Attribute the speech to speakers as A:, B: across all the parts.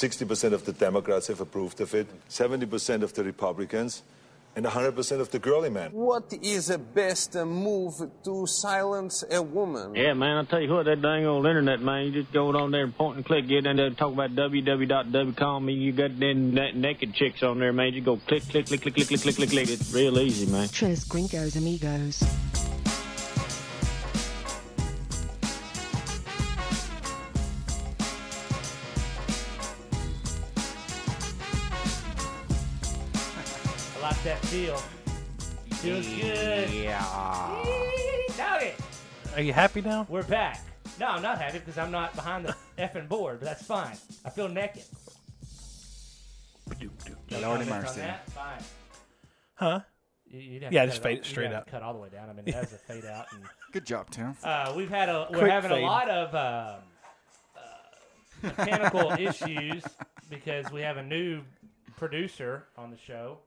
A: 60% of the Democrats have approved of it, 70% of the Republicans, and 100% of the girly men.
B: What is the best move to silence a woman?
C: Yeah, man, I tell you what, that dang old internet, man, you just go on there and point and click, get in there and talk about www.wcom, and you got them na- naked chicks on there, man. You go click, click, click, click, click, click, click, click, click. It's real easy, man.
D: Tres Gringos Amigos.
E: I like that feel. Feels good. Doubt it.
F: Are you happy now?
E: We're back. No, I'm not happy because I'm not behind the effing board, but that's fine. I feel naked. No
G: Lord have
E: comments on
G: mercy.
E: that? Fine.
F: Huh?
E: You- you'd have
F: Yeah,
E: to
F: just
E: cut
F: fade
E: all-
F: it straight
E: you'd have
F: out.
E: to Cut all the way down. I mean, that's a fade out. And,
G: Good job, Tim.
E: uh, we've had a. We're
F: Quick
E: having
F: fade.
E: a lot of um, uh, mechanical issues because we have a new producer on the show.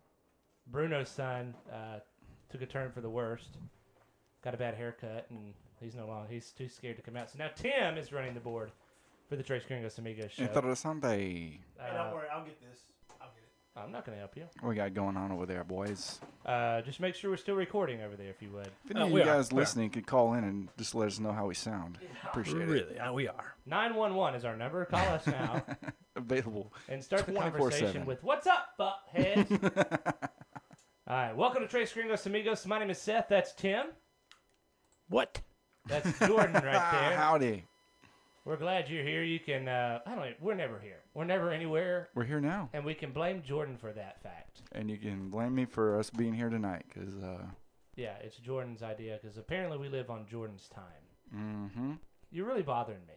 E: Bruno's son uh, took a turn for the worst. Got a bad haircut, and he's no longer. He's too scared to come out. So now Tim is running the board for the Trace Gringos Amigos show.
G: Entrada Sunday.
H: Hey, don't worry, I'll get this. I'll get it.
E: I'm not going to help you.
G: What we got going on over there, boys?
E: Uh, just make sure we're still recording over there, if you would.
G: If
F: Uh,
G: any of
F: we
G: you
F: are,
G: guys
F: we are.
G: listening could call in and just let us know how we sound. Appreciate it.
F: Really? Uh, we are.
E: 911 is our number. Call us now
G: Available.
E: and start the
G: 24/7.
E: conversation with What's up, butthead? All right, welcome to Trace Gringos Amigos. My name is Seth. That's Tim.
F: What?
E: That's Jordan right
G: Ah,
E: there.
G: howdy.
E: We're glad you're here. You can, uh, I don't know, we're never here. We're never anywhere,
G: We're here now,
E: and we can blame Jordan for that fact.
G: and you can blame me for us being here tonight, because uh,
E: Yeah, it's Jordan's idea because apparently we live on Jordan's time.
G: mm-hmm.
E: You're really bothering me.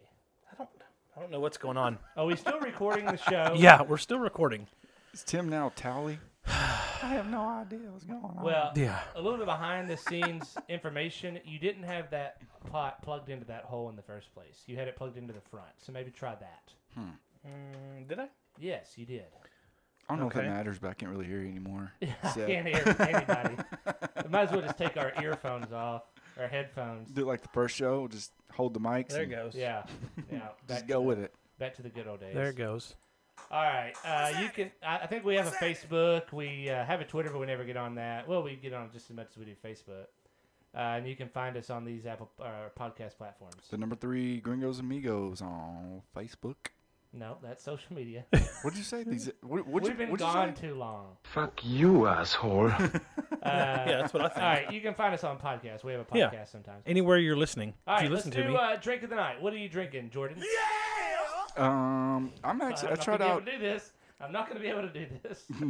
F: I don't. I don't know what's going on.
E: Are we still recording the show?
F: Oh, Yeah, we're still recording.
G: Is Tim now Tally? I have no idea what's going on.
E: Well,
F: Yeah.
E: a little bit behind the scenes information. You didn't have that pot plugged into that hole in the first place. You had it plugged into the front. So maybe try that.
F: Mm, did I?
E: Yes, you did.
G: I don't know if
F: okay.
G: it matters, but I can't really hear you anymore.
E: I
G: So,
E: can't hear anybody. we might as well just take our earphones off, our headphones.
G: do it like the first show, just hold the mics.
F: There it
G: and
F: goes.
E: Yeah. Yeah.
G: Just
E: Back,
G: go with it.
E: back to the good old days.
F: There it goes.
E: All right. Uh, you can. I, I think we have a Facebook. We uh, have a Twitter, but we never get on that. Well, we get on just as much as we do Facebook. Uh, and you can find us on these Apple uh, podcast platforms.
G: The number three Gringos Amigos on Facebook.
E: No, that's social media.
G: What did you say? These what, what
E: We've
G: you,
E: been
G: what'd you say?
E: gone too long.
I: Fuck you, asshole.
E: Uh,
F: Yeah, that's what I
E: All
F: think.
E: right, you can find us on podcasts. We have a
F: Yeah.
E: podcast sometimes.
F: Anywhere you're listening,
E: All
F: if
E: right,
F: you
E: let's
F: listen to
E: do
F: me,
E: uh, drink of the night. What are you drinking, Jordan? Uh,
G: Um, I'm
E: I'm
G: actually. I
E: not
G: tried
E: gonna
G: out.
E: Be able to do this. I'm not going to be able to do this.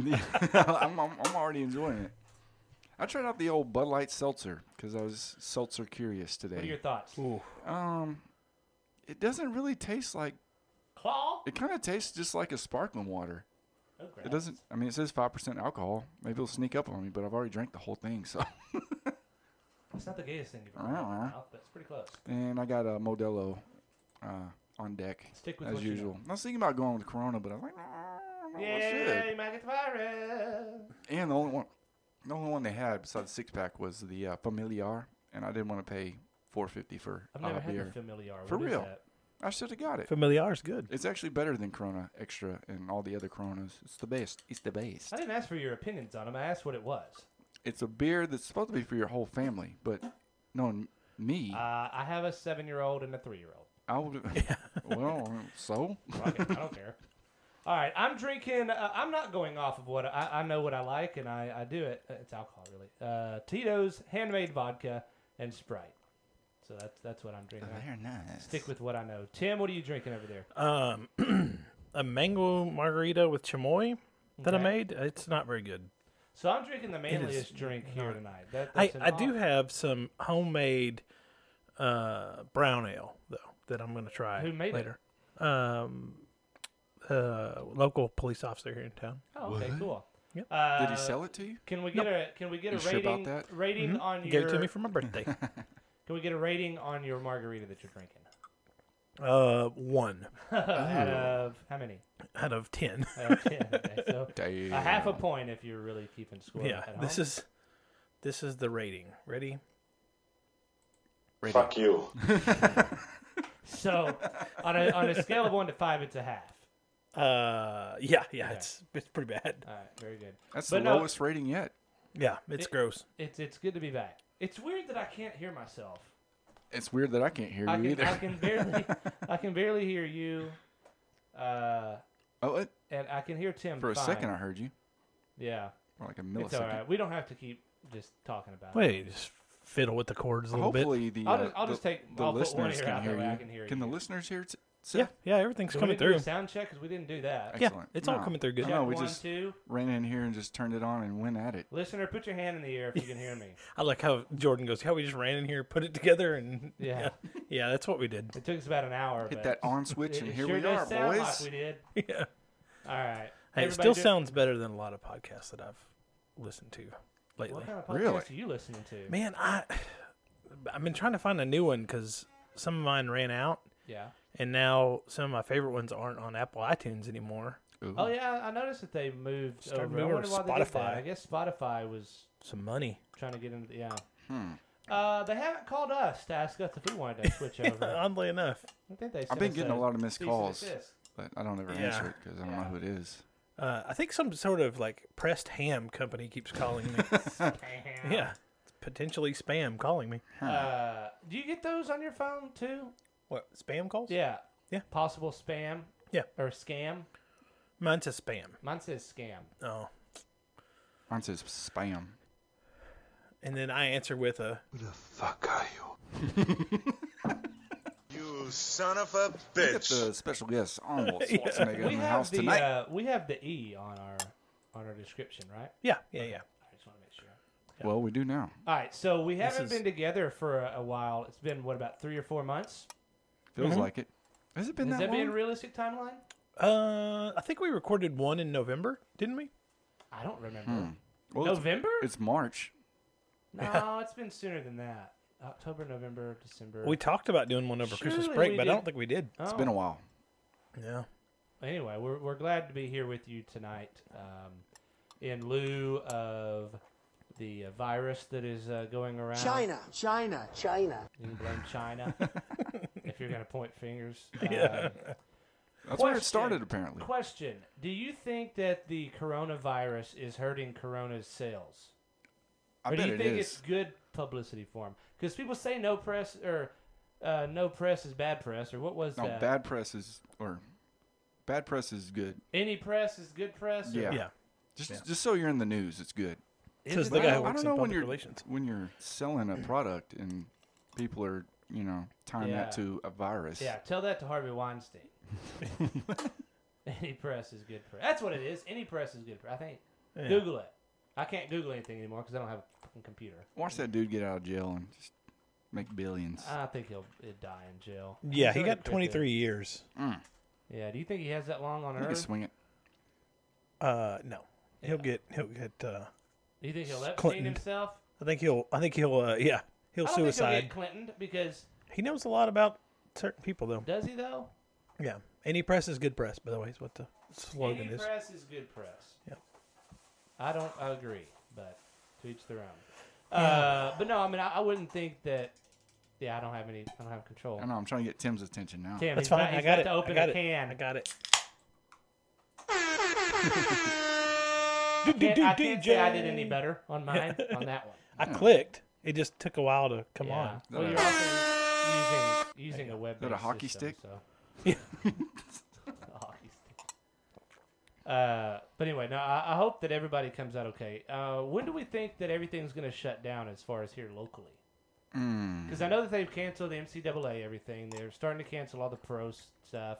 G: I'm, I'm, I'm already enjoying it. I tried out the old Bud Light seltzer because I was seltzer curious
E: What are your
G: today.
E: thoughts?
G: Um, it doesn't really taste like.
E: Claw.
G: It kind of tastes just like a sparkling water.
E: Oh, crap.
G: It doesn't. I mean, it says five percent alcohol. Maybe it'll sneak up on me, but I've already drank the whole thing. So,
E: That's not the gayest thing you've ever had in
G: Uh-huh.
E: your mouth, but it's pretty close.
G: and I got a Modelo uh, on deck
E: Stick with
G: as
E: what you know.
G: usual. I was thinking about going with Corona, but I was like, nah, I don't know if I should.
E: Yeah, you might get the virus.
G: And the only one, the only one they had besides six pack was the uh, Familiar, and I didn't want to pay four fifty for
E: I've
G: uh,
E: never had
G: beer.
E: the familiar.
G: For
E: What is
G: real.
E: that?
G: I should have got it.
F: familiar is good.
G: It's actually better than Corona Extra and all the other Coronas. It's the best. It's the best.
E: I didn't ask for your opinions on them. I asked what it was.
G: It's a beer that's supposed to be for your whole family, but knowing me,
E: Uh, I have a seven-year-old and a three-year-old.
G: I would. well, so
E: Fuck it, I don't care. All right, I'm drinking. Uh, I'm not going off of what I, I know what I like, and I, I do it. Uh, It's alcohol, really. Uh, Tito's handmade vodka and Sprite. So that's that's what I'm drinking. I
G: they're nice.
E: stick with what I know. Tim, what are you drinking over there?
F: Um, a mango margarita with chamoy that I
E: Okay.
F: made. It's not very good.
E: So I'm drinking the manliest
F: is
E: drink here tonight. That,
F: I,
E: that's an
F: I do
E: op-
F: have some homemade uh, brown ale though that I'm going to try
E: Who made it?
F: later. Um, uh, local police officer here in town.
E: Oh, okay, cool.
F: Yep.
E: Uh,
G: Did he sell it to you?
E: Can we get a can we get a
G: You sure about
E: rating
G: that?
E: rating on your
F: Mm-hmm. Gave it to me for my birthday.
E: Can we get a rating on your margarita that you're drinking?
F: uh, one
G: Oh.
E: out of how many?
F: out of ten.
E: Out of 10. Okay, so a half a
G: Damn.
E: point if you're really keeping score.
F: yeah,
E: at
F: this
E: home.
F: is this is the rating. Ready?
A: Fuck you.
E: so on a on a scale of one to five, it's a half.
F: Uh, yeah, yeah, it's it's pretty bad.
E: All right, very good.
G: That's
E: But
G: the
E: no-
G: lowest rating yet.
F: Yeah, it's
E: Uh, It- uh,
F: gross.
E: It's it's good to be back. It's weird that I can't hear myself.
G: It's weird that I can't hear
E: I
G: you
E: can,
G: either.
E: I can barely I can barely hear you. Uh,
G: oh, it,
E: and I can hear Tim
G: for a
E: fine.
G: second I heard you.
E: Yeah,
G: Or like a
E: it's all
G: millisecond.
E: right. We don't have to keep just talking about it.
F: Wait, just fiddle with the cords a little bit.
G: Hopefully the
E: I'll
G: uh,
E: just- I'll
G: the-
E: just take-
G: the
E: I'll put one
G: listeners
E: ear
G: can
E: out, that
G: hear
E: way
G: you.
E: I can hear
G: can the
E: you.
G: listeners hear? It,
F: Yeah, yeah, everything's
E: So we
F: coming
E: didn't do
F: through.
E: a sound check because we didn't do that.
F: Yeah,
G: Excellent.
F: it's all coming through good.
G: No, we
E: One,
G: just
E: two.
G: ran in here and just turned it on and went at it.
E: Listener, put your hand in the air if you can hear me.
F: I like how Jordan goes. How we just ran in here, put it together, and
E: Yeah.
F: yeah, yeah, that's what we did.
E: It took us about an hour.
G: Hit
E: but
G: that on switch
E: it-
G: and
E: it
G: here
E: sure
G: we
E: does
G: are,
E: sound
G: boys.
E: Like we did.
F: Yeah.
E: All right.
F: Hey,
E: Everybody
F: it still
E: do-
F: sounds better than a lot of podcasts that I've listened to lately.
E: What kind of podcast
G: Really?
E: are you listening to?
F: Man, I I've been trying to find a new one because some of mine ran out,
E: Yeah.
F: and now some of my favorite ones aren't on Apple iTunes anymore.
E: Oh yeah, I I noticed that they moved over.
F: Started
E: I
F: moving
E: wonder
F: over
E: why they
F: to
E: did that.
F: Spotify.
E: I guess Spotify was
F: Some money.
E: trying to get into the, yeah.
G: Hmm.
E: Uh, they haven't called us to ask us if we wanted to switch over.
F: Uh, Oddly enough,
E: I think they.
G: I've
E: sent
G: been
E: us
G: getting a lot of
E: cease
G: missed
E: and
G: calls,
E: desist.
G: but I don't ever
F: Yeah.
G: answer it because I don't know
E: Yeah.
G: who it is.
F: uh, I think some sort of like pressed ham company keeps calling me. yeah, it's potentially spam calling me.
E: Uh, do you get those on your phone too?
F: What spam calls?
E: Yeah.
F: Yeah.
E: Possible spam.
F: Yeah.
E: Or scam.
F: mine's a spam.
E: Mine says scam.
F: Oh,
G: Mine says spam.
F: and then I answer with a
I: Fuck are you?
J: You son of a
G: Look at the special guest Arnold Schwarzenegger
E: We
G: in the
E: have
G: house
E: the
G: tonight.
E: uh, we have the e on our on our description, right?
F: yeah, yeah, yeah.
E: I just want to make sure.
G: Well, we do now.
E: All right, so we haven't
F: is-
E: been together for a, a while. It's been what about three or four months?
G: Feels like it. Has it been
E: Is
G: that
E: Mm-hmm. that
G: long?
E: being a realistic timeline?
F: Uh, I think we recorded one in November, didn't we?
E: I don't remember.
G: Hmm. well, it's-
E: November?
G: It's March.
E: no, it's been sooner than that. October, November, December.
F: We talked about doing one over Christmas
E: Surely
F: break,
E: we
F: but
E: did.
F: I don't think we did.
G: It's been a while.
F: Yeah.
E: anyway, we're, we're glad to be here with you tonight um, in lieu of the uh, virus that is uh, going around. China, China, China. You can blame China if you're going to point fingers. Um, Yeah.
G: That's where it started, apparently.
E: Question Do you think that the coronavirus is hurting Corona's sales?
G: I
E: Or do
G: bet
E: you
G: it
E: think
G: is.
E: it's good publicity for him? Because people say no press or uh, no press is bad press, or what was
G: No,
E: that?
G: bad press is or bad press is good.
E: Any press is good press. or-
G: Yeah.
F: Yeah.
G: Just just so you're in the news, it's good.
E: Is
F: Says
E: it
F: the guy
E: though?
F: who
G: I
F: works
G: don't
F: in
G: know when
F: public
G: you're
F: relations.
G: when you're selling a product and people are you know tying that
E: Yeah.
G: to a virus.
E: Yeah, tell that to Harvey Weinstein. Any press is good press. That's what it is. Any press is good press. I think. Google it. I can't Google anything anymore because I don't have a fucking computer.
G: Watch that dude get out of jail and just make billions.
F: Uh,
E: I think he'll, he'll die in jail.
F: Yeah,
E: He's
F: he
E: already
F: got
E: picked it.
F: 23 years.
E: Yeah, do you think he has that long on
G: you can
E: Earth?
G: swing it.
F: Uh, no, he'll get he'll get. Uh,
E: Do you think he'll Epstein
F: Clinton.
E: himself?
F: I think he'll I think he'll uh, yeah he'll
E: I don't
F: suicide.
E: think he'll get Clinton because
F: He knows a lot about certain people though.
E: does he though?
F: Yeah, any press is good press. By the way, is what the slogan
E: Any
F: is.
E: press is good press.
F: Yep.
E: I don't I agree, but to each their own. Uh, but no, I mean I, I wouldn't think that. Yeah, I don't have any. I don't have control.
G: I know. I'm trying to get Tim's attention now.
E: Tim,
F: That's
E: he's
F: fine.
E: about-
F: I
E: he's about
F: got it.
E: To open
F: I got
E: a
F: it.
E: can.
F: I got it.
E: Can't- I can't say I did any better on mine on that one.
F: I clicked. It just took a while to come
E: Yeah.
F: on.
E: Well, you're also using using a web.
G: that a hockey stick?
E: So. a hockey stick. Uh, but anyway, no, I, I hope that everybody comes out okay. Uh, when do we think that everything's going to shut down as far as here locally?
G: Hmm.
E: Because I know that they've canceled the NCAA everything. They're starting to cancel all the pro stuff.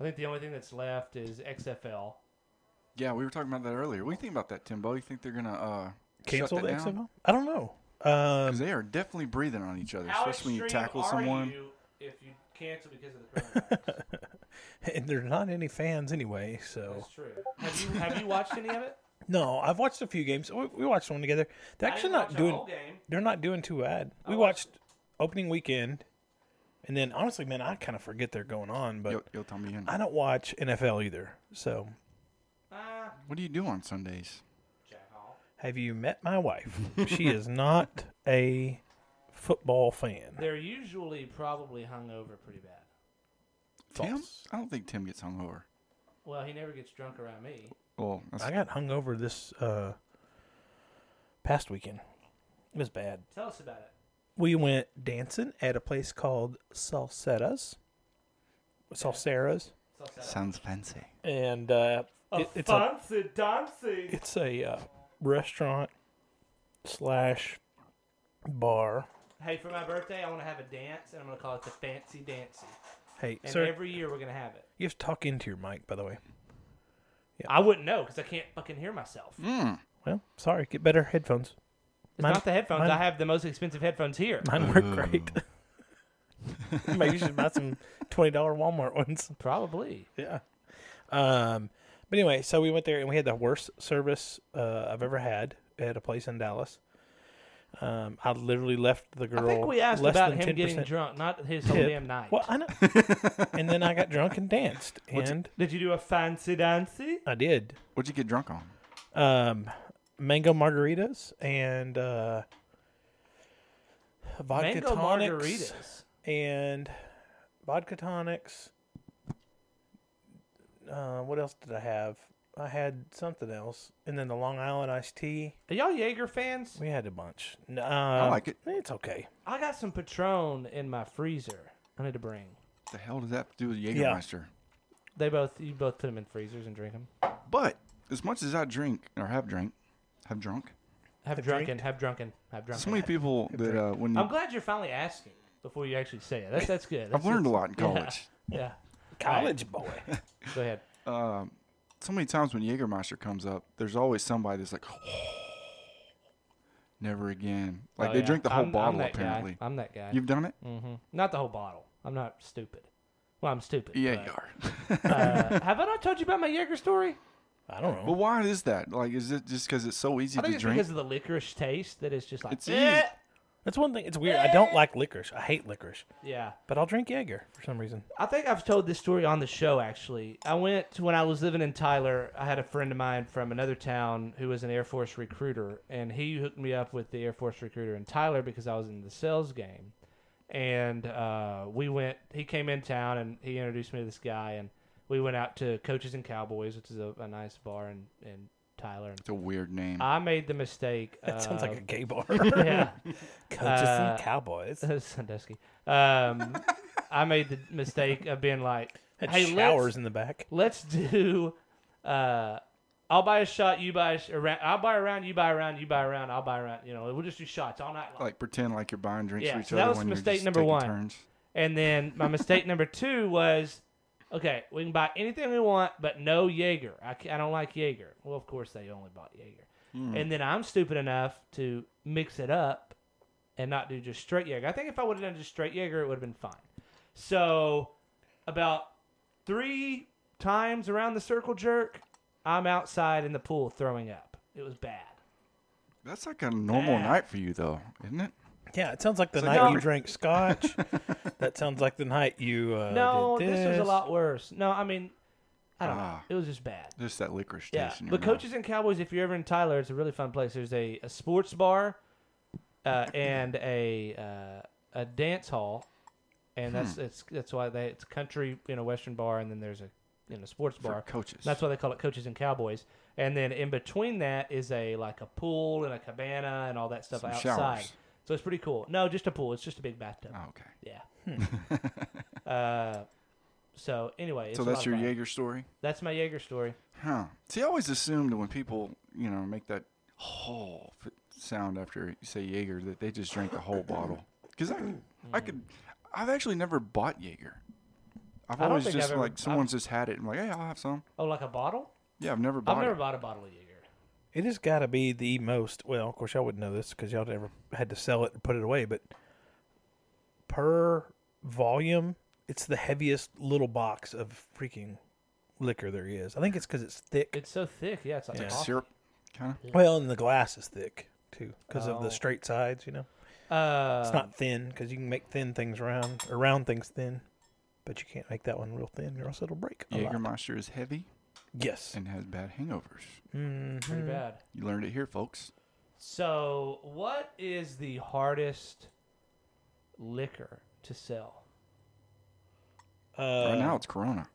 E: I think the only thing that's left is XFL.
G: Yeah, we were talking about that earlier. What do you think about that, Timbo? You think they're gonna uh,
F: Cancel
G: shut
F: the
G: that down?
F: XFL? I don't know. Um,
G: 'Cause they are definitely breathing on each other,
E: How
G: especially when you
E: extreme
G: tackle
E: are
G: someone.
E: you if you cancel because of the coronavirus?
F: and there's not any fans anyway, so
E: That's true. Have you have you watched any of it?
F: no. I've watched a few games. We, we watched one together. They're
E: I
F: actually
E: didn't
F: not
E: watch a
F: doing.
E: whole game.
F: They're not doing too bad. We watched
E: watched-
F: opening weekend, and then honestly, man, I kind of forget they're going on. But
G: Yo, yo, tell me in.
F: I don't watch NFL either. So,
E: Ah,
G: What do you do on Sundays?
E: Jack Hall.
F: have you met my wife? she is not a football fan.
E: They're usually probably hungover pretty bad.
G: Tim?
F: False.
G: I don't think Tim gets hungover.
E: Well, he never gets drunk around me.
G: Well, that's,
F: I got hungover this uh, past weekend. It was bad.
E: Tell us about it.
F: We went dancing at a place called Salseras. Salseras.
G: sounds fancy.
F: And uh, it- it's a
E: fancy dancing.
F: it's a uh, restaurant slash bar.
E: Hey, for my birthday, I want to have a dance, and I'm going to call it the Fancy Dancy.
F: Hey,
E: And
F: sir,
E: every year we're going to have it.
F: you have to talk into your mic, by the way.
E: I wouldn't know because I can't fucking hear myself.
F: Mm. Well, sorry, get better headphones.
E: It's
F: Mine-
E: not the headphones.
F: mine-
E: I have the most expensive headphones here.
F: Mine work great. Maybe you should buy some twenty dollar Walmart ones.
E: Probably.
F: Yeah. Um, but anyway, so we went there and we had the worst service uh, I've ever had at a place in Dallas. Um, I literally left the girl.
E: I think we asked
F: less
E: about
F: than
E: him
F: 10%
E: getting drunk, not his whole
F: tip.
E: damn night.
F: Well, I know. and then I got drunk and danced, and
E: Did you do a fancy dancy?
F: I did
G: What'd you get drunk on?
F: um, mango margaritas and uh, vodka
E: Mango
F: tonics
E: margaritas.
F: and vodka tonics. Uh, what else did I have? I had something else, and then the Long Island iced tea.
E: Are y'all Jaeger fans?
F: We had a bunch. N- Uh,
G: I like it.
F: It's okay.
E: I got some Patron in my freezer. I need to bring.
G: What the hell does that have to do with Jägermeister?
E: They both you both put them in freezers and drink them.
G: But as much as I drink or have drank, have drunk,
E: Have drunken, have drunken, have drunken.
G: so many people that uh, when
E: I'm
G: you,
E: glad you're finally asking before you actually say it. That's that's good.
G: I've
E: That's-
G: learned a
E: that's-
G: lot in college.
E: Yeah.
F: College boy.
E: Go ahead.
G: So many times when Jägermeister comes up, there's always somebody that's like, never again. Like
E: Oh,
G: they
E: yeah.
G: drink the whole
E: I'm- I'm
G: bottle
E: that guy.
G: apparently.
E: I'm that Mm, guy.
G: You've done it?
E: Not the whole bottle. I'm not stupid. Well, I'm stupid.
G: Yeah,
E: but-
G: you are.
E: uh, have I not told you about my Jaeger story?
F: I don't
G: But
F: know.
G: why is that? Like, is it just because it's so easy
E: I think
G: to
E: it's
G: drink?
E: because of the licorice taste that it's just like.
G: It's
E: "Eh."
G: easy.
F: That's one thing. It's weird. I don't like licorice. I hate licorice,
E: Yeah.
F: but I'll drink Jaeger for some reason.
E: I think I've told this story on the show actually. I went to- when I was living in Tyler. I had a friend of mine from another town who was an Air Force recruiter, and he hooked me up with the Air Force recruiter in Tyler because I was in the sales game. And uh, we went. He came in town, and he introduced me to this guy, and we went out to Coaches and Cowboys, which is a, a nice bar in in Tyler. And
G: It's a weird name.
E: I made the mistake.
F: That sounds like a
E: of-
F: gay bar.
E: yeah.
F: Coaches
E: Um, Uh,
F: and cowboys.
E: Sandusky. Um, I made the mistake of being like,
F: Had
E: hey,
F: showers
E: let's,
F: in the back.
E: let's do. Uh, I'll buy a shot. You buy a sh- around. I'll buy a round. You buy a round. You buy a round. I'll buy a round. You know, we'll just do shots all night long.
G: like pretend like you're buying drinks
E: Yeah,
G: for each
E: so that
G: other
E: was
G: when you're
E: mistake
G: just
E: number
G: taking
E: one.
G: turns.
E: and then my mistake number two was, okay, we can buy anything we want, but no Jaeger. I, ca- I don't like Jaeger. Well, of course they only bought Jaeger.
F: Hmm.
E: And then I'm stupid enough to mix it up and not do just straight Jaeger. I think if I would have done just straight Jaeger, it would have been fine. So about three times around the circle jerk, I'm outside in the pool throwing up. It was bad.
G: That's like a normal
E: Yeah.
G: night for you, though, isn't it?
F: Yeah, it sounds like the
G: So
F: night
E: now-
F: you drank scotch. that sounds like the night you. Uh,
E: No,
F: did
E: this.
F: this.
E: was a lot worse. No, I mean, I don't know.
G: Ah.
E: It was just bad.
G: Just that licorice
E: Yeah,
G: taste. in your
E: but
G: mouth.
E: coaches and Cowboys. If you're ever in Tyler, it's a really fun place. There's a, a sports bar, uh, and a uh, a dance hall, and
G: Hmm.
E: that's it's that's why they it's country you know western bar, and then there's a you know sports
G: For
E: bar.
G: coaches.
E: That's why they call it coaches and Cowboys. And then in between that is a like a pool and a cabana and all that stuff
G: Some
E: outside.
G: showers.
E: So it's pretty cool. No, just a pool. It's just a big bathtub.
G: Oh, okay.
E: Yeah. uh, so anyway, it's
G: So
E: a lot
G: that's
E: of
G: your
E: fun.
G: Jaeger story?
E: That's my Jaeger story.
G: Huh. See, I always assumed when people, you know, make that whole f- sound after you say Jaeger that they just drank the whole bottle. Because I, I could, I've actually never bought Jaeger. I've
E: I don't
G: always
E: think
G: just
E: I've ever-
G: like someone's just had it. and like, hey, I'll have some.
E: Oh, like a bottle?
G: Yeah, I've never
E: I've
G: bought
E: never
G: it.
E: bought a bottle of Jaeger.
F: It has got to be the most. Well, of course, y'all wouldn't know this because y'all never had to sell it and put it away. But per volume, it's the heaviest little box of freaking liquor there is. I think it's because it's thick.
E: It's so thick. Yeah, it's like
F: Yeah.
E: coffee.
G: Syrup, kind of.
F: well, and the glass is thick too because of
E: Oh.
F: the straight sides. You know,
E: Uh,
F: it's not thin because you can make thin things round or round things thin, but you can't make that one real thin or else it'll break. a lot.
G: Jägermeister is heavy
F: Yes.
G: and has bad hangovers.
E: pretty
F: Mm.
E: bad.
G: You learned it here, folks.
E: So, what is the hardest liquor to sell?
F: Uh,
G: right now it's Corona.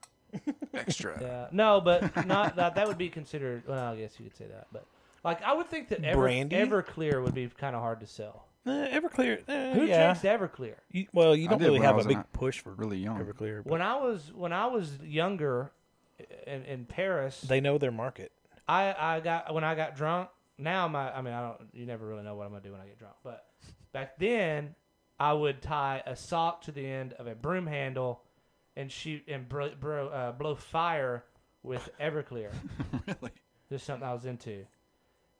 G: Extra.
E: Uh. Yeah. Uh, No, but not that. That would be considered. Well, I guess you could say that. But like, I would think that Ever,
F: Brandy?
E: Everclear would be kind of hard to sell.
F: Eh, Everclear. eh,
E: Who
F: yeah.
E: drinks Everclear?
F: You- well, you
G: I
F: don't
G: did
F: really
G: when I
F: have a
G: was
F: big
G: not
F: push for
G: really young.
F: Everclear. But
E: When I was when I was younger, in, in Paris,
F: they know their market.
E: I I got when I got drunk. Now my I mean I don't. You never really know what I'm gonna do when I get drunk. But back then, I would tie a sock to the end of a broom handle, and shoot and bro, bro, uh, blow fire with Everclear.
G: really?
E: There's something I was into.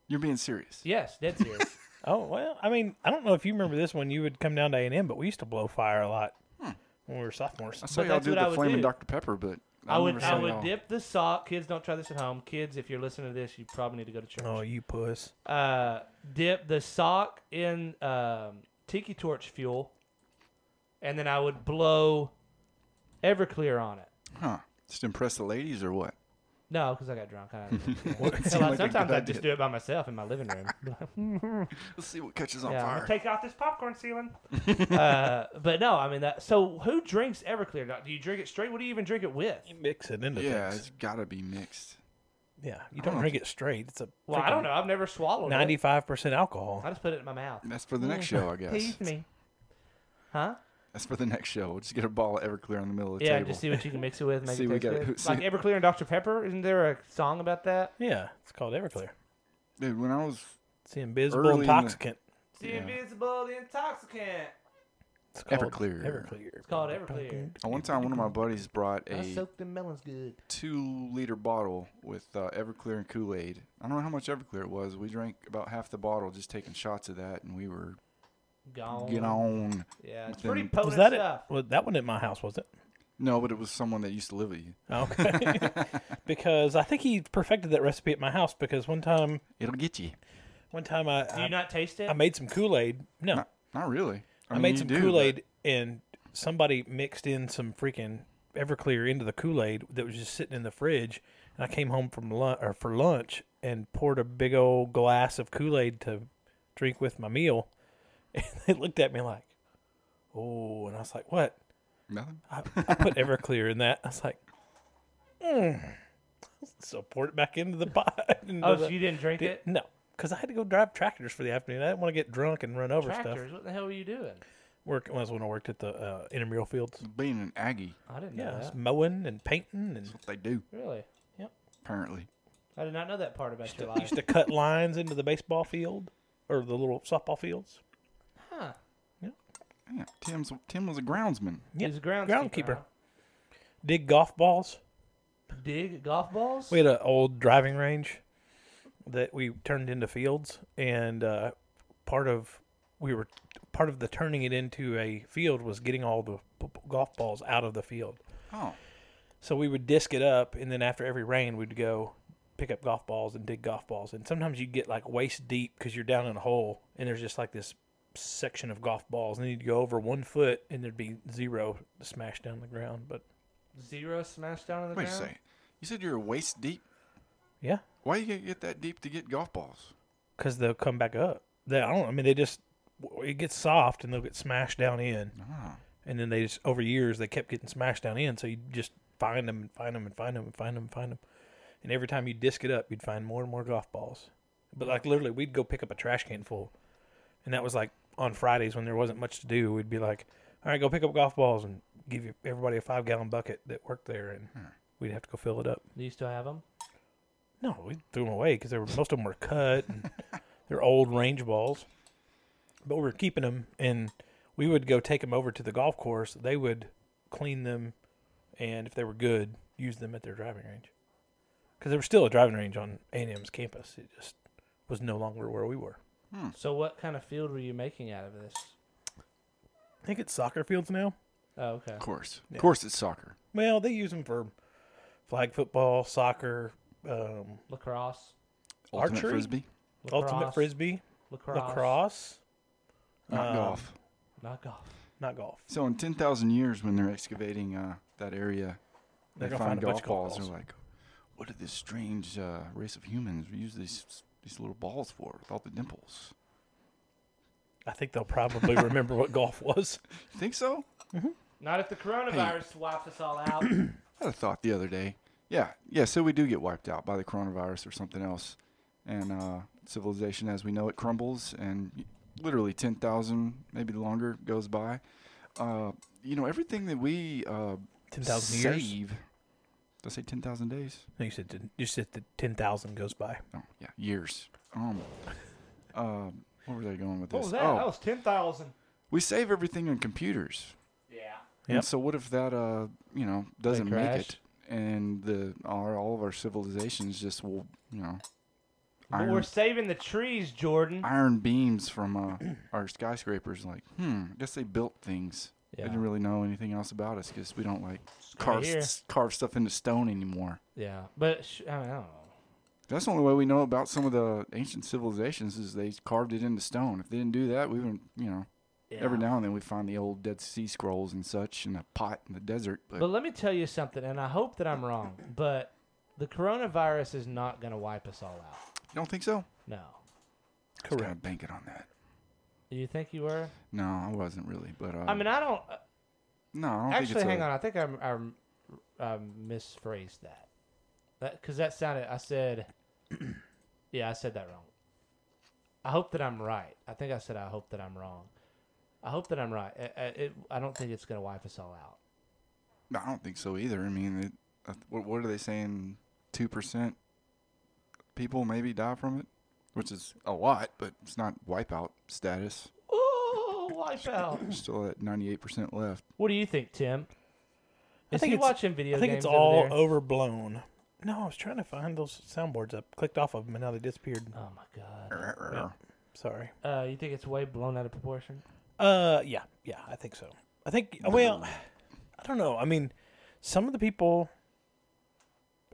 G: You're being serious.
E: Yes, dead serious.
F: Oh well, I mean, I don't know if you remember this when you would come down to A and M, but we used to blow fire a lot
G: Hmm.
F: when we were sophomores.
G: I saw
E: But
G: y'all
E: that's
G: do
E: what I
G: the
E: would
G: flaming
E: do.
G: Dr. Pepper, but I,
E: I would
G: never
E: I
G: saw
E: would
G: y'all.
E: dip the sock. Kids, don't try this at home. Kids, if you're listening to this, you probably need to go to church.
F: Oh, you puss!
E: uh, dip the sock in um, tiki torch fuel, and then I would blow Everclear on it.
G: Huh. Just impress the ladies or what?
E: No, because I got drunk. I
G: seemed like a
E: sometimes
G: good
E: I just
G: idea.
E: do it by myself in my living room.
G: Let's see what catches on
E: yeah, I'm
G: fire.
E: gonna take off this popcorn ceiling. uh, but no, I mean that. So who drinks Everclear? Doc? Do you drink it straight? What do you even drink it with?
F: You mix it into
G: yeah,
F: things.
G: it's got to be mixed.
F: Yeah, you don't
G: know.
F: drink it straight. It's a
E: Well, I don't know. I've never swallowed it.
F: Ninety-five percent alcohol.
E: I just put it in my mouth.
G: That's for the next show, I guess.
E: Tease me. Huh?
G: That's for the next show. We'll just get a ball of Everclear in the middle of the
E: Yeah,
G: table.
E: just see what you can mix it with. Make
G: See,
E: it
G: we
E: taste
G: got-
E: good.
G: see-
E: like Everclear and Dr Pepper. Isn't there a song about that?
F: Yeah, it's called Everclear.
G: Dude, when I was
F: It's the invisible
G: Early in the-
F: intoxicant.
E: It's the invisible intoxicant.
F: It's called
G: Everclear.
F: Everclear.
E: It's called Everclear.
G: uh, one time, one of my buddies brought
E: I
G: a
E: soaked in melons good.
G: two-liter bottle with uh, Everclear and Kool-Aid. I don't know how much Everclear it was. We drank about half the bottle, just taking shots of that, and we were
E: Gone.
G: get on.
E: Yeah, it's
G: Then-
E: pretty potent
F: Was that it?
E: stuff.
F: Well, that one at my house was it?
G: No, but it was someone that used to live with you.
F: Okay. because I think he perfected that recipe at my house because one time,
G: It'll get you.
F: one time I
E: Do you
F: I,
E: not taste it?
F: I made some Kool Aid. No,
G: Not, not really.
F: I,
G: mean,
F: made
G: you
F: some
G: do, but-
F: Kool Aid and somebody mixed in some freaking Everclear into the Kool Aid that was just sitting in the fridge. And I came home from lunch or for lunch and poured a big old glass of Kool Aid to drink with my meal. And they looked at me like, "Oh," and I was like, "What?"
G: Nothing.
F: I, I put Everclear in that. I was like, "Mm." so poured it back into the pot. into
E: oh,
F: the-
E: so you didn't drink
F: Did-
E: it?
F: no, because I had to go drive tractors for the afternoon. I didn't want to get drunk and run over
E: Tractors?
F: stuff.
E: What the hell were you doing?
F: Work was when I worked at the uh, intramural fields.
G: Being an Aggie,
E: I didn't know
F: Yeah, it's
E: that.
F: mowing and painting and
G: that's what they do,
E: Really?
G: apparently.
E: I did not know that part about your
F: I
E: life.
F: used to cut lines into the baseball field or the little softball fields.
E: Huh.
G: Yeah, Tim's Tim was a groundsman.
F: Yeah,
E: He's a groundskeeper.
F: groundkeeper. Dig golf balls.
E: huh? Dig golf balls?
F: We had an old driving range that we turned into fields, and uh, part of we were part of the turning it into a field was getting all the p- p- golf balls out of the field.
G: Oh,
F: So we would disc it up, and then after every rain, we'd go pick up golf balls and dig golf balls. And sometimes you'd get like waist deep because you're down in a hole, and there's just like this section of golf balls, and then you'd go over one foot, and there'd be zero smashed down the ground. But
E: Zero smashed down on the
G: wait a
E: ground?
G: second. You said you're waist deep.
F: yeah,
G: Why you gotta get that deep to get golf balls?
F: because they'll come back up. They, I don't. I mean, they just it gets soft, and they'll get smashed down in,
G: Ah,
F: and then they just over years they kept getting smashed down in. So you just find them and find them and find them and find them and find them, and every time you disc it up, you'd find more and more golf balls. But like literally, we'd go pick up a trash can full, and that was like on Fridays when there wasn't much to do. We'd be like, "All right, go pick up golf balls and give you everybody a five gallon bucket that worked there, and we'd have to go fill it up."
E: Do you still have them?
F: No, we threw them away because they were most of them were cut and they're old range balls. But we were keeping them, and we would go take them over to the golf course. They would clean them, and if they were good, use them at their driving range. Because there was still a driving range on A and M's campus. It just was no longer where we were.
G: Hmm.
E: So what kind of field were you making out of this?
F: I think it's soccer fields now.
E: Oh, okay.
G: of course, of course, it's soccer.
F: Well, they use them for flag football, soccer, um,
E: Lacrosse.
G: Ultimate
F: Archery?
G: frisbee,
F: ultimate
E: Lacrosse.
F: frisbee,
E: Lacrosse.
F: lacrosse,
G: not
F: Um,
G: golf.
E: Not golf.
F: not golf.
G: So in ten thousand years, when they're excavating uh, that area, they
F: They're
G: find,
F: gonna find a bunch
G: golf
F: of golf
G: balls.
F: balls.
G: They're like, "What did this strange uh, race of humans use these these little balls for with all the dimples?"
F: I think they'll probably remember what golf was.
G: You think so?
E: Not if the coronavirus wipes us all out.
G: had a thought the other day. Yeah, yeah. So we do get wiped out by the coronavirus or something else, and uh, civilization as we know it crumbles, and literally ten thousand, maybe longer, goes by. Uh, you know, everything that we uh,
F: 10,000 years?
G: save- Did I say ten thousand days?
F: No, you said didn't- you said that ten thousand goes by.
G: Oh, yeah, years. Um, um, where was I going with this?
E: What was that?
G: Oh,
E: That was ten thousand.
G: we save everything on computers.
E: Yeah.
G: And
F: Yep.
G: so what if that uh you know doesn't make
E: crash?
G: it and the our, all of our civilizations just will you know
E: But
G: iron,
E: we're saving the trees, Jordan.
G: iron beams from uh, our skyscrapers like hmm I guess they built things
E: Yeah.
G: they didn't really know anything else about us because we don't like
E: kinda
G: carve
E: here.
G: s- carve stuff into stone anymore
E: Yeah, but sh- I, mean, I don't know.
G: that's the only way we know about some of the ancient civilizations is they carved it into stone if they didn't do that we would you know every
E: Yeah.
G: now and then we find the old Dead Sea Scrolls and such in a pot in the desert but,
E: But let me tell you something, and I hope that I'm wrong, but the coronavirus is not going to wipe us all out.
G: you don't think so
E: No.
G: correct bank it on that.
E: Do you think you were?
G: No, I wasn't really. But uh,
E: I mean, I don't.
G: no, I don't
E: actually,
G: think it's
E: hang
G: a-
E: on. I think I'm, I'm, I misphrased that. That because that sounded. I said, yeah, I said that wrong. I hope that I'm right. I think I said I hope that I'm wrong. I hope that I'm right. I, I, it, I don't think it's going to wipe us all out.
G: No, I don't think so either. I mean, it, uh, what, what are they saying? Two percent people maybe die from it, which is a lot, but it's not wipeout status.
E: Oh, wipe out.
G: There's still at ninety-eight percent left.
E: What do you think, Tim?
F: I
E: Is he
F: it's-
E: watching video
F: I think
E: games
F: it's
E: over
F: all
E: there?
F: overblown. No, I was trying to find those soundboards. I clicked off of them and now they disappeared.
E: Oh my
G: Arr.
F: Sorry.
E: god. Uh, you think it's way blown out of proportion?
F: Uh, yeah, yeah, I think so. I think well, I don't know. I mean, some of the people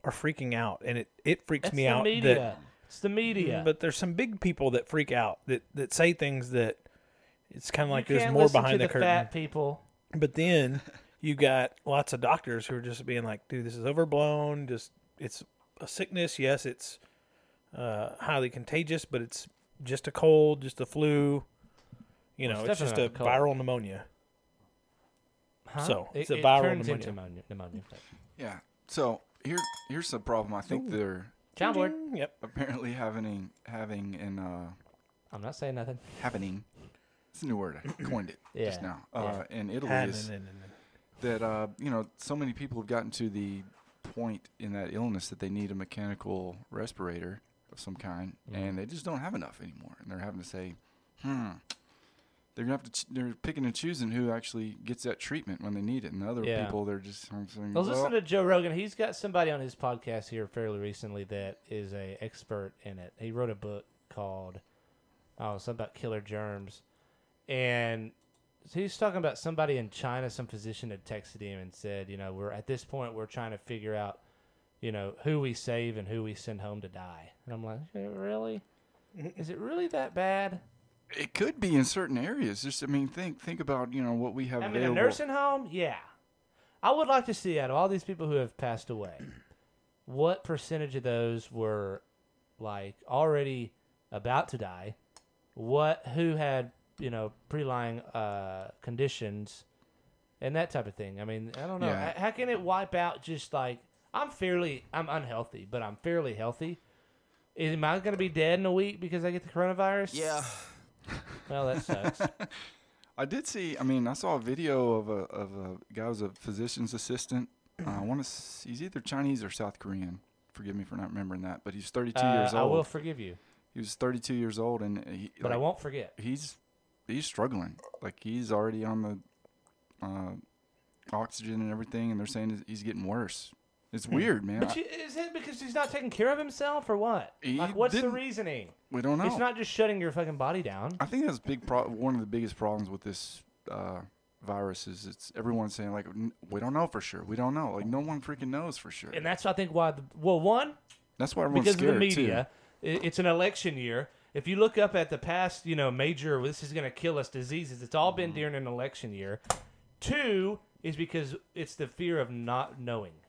F: are freaking out, and it it freaks
E: It's
F: me
E: the
F: out.
E: media.
F: That, Mm,
E: it's the media.
F: But there's some big people that freak out that that say things that it's kind of like
E: you
F: there's
E: can't
F: more
E: listen to
F: behind the,
E: the
F: curtain.
E: fat people.
F: But then you got lots of doctors who are just being like, dude, this is overblown. Just it's a sickness. Yes, it's uh, highly contagious, but it's just a cold, just a flu. You
E: Well,
F: know,
E: it's
F: it's, just
E: definitely
F: a
E: not a cold.
F: viral pneumonia.
E: Huh?
F: So,
E: it,
F: it's a
E: it
F: viral
E: turns
F: pneumonia.
E: into pneumonia. pneumonia.
G: Yeah. So here, here's the problem. I think they're
E: Soundboard.
F: Mm, Yep.
G: apparently having having an uh,
E: I'm not saying nothing.
G: happening. It's a new word. I coined it just
E: Yeah,
G: now. Uh, In Italy, is that uh, you know so many people have gotten to the point in that illness that they need a mechanical respirator of some kind, and they just don't have enough anymore, and they're having to say, hmm. They're gonna have to. Ch- they're picking and choosing who actually gets that treatment when they need it, and other
E: Yeah.
G: people they're just I'm saying,
E: I was listening to
G: well,
E: Joe Rogan. He's got somebody on his podcast here fairly recently that is a expert in it. He wrote a book called oh something about killer germs, and he's talking about somebody in China. Some physician had texted him and said, you know, we're at this point we're trying to figure out, you know, who we save and who we send home to die. And I'm like, really? Is it really that bad?
G: it could be in certain areas. Just I mean, think think about you know what we have
E: I mean, a
G: available.
E: nursing home, yeah. I would like to see out of all these people who have passed away, what percentage of those were like already about to die? What who had you know pre-lying uh, conditions and that type of thing? I mean, I don't know.
G: Yeah.
E: H- How can it wipe out just like I'm fairly I'm unhealthy, but I'm fairly healthy. Is am I going to be dead in a week because I get the coronavirus? Yeah. Well, that sucks.
G: I did see. I mean, I saw a video of a of a guy who was a physician's assistant. Uh, I want to. He's either Chinese or South Korean. Forgive me for not remembering that, but he's 32
E: Uh,
G: years old.
E: I will forgive you,
G: he was 32 years old, and he,
E: but I
G: like,
E: won't forget.
G: He's he's struggling. Like he's already on the uh, oxygen and everything, and they're saying he's- he's getting worse. It's weird, man.
E: Hmm. But
G: I-
E: you, is it because he's not taking care of himself or what?
G: He
E: like, what's the
G: didn't-
E: reasoning?
G: we don't know.
E: It's not just shutting your fucking body down.
G: I think that's big. Pro- one of the biggest problems with this uh, virus is it's everyone saying like, "N- we don't know for sure. We don't know. Like no one freaking knows for sure.
E: And that's, I think, why, the, well, one,
G: That's why everyone's
E: because of the
G: scared
E: media, i- it's an election year. If you look up at the past, you know, major, this is going to kill us diseases, it's all
G: Mm-hmm.
E: been during an election year. Two is because it's the fear of not knowing.
G: too.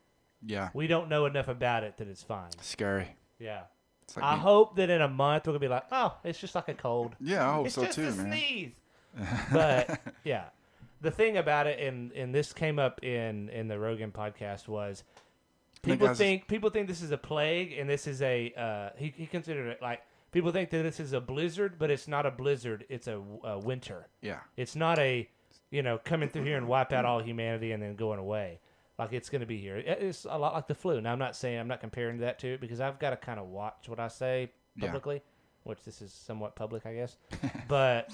G: Yeah,
E: We don't know enough about it that it's fine.
G: scary.
E: Yeah.
G: It's like
E: I
G: being-
E: hope that in a month we're going to be like, oh, it's just like a cold.
G: yeah, I hope
E: It's
G: so
E: just
G: too,
E: a
G: man.
E: sneeze. but yeah, the thing about it, and and this came up in in the Rogan podcast was people
G: guys-
E: think people think this is a plague, and this is a uh, he he considered it like people think that this is a blizzard, but it's not a blizzard. It's a, a winter.
G: Yeah.
E: It's not a, you know, coming through here and wipe out all humanity and then going away. Like it's going to be here. It- It's a lot like the flu. Now I'm not saying I'm not comparing that to it because I've got to kind of watch what I say
G: Yeah.
E: publicly, which this is somewhat public, I guess. But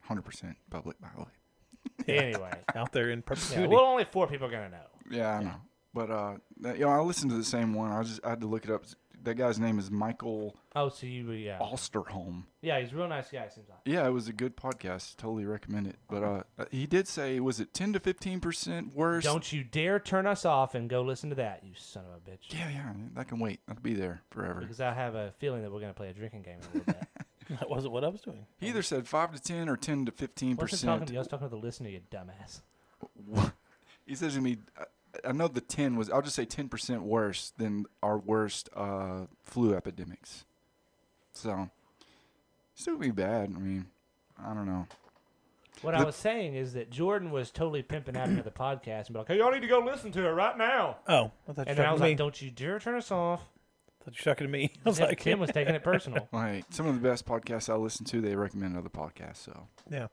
G: Hundred percent public, by the way.
E: anyway,
F: out there in
E: yeah,
F: perpetuity.
E: well, only four people are going to know.
G: Yeah, I know. But uh, that- you know, I listened to the same one. I just I had to look it up. That guy's name is Michael
E: Oh, so you yeah
G: Osterholm.
E: yeah he's a real nice guy. It seems like
G: Yeah, it was a good podcast. Totally recommend it. But uh, he did say, was it ten to fifteen percent worse?
E: don't you dare turn us off and go listen to that, you son of a bitch.
G: Yeah, yeah. That can wait. That'll be there forever.
E: Because I have a feeling that we're going to play a drinking game in a little bit.
F: that wasn't what I was doing.
G: He either said five to ten or ten to fifteen
E: What's it talking
G: percent.
E: to you? I was talking to the listener, you dumbass.
G: He says to me, I- I know the ten was. I'll just say ten percent worse than our worst uh, flu epidemics. So still be bad. I mean, I don't know.
E: What I was saying is that Jordan was totally pimping out another podcast and be like, "Hey, y'all need to go listen to it right now."
F: Oh, I thought you were
E: And then I
F: talking
E: was
F: to me.
E: like, "Don't you dare turn us off."
F: thought you were talking to me. I was
E: Tim-
F: like,
E: Tim was taking it personal.
G: Like some of the best podcasts I listen to, they recommend other podcasts. So
F: yeah.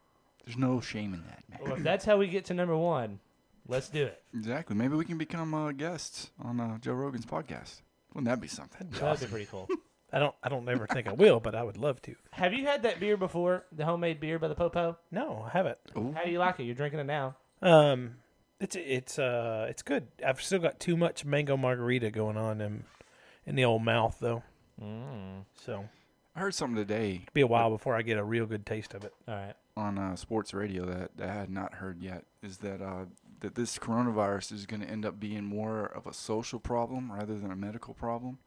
G: there's no shame in that, man.
E: well, if that's how we get to number one, let's do it.
G: Exactly. Maybe we can become uh, guests on uh, Joe Rogan's podcast. Wouldn't that be something?
E: That'd be pretty cool.
F: I don't. I don't ever think I will, but I would love to.
E: Have you had that beer before? The homemade beer by the Popo.
F: No, I haven't.
E: How do you like it? You're drinking it now.
F: Um, it's it's uh it's good. I've still got too much mango margarita going on in in the old mouth though. Mm. So
G: I heard something today
F: be a while before I get a real good taste of it.
E: All right.
G: on uh, sports radio that, that I had not heard yet is that uh, that this coronavirus is going to end up being more of a social problem rather than a medical problem.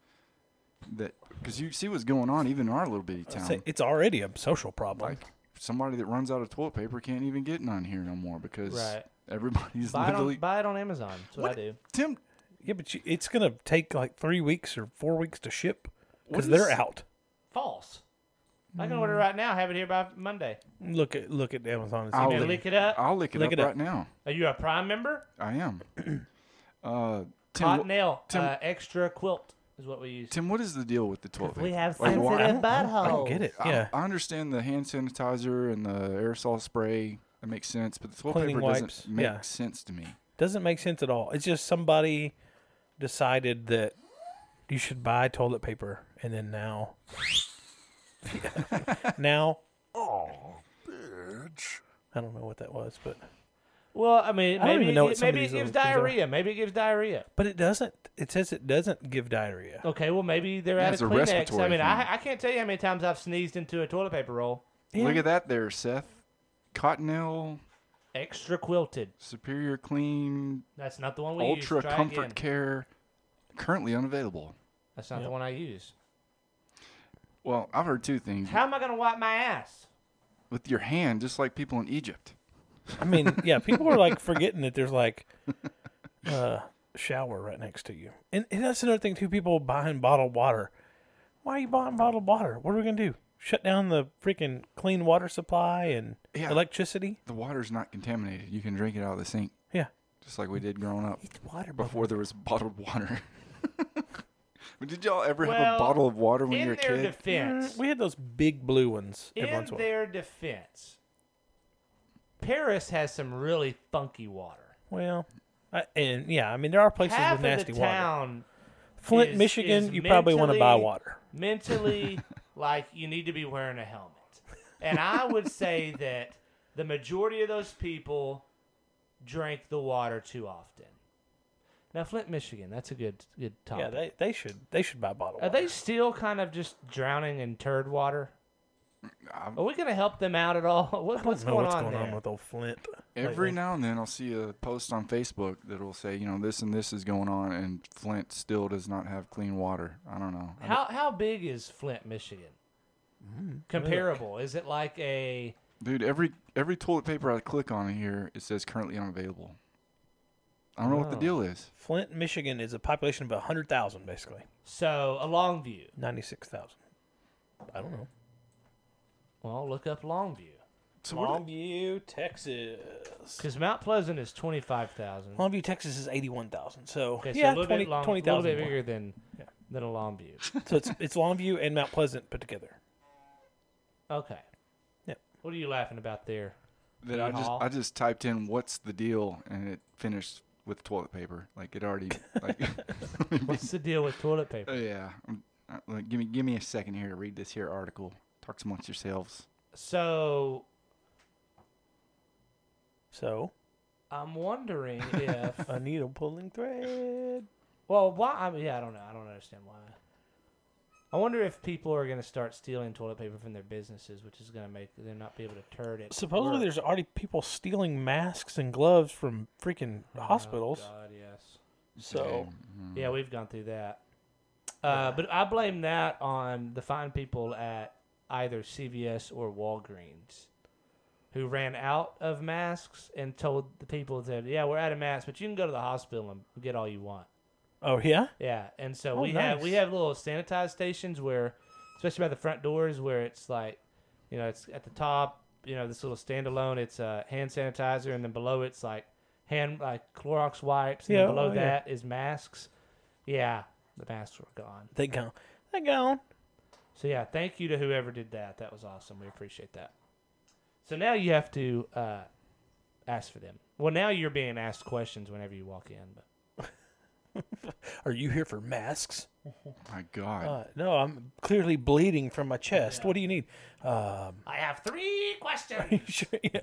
G: That because you see what's going on even in our little bitty town.
F: Say- It's already a social problem.
G: like somebody that runs out of toilet paper can't even get none here no more because
E: Right.
G: everybody's
E: Buy it, on,
G: literally.
E: buy it on Amazon. That's what, I do.
G: Tim,
F: yeah, but you, it's gonna take like three weeks or four weeks to ship because
G: What
F: they're
G: is-
F: out.
E: False. I can order it right now. Have it here by Monday.
F: Look at look at Amazon. And see if
G: I'll
E: You
F: they-
E: gonna lick it up.
G: I'll lick it
F: Lick
G: up
F: it up.
G: right now.
E: Are you a Prime member?
G: I am. uh, Tim, wh-
E: Cottonelle
G: Tim-
E: uh, extra quilt is what we use.
G: Tim, what is the deal with the toilet paper?
E: We have
G: Like,
E: sensitive
G: why-
E: buttholes.
F: I don't get it. Yeah,
G: I understand the hand sanitizer and the aerosol spray. That makes sense, but the toilet
F: Cleaning
G: paper
F: wipes,
G: doesn't make
F: yeah.
G: sense to me.
F: doesn't make sense at all. It's just somebody decided that you should buy toilet paper, and then now, now, oh, bitch! I don't know what that was, but
E: Well, I mean,
F: I don't
E: maybe
F: even know
E: it,
F: what some of
E: maybe it
F: these
E: gives
F: little things are.
E: diarrhea. Maybe it gives diarrhea.
F: but it doesn't. It says it doesn't give diarrhea.
E: Okay, well, maybe they're
G: Yeah,
E: out
G: it's
E: of
G: a
E: Kleenex.
G: respiratory
E: I mean,
G: thing.
E: I, I can't tell you how many times I've sneezed into a toilet paper roll.
G: Look at that there, Seth. Cottonelle,
E: Extra quilted.
G: Superior Clean,
E: That's not the one we use.
G: Ultra
E: Try
G: Comfort
E: again.
G: Care, currently unavailable.
E: That's not the one I use.
G: Well, I've heard two things.
E: How am I going to wipe my ass?
G: With your hand, just like people in Egypt.
F: I mean, yeah, people are like forgetting that there's like uh shower right next to you, and, and that's another thing too. People buying bottled water. Why are you buying bottled water? What are we gonna do? Shut down the freaking clean water supply and
G: Yeah.
F: electricity?
G: The water's not contaminated. You can drink it out of the sink,
F: Yeah,
G: just like we did growing up.
F: it's water.
G: before there was bottled water. But Did y'all ever have
E: Well,
G: a bottle of water when you
E: In
G: were
E: their
G: a kid?
E: defense,
F: Mm, we had those big blue ones every
E: in
F: once in a while.
E: their defense, Paris has some really funky water.
F: Well, I, and yeah, I mean there are places
E: Half
F: with nasty
E: of the
F: water.
E: town
F: Flint,
E: is-
F: Michigan,
E: is
F: you probably want to buy
E: mentally-
F: water.
E: mentally like you need to be wearing a helmet. And I would say that the majority of those people drink the water too often. Now Flint, Michigan, that's a good good topic.
F: Yeah, they, they should they should buy bottled
E: Are
F: water.
E: they still kind of just drowning in turd water?
G: I've-
E: Are we going to help them out at all? What,
F: I
E: what's
F: don't know
E: going
F: what's
E: on
F: going
E: there?
F: on with old Flint.
G: Every
F: lately.
G: now and then, I'll see a post on Facebook that'll say, you know, this and this is going on, and Flint still does not have clean water. I don't know. I
E: How how big is Flint, Michigan?
F: Mm,
E: Comparable? Is it like a
G: don't- Dude, every every toilet paper I click on here, it says currently unavailable. I don't know what the
E: Oh.
G: deal is.
F: Flint, Michigan is a population of 100,000, basically.
E: so a Longview?
F: 96,000. I don't know.
E: Well, look up Longview.
G: So what are
F: Longview, Texas.
E: Because Mount Pleasant is twenty five thousand.
F: Longview, Texas is eighty-one thousand. So
E: Okay,
F: Oh, yeah,
E: so a little
F: twenty
E: bit long,
F: twenty
E: a little
F: thousand.
E: bit bigger than than a Longview.
F: So it's it's Longview and Mount Pleasant put together.
E: okay.
F: Yep.
E: What are you laughing about there?
G: they- that I just
E: Yeehaw.
G: I just typed in what's the deal and it finished with toilet paper. Like it already like
E: What's the deal with toilet
G: Oh,
E: paper?
G: yeah. Um, uh, like, give me give me a second here to read this here article. Talks amongst yourselves.
E: So
F: So
E: I'm wondering if
F: a needle pulling thread.
E: Well, why? I mean, yeah, I don't know. I don't understand why. I wonder if people are going to start stealing toilet paper from their businesses, which is going to make them not be able to turn it.
F: Supposedly, there's already people stealing masks and gloves from freaking hospitals.
E: Oh, God, yes.
F: so
G: Oh,
E: Yeah, we've gone through that. Uh, but I blame that on the fine people at either CVS or Walgreens who ran out of masks and told the people that, yeah, we're out of masks, but you can go to the hospital and get all you want.
F: oh yeah,
E: Yeah, and so
F: Oh,
E: we have we
F: nice.
E: have little sanitized stations where, especially by the front doors, where it's like, you know, it's at the top, you know, this little standalone, it's uh, hand sanitizer, and then below it's like hand like Clorox wipes, and
F: Yeah,
E: then below
F: oh, yeah.
E: that is masks. Yeah, the masks were gone.
F: they gone. They gone.
E: So yeah, thank you to whoever did that. That was awesome. We appreciate that. So now you have to uh, ask for them. Well, now you're being asked questions whenever you walk in, but
F: Are you here for masks?
G: My God.
F: Uh, no, I'm clearly bleeding from my chest. What do you need? Um,
E: I have three questions.
F: sure, yeah.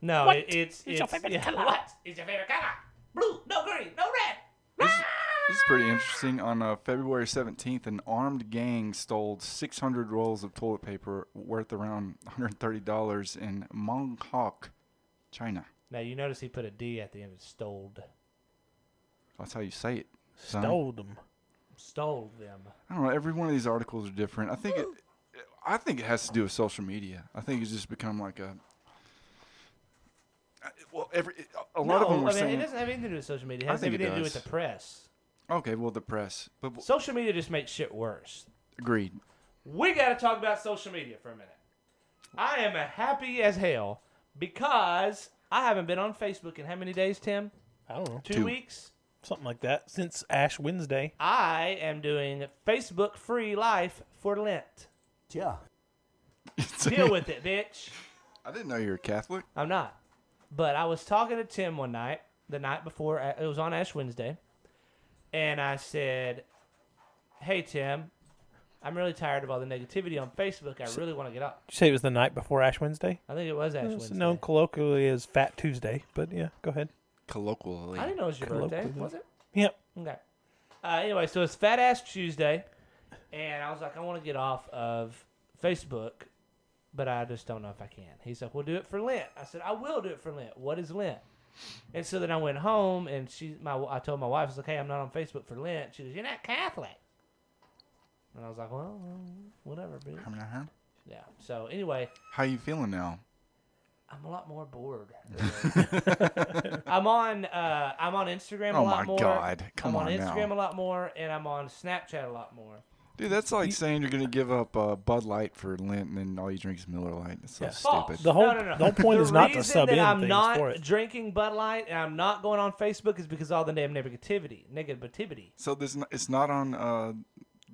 E: No,
F: What
E: It, it's
F: is
E: it's
F: your favorite
E: yeah,
F: color?
E: What is your favorite color? Blue, no green, no red.
G: This, this is pretty interesting. On uh, February 17th, an armed gang stole 600 rolls of toilet paper worth around $130 in Monghok, China.
E: Now you notice he put a D at the end of stole.
G: That's how you say it. son.
F: Stole them.
E: Stole them.
G: I don't know. Every one of these articles are different. I think it. I think it has to do with social media. I think it's just become like a. I- Well, every a lot of them were
E: I mean,
G: saying
E: it doesn't have anything to do with social media. It
G: I
E: has
G: think it
E: everything to do with
G: does.
E: the press.
G: okay, well, the press. But but-
E: Social media just makes shit worse.
G: agreed.
E: We got to talk about social media for a minute. I am a happy as hell because I haven't been on Facebook in how many days, Tim?
F: I don't know,
E: Two.
G: Two.
E: weeks.
F: something like that. Since Ash Wednesday,
E: I am doing Facebook free life for Lent.
F: yeah.
E: Deal with it, bitch.
G: I didn't know you were Catholic.
E: I'm not. But I was talking to Tim one night, the night before, uh, it was on Ash Wednesday, and I said, Hey, Tim, I'm really tired of all the negativity on Facebook. I really want to get up.
F: Did you say it was the night before Ash Wednesday?
E: I think it was Ash
F: It's
E: Wednesday.
F: known colloquially as Fat Tuesday, but yeah, go ahead.
G: Colloquially,
E: I didn't know it was your birthday,
F: Colloquially.
E: was it?
F: Yep.
E: Okay. Uh, anyway, so it's Fat Ass Tuesday, and I was like, I want to get off of Facebook, but I just don't know if I can. He's like, We'll do it for Lent. I said, I will do it for Lent. What is Lent? And so then I went home, and she, my, I told my wife, I was like, Hey, I'm not on Facebook for Lent. She goes, You're not Catholic. And I was like, Well, whatever, bitch.
G: I mean, uh-huh.
E: Yeah. So anyway,
G: How you feeling now?
E: I'm a lot more bored. I'm on uh, I'm on Instagram a
G: Oh
E: lot
G: my
E: more.
G: God, come
E: I'm on,
G: on now.
E: Instagram a lot more, and I'm on Snapchat a lot more.
G: Dude, that's like saying you're gonna give up uh, Bud Light for Lent, and then all you drink is Miller Lite. That's so
E: False.
G: stupid.
F: The whole-
E: no, no, no.
F: the whole point is not to
E: reason
F: sub
E: that
F: in
E: I'm
F: things
E: not
F: for it.
E: drinking Bud Light and I'm not going on Facebook is because all the damn negativity, negativity.
G: So this n- it's not on uh,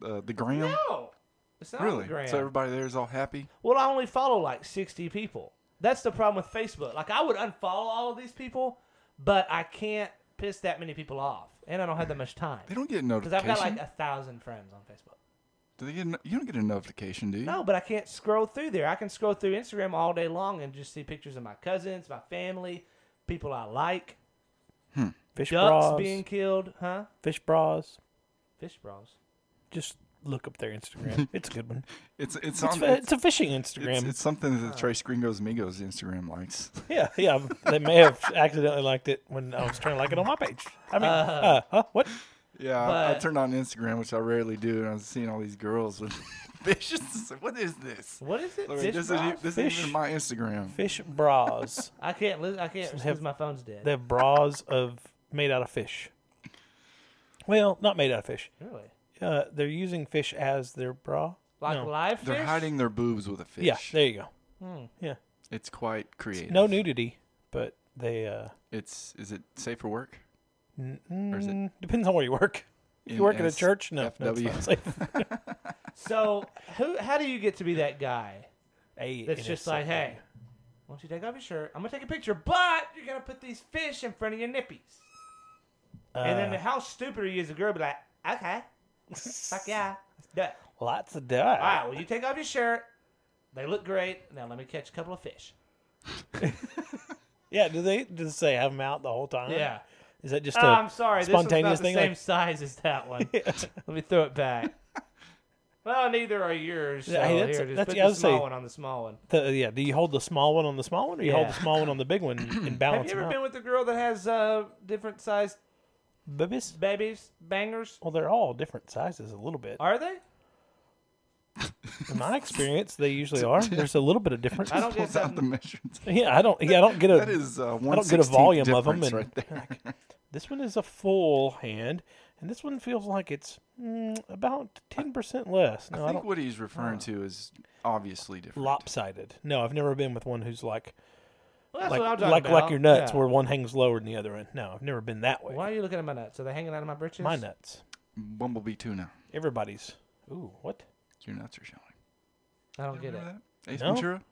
G: uh, the gram.
E: No, it's not
G: Really?
E: Grand.
G: So everybody there is all happy.
E: Well, I only follow like 60 people. That's the problem with Facebook. Like, I would unfollow all of these people, but I can't piss that many people off. And I don't have that much time.
G: They don't get a
E: Because
G: notification.
E: I've got like a thousand friends on Facebook.
G: Do they get? A, you don't get a notification, do you?
E: No, but I can't scroll through there. I can scroll through Instagram all day long and just see pictures of my cousins, my family, people I like,
F: Fish
E: ducks
F: bras.
E: being killed, huh?
F: Fish bras.
E: Fish bras.
F: Just look up their Instagram. It's a good one.
G: It's
F: It's,
G: it's on.
F: a-
G: It's,
F: it's a fishing
G: it's,
F: Instagram.
G: it's something
E: Uh.
G: that Trace Gringos Migos Instagram likes.
F: Yeah, yeah. They may have accidentally liked it when I was trying to like it on my page. I mean,
E: Uh-huh.
F: uh, huh, what?
G: Yeah, I- I
E: But-
G: turned on Instagram, which I rarely do, and I was seeing all these girls with fishes. What is this?
E: What is it?
G: Like,
E: Fish
G: this
E: bras?
G: is this is
F: Fish.
G: even my Instagram.
F: Fish bras.
E: I can't. Li- I can't
F: have-
E: because my phone's dead.
F: They have bras of made out of fish. Well, not made out of fish.
E: really?
F: Uh, they're using fish as their bra.
E: Like
F: No.
E: live fish?
G: They're hiding their boobs with a fish.
F: Yeah, there you go. Yeah,
G: It's quite creative.
F: No nudity, but they uh
G: It's is it safe for work? it-
F: mm, depends on where you work. If
G: In
F: you work at a
G: S-
F: church, no, no it's
G: FW.
F: not safe.
E: So who? How do you get to be that guy
F: Hey, uh,
E: that's
F: it
E: just
F: is
E: like,
F: safe.
E: hey, why don't you take off your shirt? I'm gonna take a picture, but you're gonna put these fish in front of your nippies. and then
F: Uh,
E: how stupid are you as a girl? Be like, okay, fuck yeah, let's do it.
F: lots of dirt.
E: All right, well, you take off your shirt. They look great. Now let me catch a couple of fish.
F: Yeah, do they just say have them out the whole time?
E: Yeah.
F: Is that just
E: Oh,
F: a
E: I'm sorry. This one's not the
F: spontaneous
E: same
F: thing? Like,
E: size as that one. Let me throw it back. Well, neither are yours. So
F: Yeah, hey, that's-
E: here, just
F: that's-
E: put
F: yeah, I
E: the
F: was
E: small
F: saying-
E: one on the small one.
F: the- yeah. Do you hold the small one on the small one, or you hold
E: Yeah.
F: the small one on the big one and
E: Have
F: balance
E: you ever
F: them
E: been
F: out?
E: with a girl that has uh, different sized
F: Babies?
E: babies, bangers?
F: Well, they're all different sizes a little bit.
E: Are they?
F: In my experience, they usually are. There's a little bit of difference.
E: I don't get
G: Pulls out
E: that.
G: the measurements.
F: yeah, I don't. Yeah, I don't get a.
G: That is uh, one
F: I don't get a
G: 16th
F: volume of them.
G: difference
F: And
G: right there.
F: like, this one is a full hand, and this one feels like it's mm, about ten percent less. No, I,
G: I think
F: don't. Uh,
G: what he's referring to is obviously different.
F: Lopsided. No, I've never been with one who's like
E: Well, that's
F: like
E: what I'm talking
F: like
E: about.
F: like your nuts,
E: Yeah.
F: where one hangs lower than the other end. No, I've never been that way.
E: Why are you looking at my nuts? Are they hanging out of my britches?
F: My nuts.
G: Bumblebee tuna.
F: Everybody's. Ooh, what?
G: Your nuts are showing.
E: I don't get it.
G: Remember that? Ace
F: No.
G: Ventura.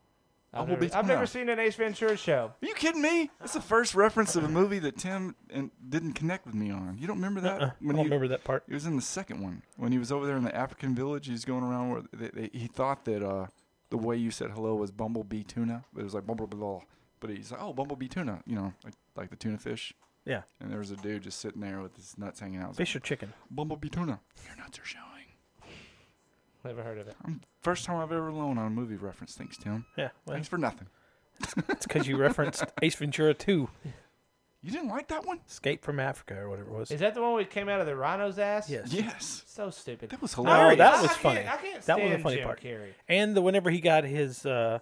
E: I've,
G: Bumblebee
E: never, I've
G: tuna.
E: never seen an Ace Ventura show.
G: Are you kidding me? That's the first reference of a movie that Tim and didn't connect with me on. You don't remember that?
F: Uh, I
G: you,
F: don't remember that part.
G: It was in the second one when he was over there in the African village. He's going around where they, they, he thought that uh, the way you said hello was bumblebee tuna, but it was like bumblebee. blah. But he's like, oh, bumblebee tuna, you know, like, like the tuna fish.
F: Yeah,
G: And there was a dude just sitting there with his nuts hanging out. I was
F: fish or chicken?
G: Like, bumblebee tuna. Your nuts are showing.
E: Never heard of it.
G: I'm, first time I've ever loaned on a movie reference. Thanks, Tim.
F: Yeah, well,
G: Thanks for nothing.
F: it's because you referenced Ace Ventura 2,
G: You didn't like that one?
F: Escape from Africa or whatever it was.
E: Is that the one where it came out of the rhino's ass?
F: yes.
G: Yes.
E: So stupid.
G: That was
F: Oh,
G: hilarious.
F: that
E: I
F: was
E: can't-
F: funny.
E: I can't
F: that was a
E: stand
F: funny
E: Jim
F: part.
E: Carrey.
F: And the whenever he got his uh,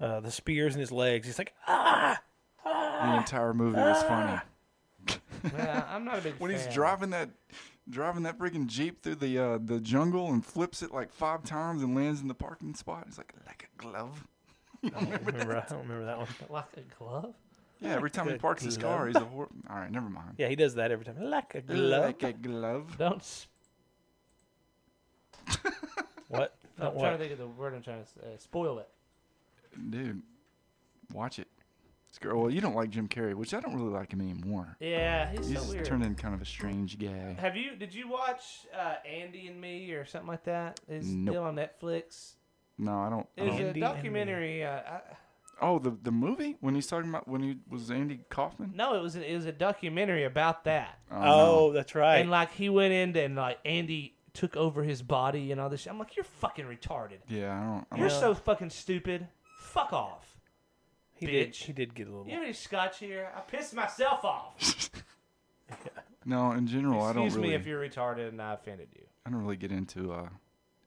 F: uh, the spears in his legs, he's like, ah,
G: the
E: Mm.
G: entire movie was funny.
E: Well, I'm not a big
G: when
E: fan.
G: he's driving that driving that friggin' jeep through the uh, the jungle and flips it like five times and lands in the parking spot. It's like like a glove.
E: Oh,
F: I don't remember. I don't remember that one.
E: like a glove.
G: Yeah, every time he
F: a
G: parks his car, he's a whore. All right, never mind.
F: Yeah, he does that every time. Like a glove.
G: Like a glove.
E: Don't. s
F: What?
E: am trying
F: Not
E: to
F: what?
E: think of the word I'm trying to s- uh, spoil it.
G: Dude, watch it. It's girl. Well, you don't like Jim Carrey, which I don't really like him anymore.
E: Yeah, he's,
G: He's
E: so weird.
G: turned in kind of a strange guy.
E: Have you? Did you watch uh, Andy and Me or something like that? Is
G: Nope.
E: still on Netflix.
G: No, I don't. I
E: It was a
G: don't.
F: Andy and Me.
E: documentary. Uh, I,
G: Oh, the the movie when he's talking about when he was Andy Kaufman.
E: no, it was a, it was a documentary about that.
G: Oh,
F: Oh, that's right.
E: And like he went in and like Andy took over his body and all this. Shit. I'm like, you're fucking retarded.
G: no. yeah, I don't. I
E: You're
G: don't
E: so fucking stupid. Fuck off.
F: he did.
E: bitch.
F: He did get a little.
E: You have any scotch here? I pissed myself off.
G: no, in general, I don't
E: Excuse
G: really.
E: me if you're retarded and I offended you.
G: I don't really get into uh,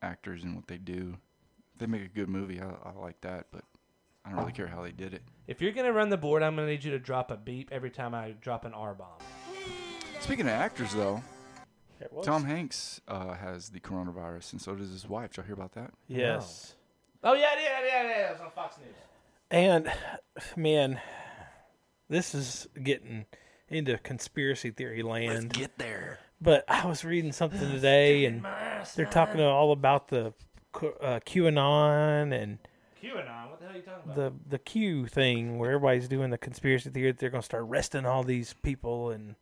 G: actors and what they do. If they make a good movie. I, I like that, but I don't really care how they did it.
E: If you're gonna run the board, I'm gonna need you to drop a beep every time I drop an R bomb.
G: Speaking of actors, though,
F: It was.
G: Tom Hanks uh, has the coronavirus, and so does his wife. Y'all hear about that?
F: Yes.
E: Oh yeah, yeah, yeah, yeah. It was on Fox News.
F: And man, this is getting into conspiracy theory land.
G: Get there.
F: but I was reading something today, and they're talking all about the Q- uh, QAnon and
E: QAnon. What the hell are you talking about?
F: the the Q thing, where everybody's doing the conspiracy theory that they're going to start arresting all these people, and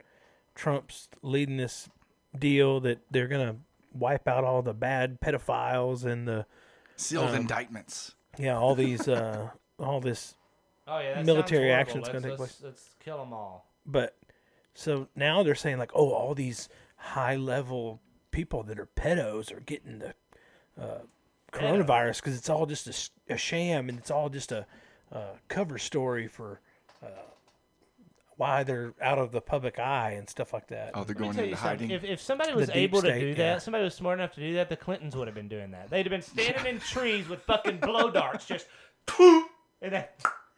F: Trump's leading this deal that they're going to wipe out all the bad pedophiles and the
E: Um,
G: Sealed indictments.
F: yeah all these uh, all this
E: oh yeah, that
F: military
E: sounds
F: action's
E: horrible.
F: gonna take
E: Let's- Let's, let's kill them all.
F: But so now they're saying like, oh, all these high level people that are pedos are getting the uh, coronavirus because it's all just a s- a, sham and it's all just a uh, cover story for uh, why they're out of the public eye and stuff like that.
G: Oh, they're
E: Let me
G: going
E: tell
G: into
E: you something.
G: hiding.
E: If, if somebody was
F: deep
E: able to
F: state,
E: do that,
F: yeah.
E: somebody was smart enough to do that, the Clintons would have been doing that. They'd have been standing in trees with fucking blow darts, just and then.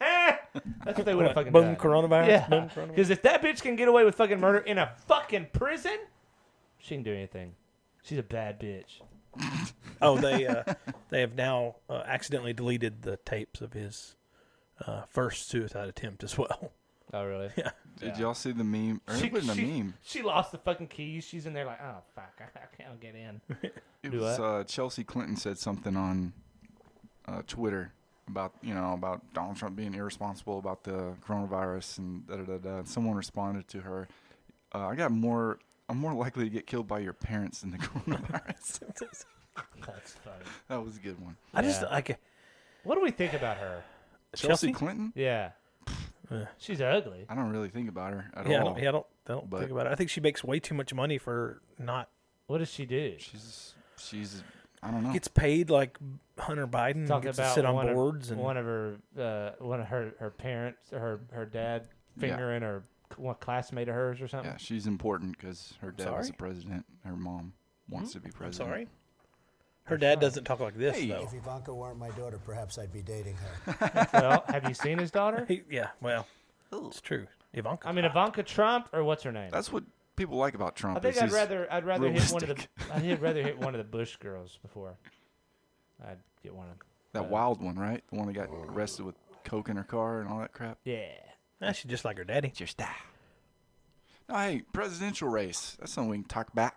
E: That's what they would have fucking
F: boom,
E: done.
F: coronavirus.
E: Yeah,
F: Boom, coronavirus.
E: because if that bitch can get away with fucking murder in a fucking prison, she can do anything. She's a bad bitch.
F: Oh, they uh, they have now uh, accidentally deleted the tapes of his uh, first suicide attempt as well.
E: Oh, really?
F: yeah.
G: Did y'all see the meme? Or it wasn't a meme.
E: she lost the fucking keys. She's in there like, oh fuck, I can't get in.
G: It
E: Do
G: was
E: what?
G: uh, Chelsea Clinton said something on uh, Twitter about you know about Donald Trump being irresponsible about the coronavirus and da da da. da. And someone responded to her, uh, "I got more. I'm more likely to get killed by your parents than the coronavirus."
E: That's funny.
G: that was a good one.
F: I just
E: Yeah.
F: like
E: What do we think about her?
G: Chelsea,
F: Chelsea?
G: Clinton.
E: Yeah, she's ugly.
G: I don't really think about her at
F: yeah, I
G: all.
F: don't, yeah, I don't, I don't
G: But-
F: think about it. I think she makes way too much money for not
E: What does she do?
G: She's she's I don't know.
F: gets paid like Hunter Biden
E: Talking
F: gets
E: about
F: to sit on
E: one
F: boards
E: of,
F: and
E: one of her uh, one of her her parents, her her dad
G: Yeah.
E: fingering her one classmate of hers or something.
G: yeah, she's important because her dad was
F: sorry? Hmm?
G: the president. Her mom wants to be
F: I'm
G: president.
F: sorry. Her dad doesn't talk like this
G: Hey.
F: though.
H: If Ivanka weren't my daughter, perhaps I'd be dating her.
E: well, have you seen his daughter?
F: He, yeah, well, it's true. Ivanka.
E: I mean, Ivanka Trump or what's her name?
G: That's what people like about Trump.
E: I think
G: is
E: I'd
G: his-
E: rather I'd rather hit one of
G: realistic.
E: the I'd rather hit one of the Bush girls before I'd get one of
G: That wild one, right? The one that got
F: Mm.
G: arrested with coke in her car and all that crap.
E: yeah.
F: Ah, she's just like her daddy.
G: Just that. No, hey, presidential race. That's something we can talk about.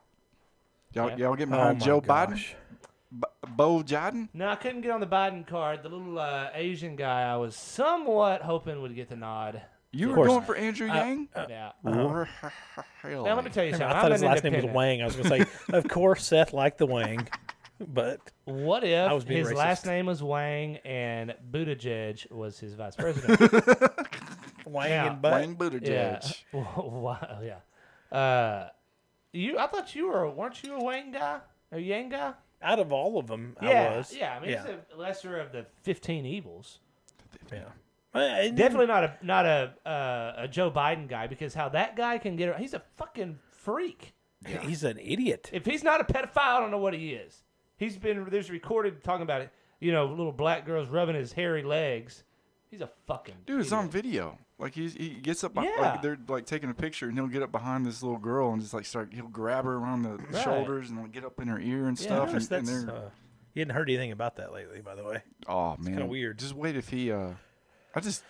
G: Y'all,
E: Yeah.
G: y'all get behind
F: Oh my
G: Joe
F: gosh.
G: Biden? B- Bo Jaden?
E: No, I couldn't get on the Biden card. The little uh, Asian guy I was somewhat hoping would get the nod.
G: You were
F: course.
G: going for Andrew Yang?
E: yeah.
G: Really?
E: Uh, uh-huh. Now let me tell you
F: I, mean,
E: something.
F: I
E: I'm
F: thought his
E: an
F: last name was
E: independent.
F: Wang. I was going to say, of course, Seth liked the Wang, but
E: What if
F: was being
E: his
F: racist.
E: last name was Wang and Buttigieg was his vice president?
F: Wang
E: Yeah.
F: and Butt.
G: Wang Buttigieg.
E: yeah. wow. Yeah. Uh, you. I thought you were. Weren't you a Wang guy? A Yang guy?
F: Out of all of them,
E: yeah.
F: I was.
E: Yeah. I mean,
F: yeah.
E: he's a lesser of the fifteen evils.
F: yeah. Well, I didn't-
E: Definitely not a not a uh, a Joe Biden guy because how that guy can get. He's a fucking freak.
F: He's an idiot.
E: If he's not a pedophile, I don't know what he is. He's been there's recorded talking about it. You know, little black girls rubbing his hairy legs. He's a fucking
G: Dude, it's on
E: idiot.
G: video. Like he's, he gets up, beh-
E: Yeah.
G: like they're like taking a picture, and he'll get up behind this little girl and just like start. He'll grab her around the shoulders and like get up in her ear and
F: I
G: stuff.
F: noticed
G: and, and
F: that's,
G: they're-
F: uh, you hadn't heard anything about that lately, by the way.
G: Oh man,
F: kinda weird.
G: Just wait if he. uh I just.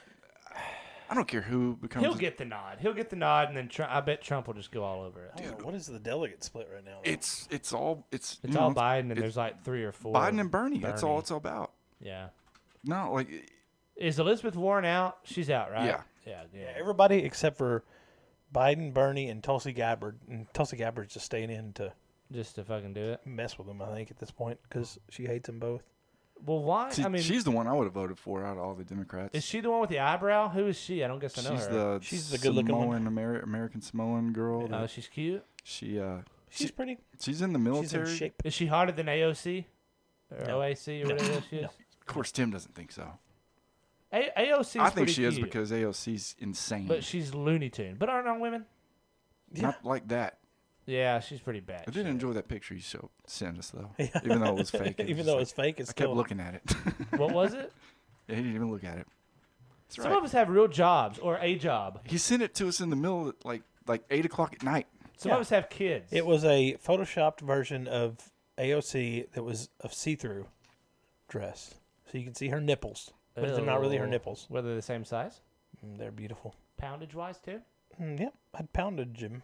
G: I don't care who becomes.
E: He'll get the nod. He'll get the nod, and then Trump, I bet Trump will just go all over it.
F: I don't know, what is the delegate split right now? though?
G: It's it's all it's
E: It's
G: you
E: all
G: know,
E: Biden, and
G: it's
E: there's like three or four.
G: Biden and Bernie. That's all
E: Bernie.
G: it's all about.
E: Yeah.
G: No, like eh, it-
E: Is Elizabeth Warren out? She's out, right?
G: Yeah.
E: Yeah. Yeah.
F: everybody except for Biden, Bernie, and Tulsi Gabbard. And Tulsi Gabbard's just staying in to
E: Just to fucking do it.
F: mess with them, I think, at this point, because she hates them both.
E: Well, why?
G: see,
E: I mean,
G: she's the one I would have voted for out of all the Democrats.
E: is she the one with the eyebrow? Who is she? I don't guess I know
G: she's
E: her.
G: the
F: She's the good-looking one.
G: Samoan Ameri- American Samoan girl.
E: Oh,
G: that
E: she's cute.
G: She uh
F: She's pretty.
G: she's in the
F: She's in
G: military.
F: shape.
E: Is she hotter than AOC or OAC or whatever she is?
G: Of course, Tim doesn't think so.
E: A- AOC. 's
G: I think
E: pretty
G: she is
E: cute,
G: because AOC's insane.
E: But she's Looney Tune. But aren't all women?
G: Not like that.
E: Yeah, she's pretty bad.
G: I did enjoy that picture you showed sent us though, even though it was fake. was
F: Even
G: just
F: though
G: like-
F: it's fake, it's
G: I
F: still
G: kept looking at it.
E: What was it?
G: Yeah, he didn't even look at it. That's
E: Some
G: right.
E: of us have real jobs or a job.
G: He sent it to us in the middle, of, like like eight o'clock at night.
E: Some of us have kids.
F: It was a photoshopped version of AOC that was a see-through dress, so you can see her nipples, but they're not really her
E: Ew.
F: nipples.
E: Oh, Whether they're the same size,
F: Mm, They're beautiful.
E: poundage wise too.
F: Mm, yep, I'd pound a Jim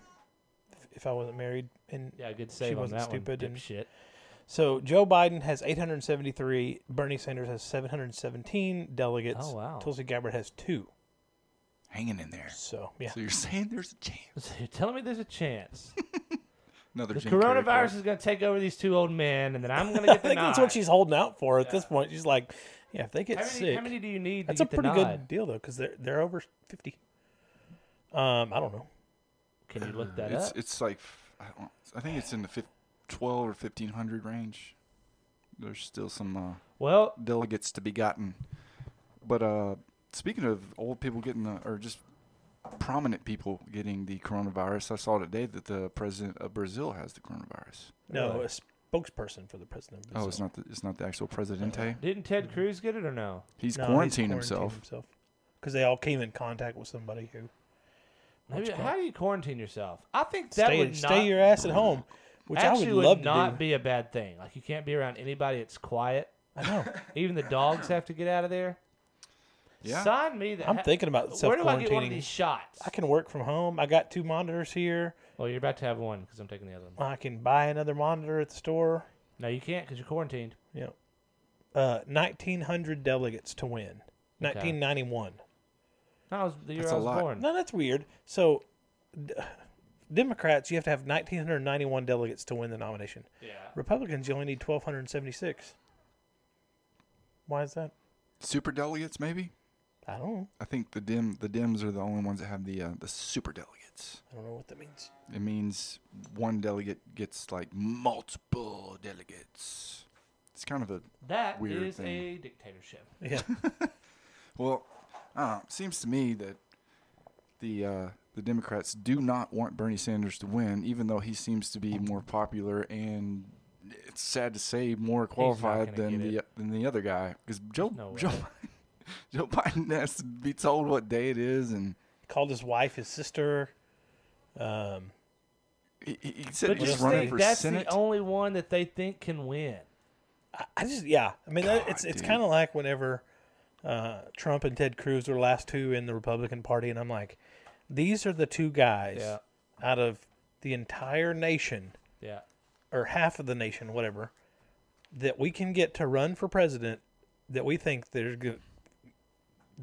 F: if, if I wasn't married. And
E: Yeah, good save on
F: wasn't
E: that
F: stupid
E: one.
F: and-
E: Dipshit.
F: so Joe Biden has 873, Bernie Sanders has 717 delegates.
E: Oh, wow.
F: Tulsi Gabbard has two.
G: Hanging in there.
F: So yeah,
G: So you're saying there's a chance?
E: So you're telling me there's a chance
G: Another
E: the
G: Jim Carrey
E: coronavirus
G: quote.
E: is going to take over these two old men, and then I'm going to get
F: I
E: the
F: think
E: nod.
F: that's what she's holding out for at this point. She's like, yeah, if they get
E: how many,
F: sick,
E: How many do you need?
F: that's
E: to
F: a
E: get the
F: pretty
E: nod?
F: good deal though, because they're they're over 50. Um, I don't know.
E: Can you look that
G: It's
E: up?
G: it's like I, don't, I think it's in the fif- twelve or fifteen hundred range. There's still some uh,
E: well,
G: delegates to be gotten. But uh, speaking of old people getting the, or just prominent people getting the coronavirus, I saw today that the president of Brazil has the coronavirus.
F: No,
E: Really?
F: a spokesperson for the president. of
G: Oh, it's
F: Brazil.
G: not the, it's not the actual presidente.
E: didn't Ted Cruz get it or no?
G: He's
F: No,
G: quarantined himself.
F: because they all came in contact with somebody who
E: Maybe, how do you quarantine yourself? I think that
F: stay
E: would not
F: stay your ass at home, which I
E: actually
F: would love to
E: not
F: do.
E: be a bad thing. Like you can't be around anybody. It's quiet.
F: I know.
E: Even the dogs have to get out of there.
G: Yeah.
E: Sign me the.
F: I'm
E: he-
F: thinking about
E: Where do I get one
F: self-quarantining.
E: of these shots?
F: I can work from home. I got two monitors here.
E: Well, you're about to have one because I'm taking the other one.
F: I can buy another monitor at the store.
E: No, you can't because you're quarantined.
F: Yep. Uh, 1,900 delegates to win. 1991.
E: No, I was the year
G: That's
E: I
G: a
E: was
G: lot.
E: born.
F: No, that's weird. So, d- Democrats, you have to have 1,991 delegates to win the nomination.
E: Yeah.
F: Republicans, you only need 1,276. Why is that?
G: Super delegates, maybe.
F: I don't know.
G: I think the dim the dims are the only ones that have the uh, the super delegates.
F: I don't know what that means.
G: It means one delegate gets like multiple delegates. It's kind of a
E: That is
G: Weird thing.
E: a dictatorship.
F: Yeah.
G: well. I don't know, it seems to me that the uh, the Democrats do not want Bernie Sanders to win, even though he seems to be more popular and it's sad to say more qualified
E: gonna
G: than
E: get
G: the than the other guy because Joe
E: no way.
G: Joe Biden, Joe Biden has to be told what day it is and.
F: Called his wife, his sister. Um,
G: He, he he said
E: But
G: he's
E: just
G: running
E: think,
G: for
E: that's
G: senate.
E: the only one that they think can win.
F: I- I just, yeah. I mean, that, it's
G: God,
F: it's
G: dude.
F: kind of like whenever uh, Trump and Ted Cruz were the last two in the Republican Party, and I'm like, these are the two guys
E: Yeah.
F: out of the entire nation
E: Yeah.
F: or half of the nation, whatever, that we can get to run for president that we think they're good,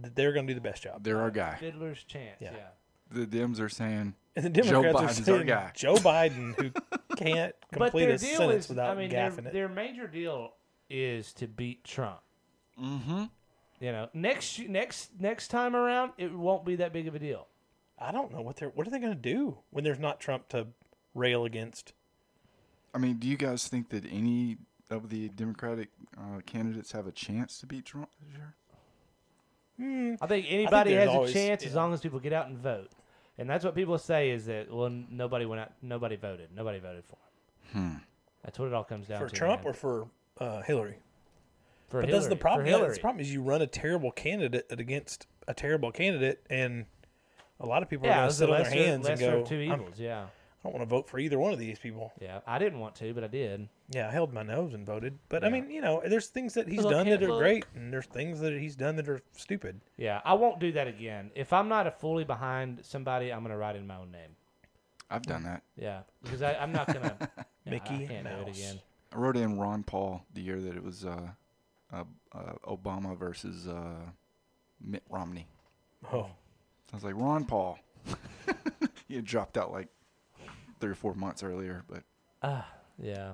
F: that they're going to do the best job.
G: They're our guy.
E: Fiddler's chance. Yeah.
F: Yeah.
G: The Dems are saying
F: And the
G: Joe
F: Democrats are
G: Biden's our
F: saying
G: guy.
F: Joe Biden, who can't
E: But
F: complete
E: their
F: a
E: deal
F: sentence
E: is,
F: without
E: I mean, their,
F: gaffing it.
E: their major deal is to beat Trump. Mm-hmm. You know, next next next time around, it won't be that big of a deal.
F: I don't know what they're what are they going to do when there's not Trump to rail against.
G: I mean, do you guys think that any of the Democratic uh, candidates have a chance to beat Trump? this year?
E: I think anybody
F: there's
E: has
F: always-
E: a chance as
F: yeah.
E: long as people get out and vote. And that's what people say is that well, n- nobody went out, nobody voted, nobody voted for him. That's what it all comes down
F: for
E: to.
F: Trump
E: man.
F: or for uh, Hillary.
E: for
F: But
E: Hillary.
F: that's the
E: For
F: problem. Yeah,
E: Hillary.
F: the problem is you run a terrible candidate against a terrible candidate, and a lot of people
E: Yeah, it
F: are going to
E: was the
F: sit on
E: lesser,
F: their hands and
E: lesser
F: go,
E: of two
F: "I'm-
E: evils. Yeah,
F: I don't want to vote for either one of these people.
E: yeah. I didn't want to, but I did.
F: Yeah, I held my nose and voted. But I
E: Yeah.
F: mean, you know, there's things that he's
E: Look,
F: done that
E: hey,
F: are
E: look.
F: great, and there's things that he's done that are stupid.
E: Yeah, I won't do that again. If I'm not a fully behind somebody, I'm gonna write in my own name.
G: I've done that.
E: Yeah, because I, I'm not gonna. yeah, I-
F: Mickey
E: I can't do
F: Mouse.
E: it again.
G: I wrote in Ron Paul the year that it was uh, uh, uh, Obama versus uh, Mitt Romney.
F: Oh,
G: I was like, Ron Paul. he had dropped out like three or four months earlier, but
E: Yeah,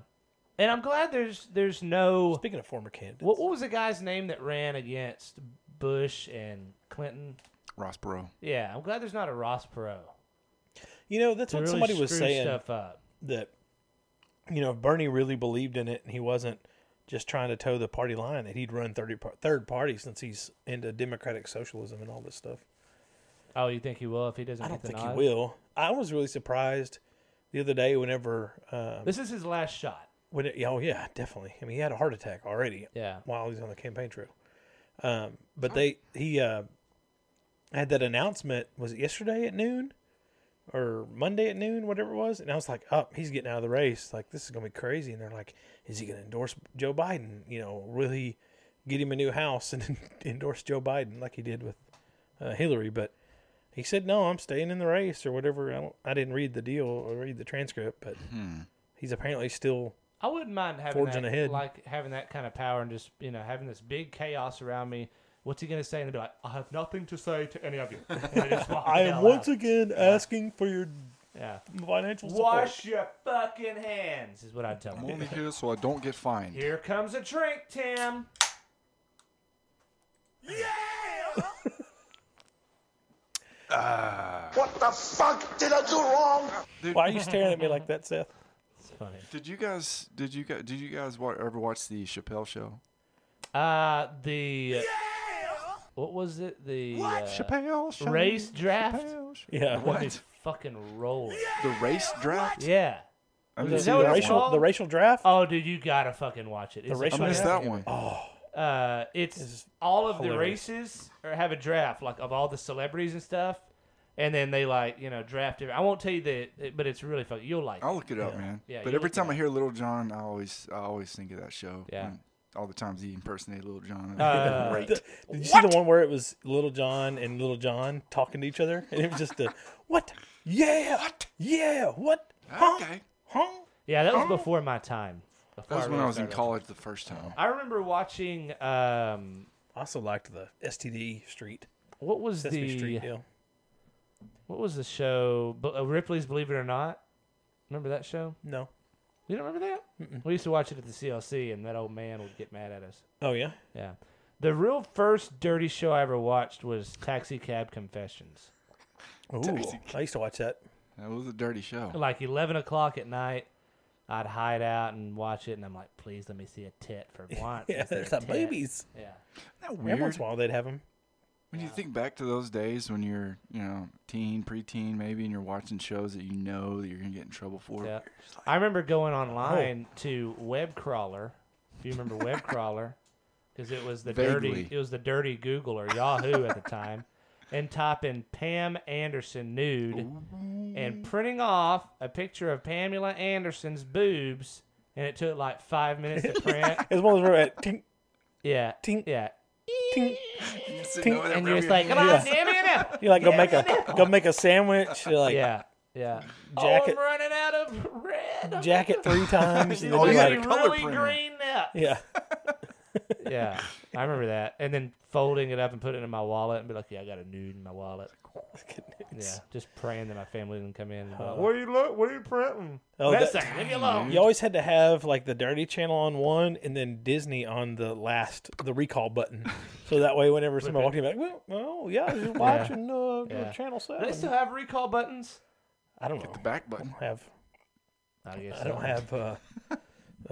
E: and I'm glad there's there's no.
F: speaking of former candidates,
E: What, what was the guy's name that ran against Bush and Clinton?
G: Ross Perot.
E: Yeah, I'm glad there's not a Ross Perot.
F: you know, that's
E: To
F: what
E: really
F: somebody was
E: screw
F: saying
E: Stuff up.
F: that you know, if Bernie really believed in it and he wasn't just trying to toe the party line, that he'd run 30 par- third party since he's into democratic socialism and all this stuff.
E: Oh, you think he will if he doesn't?
F: I don't
E: get the
F: think
E: nod?
F: he will. I was really surprised the other day whenever um,
E: This is his last shot.
F: when it, oh yeah definitely I mean he had a heart attack already
E: Yeah.
F: while he's on the campaign trail, um, but they he uh, had that announcement was it yesterday at noon or Monday at noon whatever it was and I was like oh he's getting out of the race like this is gonna be crazy and they're like is he gonna endorse Joe Biden you know really get him a new house and endorse Joe Biden like he did with uh, Hillary but. He said, "No, I'm staying in the race or whatever." I, don't, I didn't read the deal or read the transcript, but he's apparently still
E: I wouldn't mind having
F: Forging
E: that,
F: ahead.
E: like having that kind of power and just you know having this big chaos around me. What's he gonna say? And they'll be like, I have nothing to say to any of you. And they just walk
F: I
E: the
F: am
E: hell
F: once
E: out.
F: again asking for your
E: yeah.
F: financial support.
E: Wash your fucking hands is what I'd tell
G: I'm
E: him.
G: only here so I don't get fined.
E: Here comes a drink, Tim.
J: What the fuck did I do wrong?
G: Dude,
F: Why are you staring at me like that, Seth?
E: It's funny.
G: Did you guys? Did you guys? Did you guys wa- ever watch the Chappelle Show?
E: Uh, the what was it? The uh,
G: Chappelle Show.
E: race draft?
G: Chappelle Show.
F: Yeah.
G: What?
E: fucking roll.
G: The race draft?
E: Yeah.
G: I
E: Is
G: didn't
E: that
G: see
E: what
F: The
E: it's
G: that
F: racial,
G: one.
E: called?
F: the racial draft.
E: Oh, dude, you gotta fucking watch it. It's
G: I
F: racial
E: fucking-
G: missed that one.
E: Uh, it's
F: It's
E: all of
F: hilarious.
E: the races or have a draft like of all the celebrities and stuff, and then they like you know draft. It. I won't tell you that, but it's really
G: Oh.
E: fucking. You'll like. it.
G: I'll look it up, man.
E: Yeah,
G: but
E: you
G: every
E: look it
G: time I
E: up.
G: hear Little John, I always, I always think of that show.
E: Yeah.
G: And all the times he impersonated Little John.
E: Uh,
F: Did you see the one where it was Little John and Little John talking to each other, and it was just a what? Yeah, what? Yeah, what? Huh?
G: okay,
F: Huh?
E: yeah, that was before my time.
G: Oh. that
E: Before
G: was when
E: really
G: I was in
E: started.
G: college the first time.
E: I remember watching. Um,
F: I also liked the STD Street
E: what was
F: Sesame
E: the
F: Street deal.
E: what was the show? B- uh, Ripley's Believe It or Not. Remember that show?
F: No.
E: You don't remember that? We used to watch it at the CLC, and that old man would get mad at us.
F: Oh yeah.
E: Yeah. The real first dirty show I ever watched was Taxi Cab Confessions.
F: Ooh, I used to watch that.
G: That was a dirty show.
E: Like 11 o'clock at night, I'd hide out and watch it, and I'm like, please let me see a tit for once.
F: Yeah,
E: Is there
F: there's
E: a
F: the
E: tit?"
F: babies.
E: Yeah.
G: Isn't that
F: Every
G: weird?
F: once in a while they'd have them.
G: When you think back to those days when you're, you know, teen, preteen, maybe, and you're watching shows that you know that you're gonna get in trouble for.
E: yeah. I remember
F: Oh.
E: going online to Web Crawler. If you remember Web Crawler, because it was the dirty,
G: Vaguely.
E: it was the dirty Google or Yahoo at the time, and type in Pam Anderson nude, and printing off a picture of Pamela Anderson's boobs, and it took like five minutes to print.
F: It was one of those where it tink,
E: yeah,
F: Tink.
E: yeah,
F: tink.
G: Sitting over there
E: and you're
G: rubbing
E: just like,
G: your
E: come on,
F: Yeah.
E: damn it,
F: You like go make a go make a sandwich. You're like
E: yeah, yeah.
F: Jacket-
E: Oh, I'm running out of red.
F: jack it three times. and then
G: Oh,
F: you're
G: yeah.
F: like,
G: a color
E: really
G: printer.
E: green now.
F: yeah.
E: Yeah, I remember that. And then folding it up and putting it in my wallet and be like, yeah, I got a nude in my wallet. Yeah, just praying that my family didn't come in. And be like, what are you look? What are you printing?
F: Oh,
E: Listen,
F: that-
E: leave me alone.
F: You always had to have like the dirty channel on one, and then Disney on the last, the recall button. So that way, whenever somebody walked in, like, well, well, yeah, I was just watching Uh,
E: Yeah.
F: channel
E: Do they
F: seven.
E: still have recall buttons?
F: I don't know.
G: the back button.
F: I have
E: I guess
F: I don't
E: so.
F: have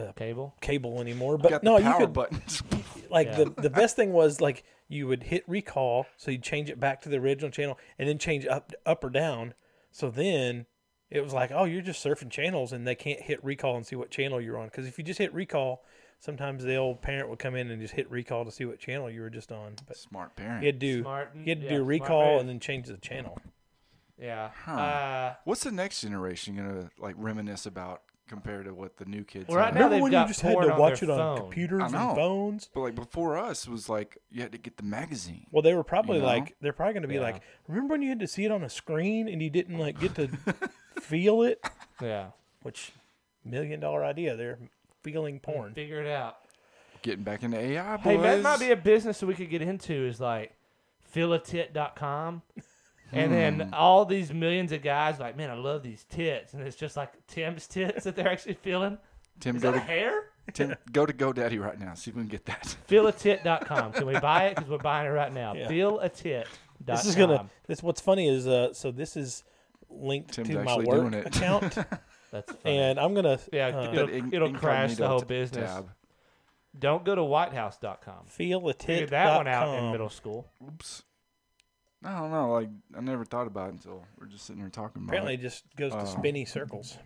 F: uh,
E: cable.
F: cable anymore,
G: You got
F: but no,
G: the
F: you
G: power
F: could
G: button.
F: like
E: Yeah.
F: the the best thing was like you would hit recall, so you'd change it back to the original channel, and then change up up or down. So then it was like, oh, you're just surfing channels, and they can't hit recall and see what channel you're on. Because if you just hit recall, sometimes the old parent would come in and just hit recall to see what channel you were just on. But
G: Smart parent.
F: you had to do
E: Smart and-
F: you had to
E: yeah,
F: do
E: smart
F: recall
E: man.
F: and then change the channel.
E: Yeah. Uh,
G: What's the next generation gonna like reminisce about compared to what the new kids?
E: Well, right
G: have?
E: now
F: Remember
E: they've
F: when you
E: got
F: just had
E: porn
F: to
E: on
F: watch it
E: their
F: on
E: phone.
F: computers
G: I
F: and
G: know.
F: phones?
G: But like before us was like you had to get the magazine.
F: Well, they were probably
G: know?
F: like they're probably going to be
E: Yeah.
F: like, remember when you had to see it on a screen and you didn't like get to feel it?
E: yeah.
F: Which million dollar idea? They're feeling porn.
E: Figure it out.
G: Getting back into AI, boys.
E: Hey, that might be a business that we could get into is like fillatit.com.
F: Hmm.
E: And then all these millions of guys like, man, I love these tits. And it's just like Tim's tits that they're actually feeling.
G: Tim,
E: Is
G: go
E: that
G: to
E: hair?
G: Tim, go to GoDaddy right now. See if we can get that.
E: Fillatit.com. Can we buy it? Because we're buying it right now.
F: Yeah.
E: Fillatit.com.
F: This is gonna. This what's funny is uh. So this is linked
G: Tim's
F: to my
G: actually
F: work
G: doing it.
F: account,
E: That's funny.
F: and I'm gonna
E: yeah,
F: uh,
E: it'll,
G: That ing-
E: it'll crash the
G: incognito
E: whole
G: t-
E: business.
G: tab.
E: Don't go to whitehouse.com.
F: feel a tit.
E: Figured that one out in middle school.
G: Oops. I don't know. Like I never thought about it until we're just sitting here talking about
F: Apparently, it
G: it.
F: just goes to
G: Oh.
F: spinny circles.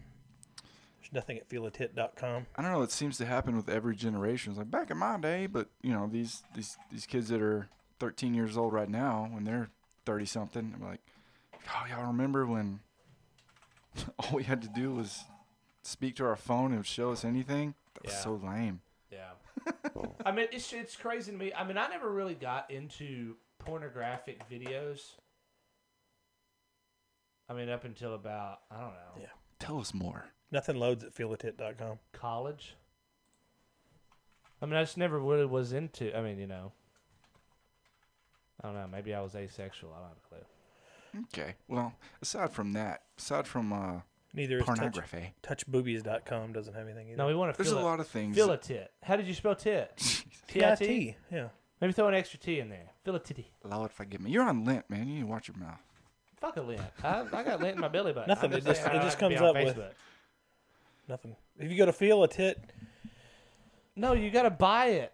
F: There's nothing at feelatit.com.
G: I don't know. It seems to happen with every generation. It's like back in my day, but you know these these these kids that are 13 years old right now, when they're 30 something, I'm like, oh y'all remember when all we had to do was speak to our phone and show us anything? That was
E: Yeah.
G: so lame.
E: Yeah. I mean, it's it's crazy to me. I mean, I never really got into pornographic videos. I mean, up until about I don't know
F: Yeah.
G: Tell us more.
F: Nothing loads at feelatit.com.
E: college. I mean, I just never really was into. I mean, you know, I don't know. Maybe I was asexual. I don't have a clue.
G: Okay. Well, aside from that, aside from uh,
F: Neither is touch,
G: pornography,
F: touchboobies.com. Doesn't have anything either.
E: No, we want to.
G: there's
E: fill
G: a lot of things.
E: Fill a tit. How did you spell tit? T-I-T?
F: T-I-T, Yeah.
E: Maybe throw an extra T in there. Fill a titty.
G: Lord forgive me. You're on lint, man. You need to watch your mouth.
E: Fuck a lint. I, I got lint in my belly button.
F: Nothing,
E: I'm
F: it just-
E: saying,
F: it
E: I
F: just
E: like to be
F: comes
E: on
F: up with-
E: Facebook.
F: Nothing. If you go to feel a tit,
E: No, you gotta buy it.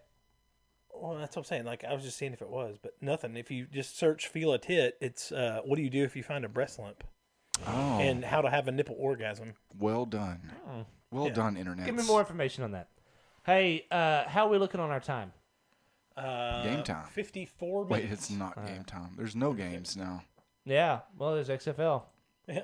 F: well, that's what I'm saying. Like I was just seeing if it was, but nothing. If you just search feel a tit, it's uh, what do you do if you find a breast lump
G: Oh,
F: and how to have a nipple orgasm?
G: well done. Well done, internet.
E: Oh, Give me more information on that. Hey, uh, how are we looking on our time?
F: Uh,
G: Game time.
F: Fifty-four minutes.
G: Wait, it's not game time. There's no games now.
E: Yeah, well, there's XFL.
F: Yeah.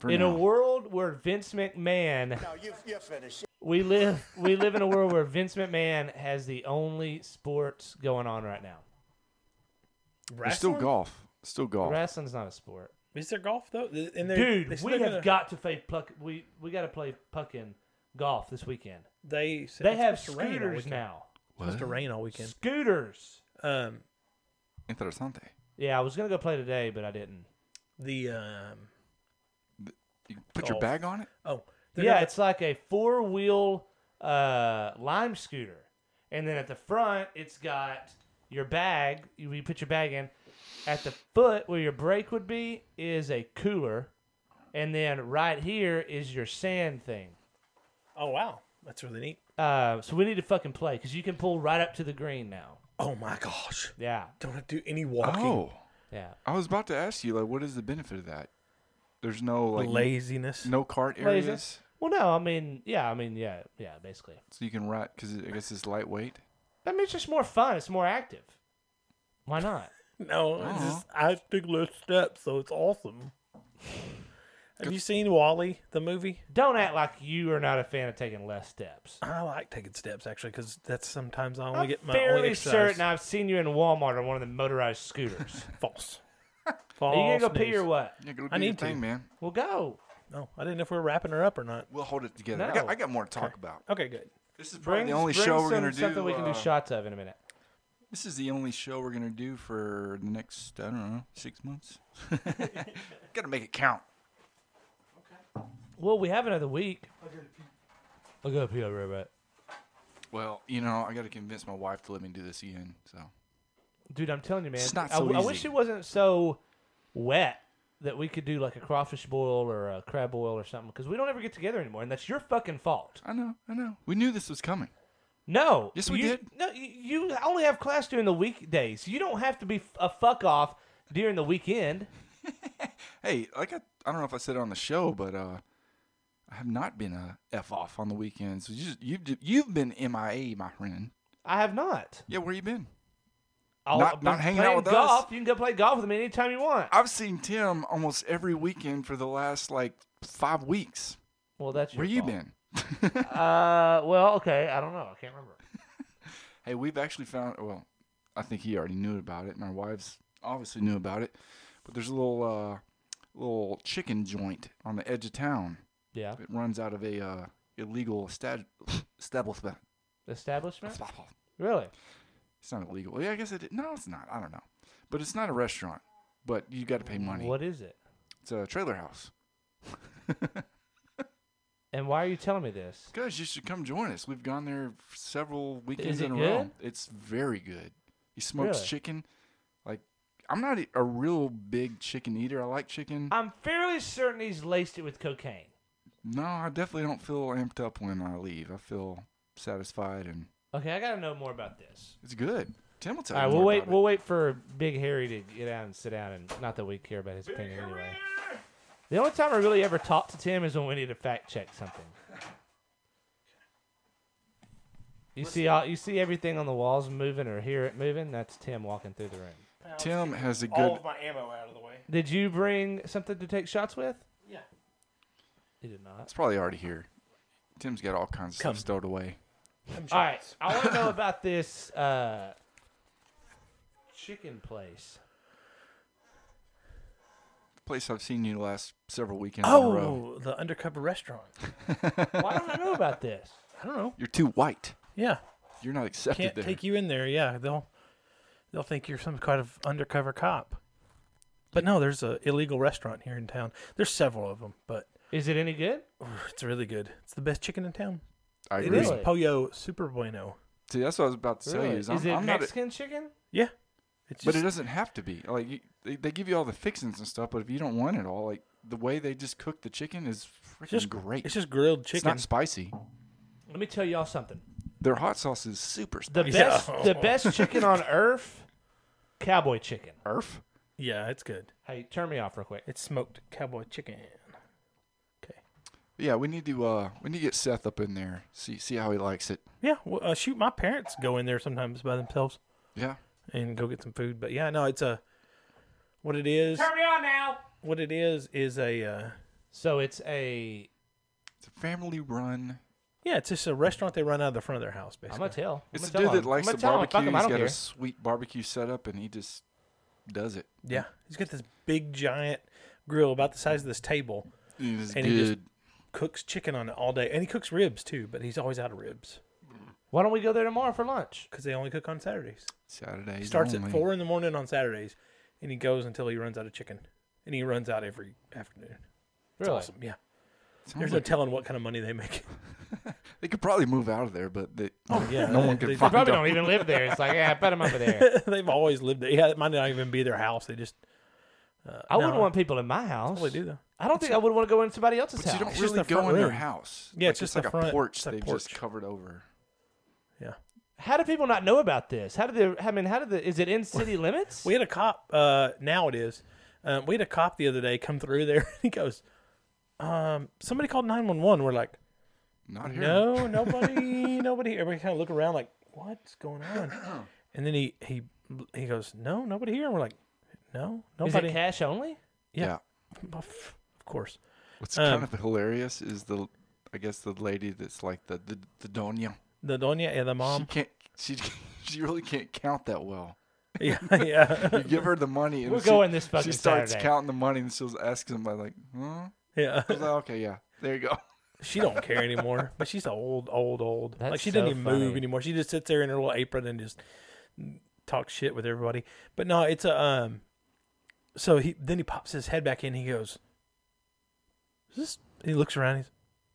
G: For
E: In
G: now.
E: a world where Vince McMahon
H: No, you, you're finished.
E: we live we live in a world where Vince McMahon has the only sports going on right now.
G: It's still
F: Wrestling?
G: golf. It's still golf.
E: Wrestling's not a sport.
F: Is there golf though? Th- And they're- they're
E: Dude,
F: still
E: we have
F: gonna-
E: got to play pluck we we gotta play puckin golf this weekend.
F: They said
E: They
F: it's
E: have
F: supposed to rain all
E: scooters
F: weekend.
E: now.
F: It's supposed to rain all weekend.
E: Scooters.
F: Um,
G: Interesante.
E: Yeah, I was gonna go play today, but I didn't.
F: the um,
G: You put your
F: Golf.
G: bag on it.
F: oh, they're
E: Yeah,
F: gonna-
E: it's like a four wheel uh, lime scooter. And then at the front, it's got your bag. You you put your bag in. At the foot, where your brake would be, is a cooler. And then right here is your sand thing.
F: oh wow, that's really neat.
E: Uh, so we need to fucking play because you can pull right up to the green now.
F: Oh my gosh,
E: Yeah.
F: don't have to do any walking.
G: Oh,
E: Yeah.
G: I was about to ask you like, what is the benefit of that? There's no like
F: laziness.
G: no cart areas,
E: Laser. Well, no, I mean, yeah, I mean, yeah, yeah, basically.
G: so you can ride because I guess it's lightweight.
E: I mean, it's just more fun. It's more active. Why not?
F: No, it's just I took less steps, so it's awesome. Have you seen Wally the movie?
E: Don't act like you are not a fan of taking less steps.
F: I like taking steps actually because that's sometimes I only
E: I'm
F: get my only
E: fairly
F: exercise.
E: certain I've seen you in Walmart on one of the motorized scooters.
F: False.
E: Are
F: False.
E: you gonna go pee or
F: news.
E: what?
G: Yeah, go do
F: I
G: your
F: need to.
G: thing, man.
E: Well, go.
F: No, I didn't know if we were wrapping her up or not.
G: We'll hold it together. I
E: No.
G: got I got more to talk about.
F: Okay, good.
G: This is probably
E: Bring
G: the only
E: bring
G: show
E: some,
G: we're gonna do.
E: something we can
G: uh,
E: do shots of in a minute.
G: This is the only show we're gonna do for the next I don't know six months. Gotta make it count.
E: Well, we have another week. I'll go pee over right.
G: Well, you know, I gotta convince my wife to let me do this again. So
E: Dude, I'm telling you, man.
G: It's not
E: I,
G: so
E: I wish
G: easy.
E: it wasn't so wet that we could do like a crawfish boil or a crab boil or something because we don't ever get together anymore, and that's your fucking fault.
G: I know, I know. We knew this was coming.
E: No.
G: Yes, we
E: you,
G: did.
E: No, you you only have class during the weekdays. You don't have to be f- a fuck off during the weekend.
G: Hey, like I, I don't know if I said it on the show, but uh, I have not been a f off on the weekends. You just, you've ju- you've been MIA, my friend.
E: I have not.
G: Yeah, where you been?
E: I'll,
G: Not-
E: but
G: not hanging out
E: playing
G: with us.
E: golf, You can go play golf with me anytime you want.
G: I've seen Tim almost every weekend for the last like five weeks.
E: well, that's your
G: Where you
E: fault.
G: been?
E: Uh, well, okay, I don't know. I can't remember.
G: Hey, we've actually found. Well, I think he already knew about it, and our wives obviously knew about it. But there's a little uh, little chicken joint on the edge of town.
E: Yeah,
G: It runs out of a uh, illegal stab- establishment.
E: establishment. Really?
G: It's not illegal. Yeah, I guess it. No, it's not. I don't know. But it's not a restaurant. But you got to pay money.
E: What is it?
G: It's a trailer house.
E: And why are you telling me this?
G: Guys, you should come join us. We've gone there f- several weekends
E: it
G: in a
E: good?
G: row. It's very good. He smokes
E: Really?
G: chicken. Like I'm not a- a real big chicken eater. I like chicken.
E: I'm fairly certain he's laced it with cocaine.
G: No, I definitely don't feel amped up when I leave. I feel satisfied and
E: Okay, I gotta know more about this.
G: it's good. Tim will tell
E: All right,
G: you.
E: we'll
G: more
E: wait.
G: about it.
E: We'll wait for Big Harry to get out and sit down, and not that we care about his opinion anyway. The only time I really ever talk to Tim is when we need to fact check something. You see all you see everything on the walls moving or hear it moving. That's Tim walking through the room.
G: Tim has a
F: All
G: good.
F: of my ammo out of the way.
E: Did you bring something to take shots with?
F: Yeah.
E: He did not.
G: It's probably already here. Tim's got all kinds of
F: Come.
G: stuff stowed away.
E: All right, I want to know about this uh, chicken place.
G: The place I've seen you the last several weekends in a row.
F: Oh, the undercover restaurant.
E: Why don't I know about this?
F: I don't know.
G: You're too white.
F: Yeah,
G: You're not accepted
F: can't
G: there.
F: take you in there. Yeah, they'll they'll think you're some kind of undercover cop. But no, there's a illegal restaurant here in town. There's several of them, but
E: Is it any good?
F: it's really good. It's the best chicken in town.
G: I
E: It
G: agree.
E: is. Really?
F: Pollo Super Bueno.
G: See, that's what I was about to tell you.
E: Really?
G: Is,
E: Is
G: I'm,
E: it
G: I'm not. a-
E: Mexican chicken?
F: Yeah, it's
G: but
F: just
G: it doesn't have to be. Like you, they, they give you all the fixings and stuff, but if you don't want it all, like the way they just cook the chicken is freaking
F: just
G: great.
F: It's just grilled
G: It's
F: chicken.
G: not spicy.
E: Let me tell y'all something.
G: Their hot sauce is super
E: The
G: spicy.
E: best, the best chicken on earth, cowboy chicken.
G: Arf.
F: yeah, it's good.
E: Hey, turn me off real quick.
F: It's smoked cowboy chicken. Okay.
G: Yeah, we need to uh we need to get Seth up in there. See see how he likes it.
F: Yeah, well, uh, shoot, my parents go in there sometimes by themselves
G: Yeah.
F: and go get some food. But yeah, no, it's a what it is.
E: me on now.
F: What it is is a uh,
E: So it's a
G: It's a family run
F: Yeah, it's just a restaurant they run out of the front of their house,
E: I'm
F: basically.
E: gonna tell.
G: It's
E: I'm
G: a
E: gonna
G: dude
E: tell
G: that
E: him.
G: likes
E: I'm
G: the
E: gonna tell him. Fuck
G: barbecue.
E: him. I
G: He's
E: don't
G: got
E: care.
G: a sweet barbecue setup, and he just does it.
F: yeah, he's got this big giant grill about the size of this table,
G: He's
F: And
G: good.
F: he just- cooks chicken on it all day, and he cooks ribs too. But he's always out of ribs
E: Why don't we go there tomorrow for lunch?
F: because they only cook on Saturdays.
G: Saturdays
F: He starts
G: only.
F: at four in the morning on Saturdays, and he goes until he runs out of chicken, and he runs out every afternoon. It's
E: Really?
F: awesome. Yeah,
G: Sounds
F: there's no
G: like
F: telling what kind of money they make.
G: they could probably move out of there, but they,
F: Oh, yeah,
G: no
F: they-
G: one could
F: they-
G: find
E: Probably
G: them.
E: don't even live there. It's like, yeah, I bet him over there.
F: They've always lived there. Yeah, it might not even be their house. They just
E: I wouldn't
F: No.
E: want people in my house.
F: Well, they do though.
E: I don't think I would want to go in somebody else's
G: But
E: house.
G: you don't
F: just
G: really
F: the
G: go
F: front
G: in their
F: room.
G: house.
F: Yeah,
G: Like,
F: it's just
G: like
F: the
G: a
F: front-
G: porch
F: it's a
G: they've just
F: porch.
G: covered over.
F: Yeah.
E: How do people not know about this? How do they? I mean, how do the? Is it in city limits?
F: We had a cop. Uh, now it is. Um, we had a cop the other day come through there. And he goes, um, "Somebody called nine one one." We're like,
G: Not here.
F: "No, nobody, nobody." Everybody kind of look around, like, "What's going on?" And then he he he goes, "No, nobody here." And we're like, "No,
E: is
F: nobody."
E: it cash only?
G: Yeah.
F: Of course.
G: What's
F: Um,
G: kind of hilarious is the, I guess the lady that's like the the, the doña.
F: The doña and the
G: She
F: mom.
G: can't. She she really can't count that well.
F: yeah, yeah,
G: You give her the money, and
E: We're
G: she,
E: going this fucking
G: She starts
E: Saturday.
G: counting the money, and she'll ask somebody like, "Huh?"
F: yeah.
G: I was like, "Okay, yeah, there you go."
F: She don't care anymore, but she's old, old, old.
E: That's
F: like she doesn't
E: so
F: even
E: funny.
F: move anymore. She just sits there in her little apron and just talks shit with everybody. But no, it's a um. So he then he pops his head back in. He goes, "Is this?" He looks around. He's,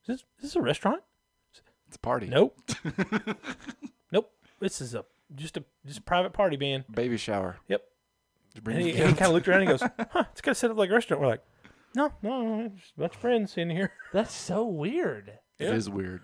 F: "Is this, is this a restaurant?"
G: It's a party.
F: Nope. nope. This is a just a just a private party, man.
G: Baby shower.
F: Yep.
G: Did you bring
F: And he,
G: your
F: and he
G: kids?
F: kind of looked around. and He goes, "Huh? It's kind of set up like a restaurant." We're like, "No, no, no, just a bunch of friends in here."
E: That's so weird.
G: It is weird.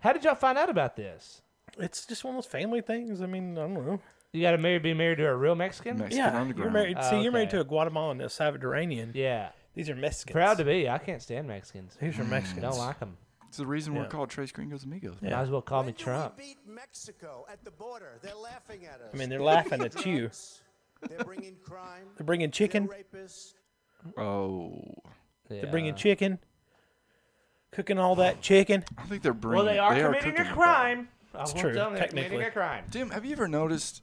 E: How did y'all find out about this?
F: It's just one of those family things. I mean, I don't know.
E: You got to marry, be married to a real Mexican.
G: Mexican
F: Yeah, you're
G: underground.
F: married. See, you're married
E: Oh, Okay.
F: to a Guatemalan, and a Salvadoranian.
E: Yeah,
F: These are Mexicans.
E: proud to be. I can't stand Mexicans.
F: These are Mexicans.
E: Don't like them.
G: It's the reason
F: Yeah.
G: we're called Trace Gringos Amigos.
F: Yeah.
E: Might as well call me
H: When do we
E: Trump.
H: beat Mexico at the border? They're laughing at us.
F: I mean, they're laughing at you.
H: Drugs. They're bringing crime.
F: They're bringing chicken.
H: They're rapists.
G: Oh,
F: They're
E: Yeah. Oh.
F: bringing chicken. Cooking all that chicken.
G: I think they're bringing.
E: Well, they are committing
G: cooking
E: a
G: it.
E: crime. I won't
F: true,
E: tell them they're committing
F: technically.
E: a crime.
G: Tim, have you ever noticed?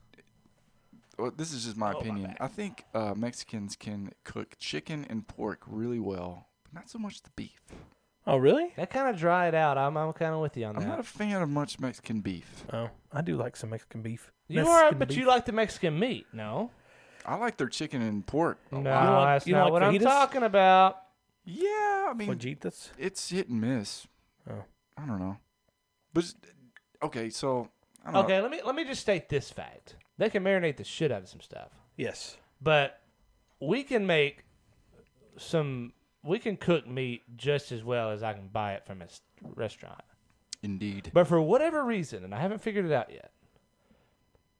G: Well, this is
F: Oh,
G: just my opinion. I think uh, Mexicans can cook chicken and pork really well, but not so much the beef.
F: Oh, really?
E: That kind of dry it out. I'm, I'm kind of with you on that.
G: I'm not a fan of much Mexican beef.
F: Oh, I do like some Mexican beef.
E: you are,
F: Mexican
E: but
F: beef.
E: you like the Mexican meat, no?
G: I like their chicken and pork.
E: No,
F: You don't like-
E: that's
F: you don't
E: not
F: like
E: what I'm
F: fajitas?
E: talking about.
G: Yeah, I mean,
F: fajitas.
G: it's hit and miss.
F: Oh.
G: I don't know. But it's- okay, so I don't
E: Okay, let me let me just state this fact. They can marinate the shit out of some stuff,
F: Yes.
E: but we can make some. We can cook meat just as well as I can buy it from a s- restaurant.
G: know. Indeed.
E: But for whatever reason, and I haven't figured it out yet,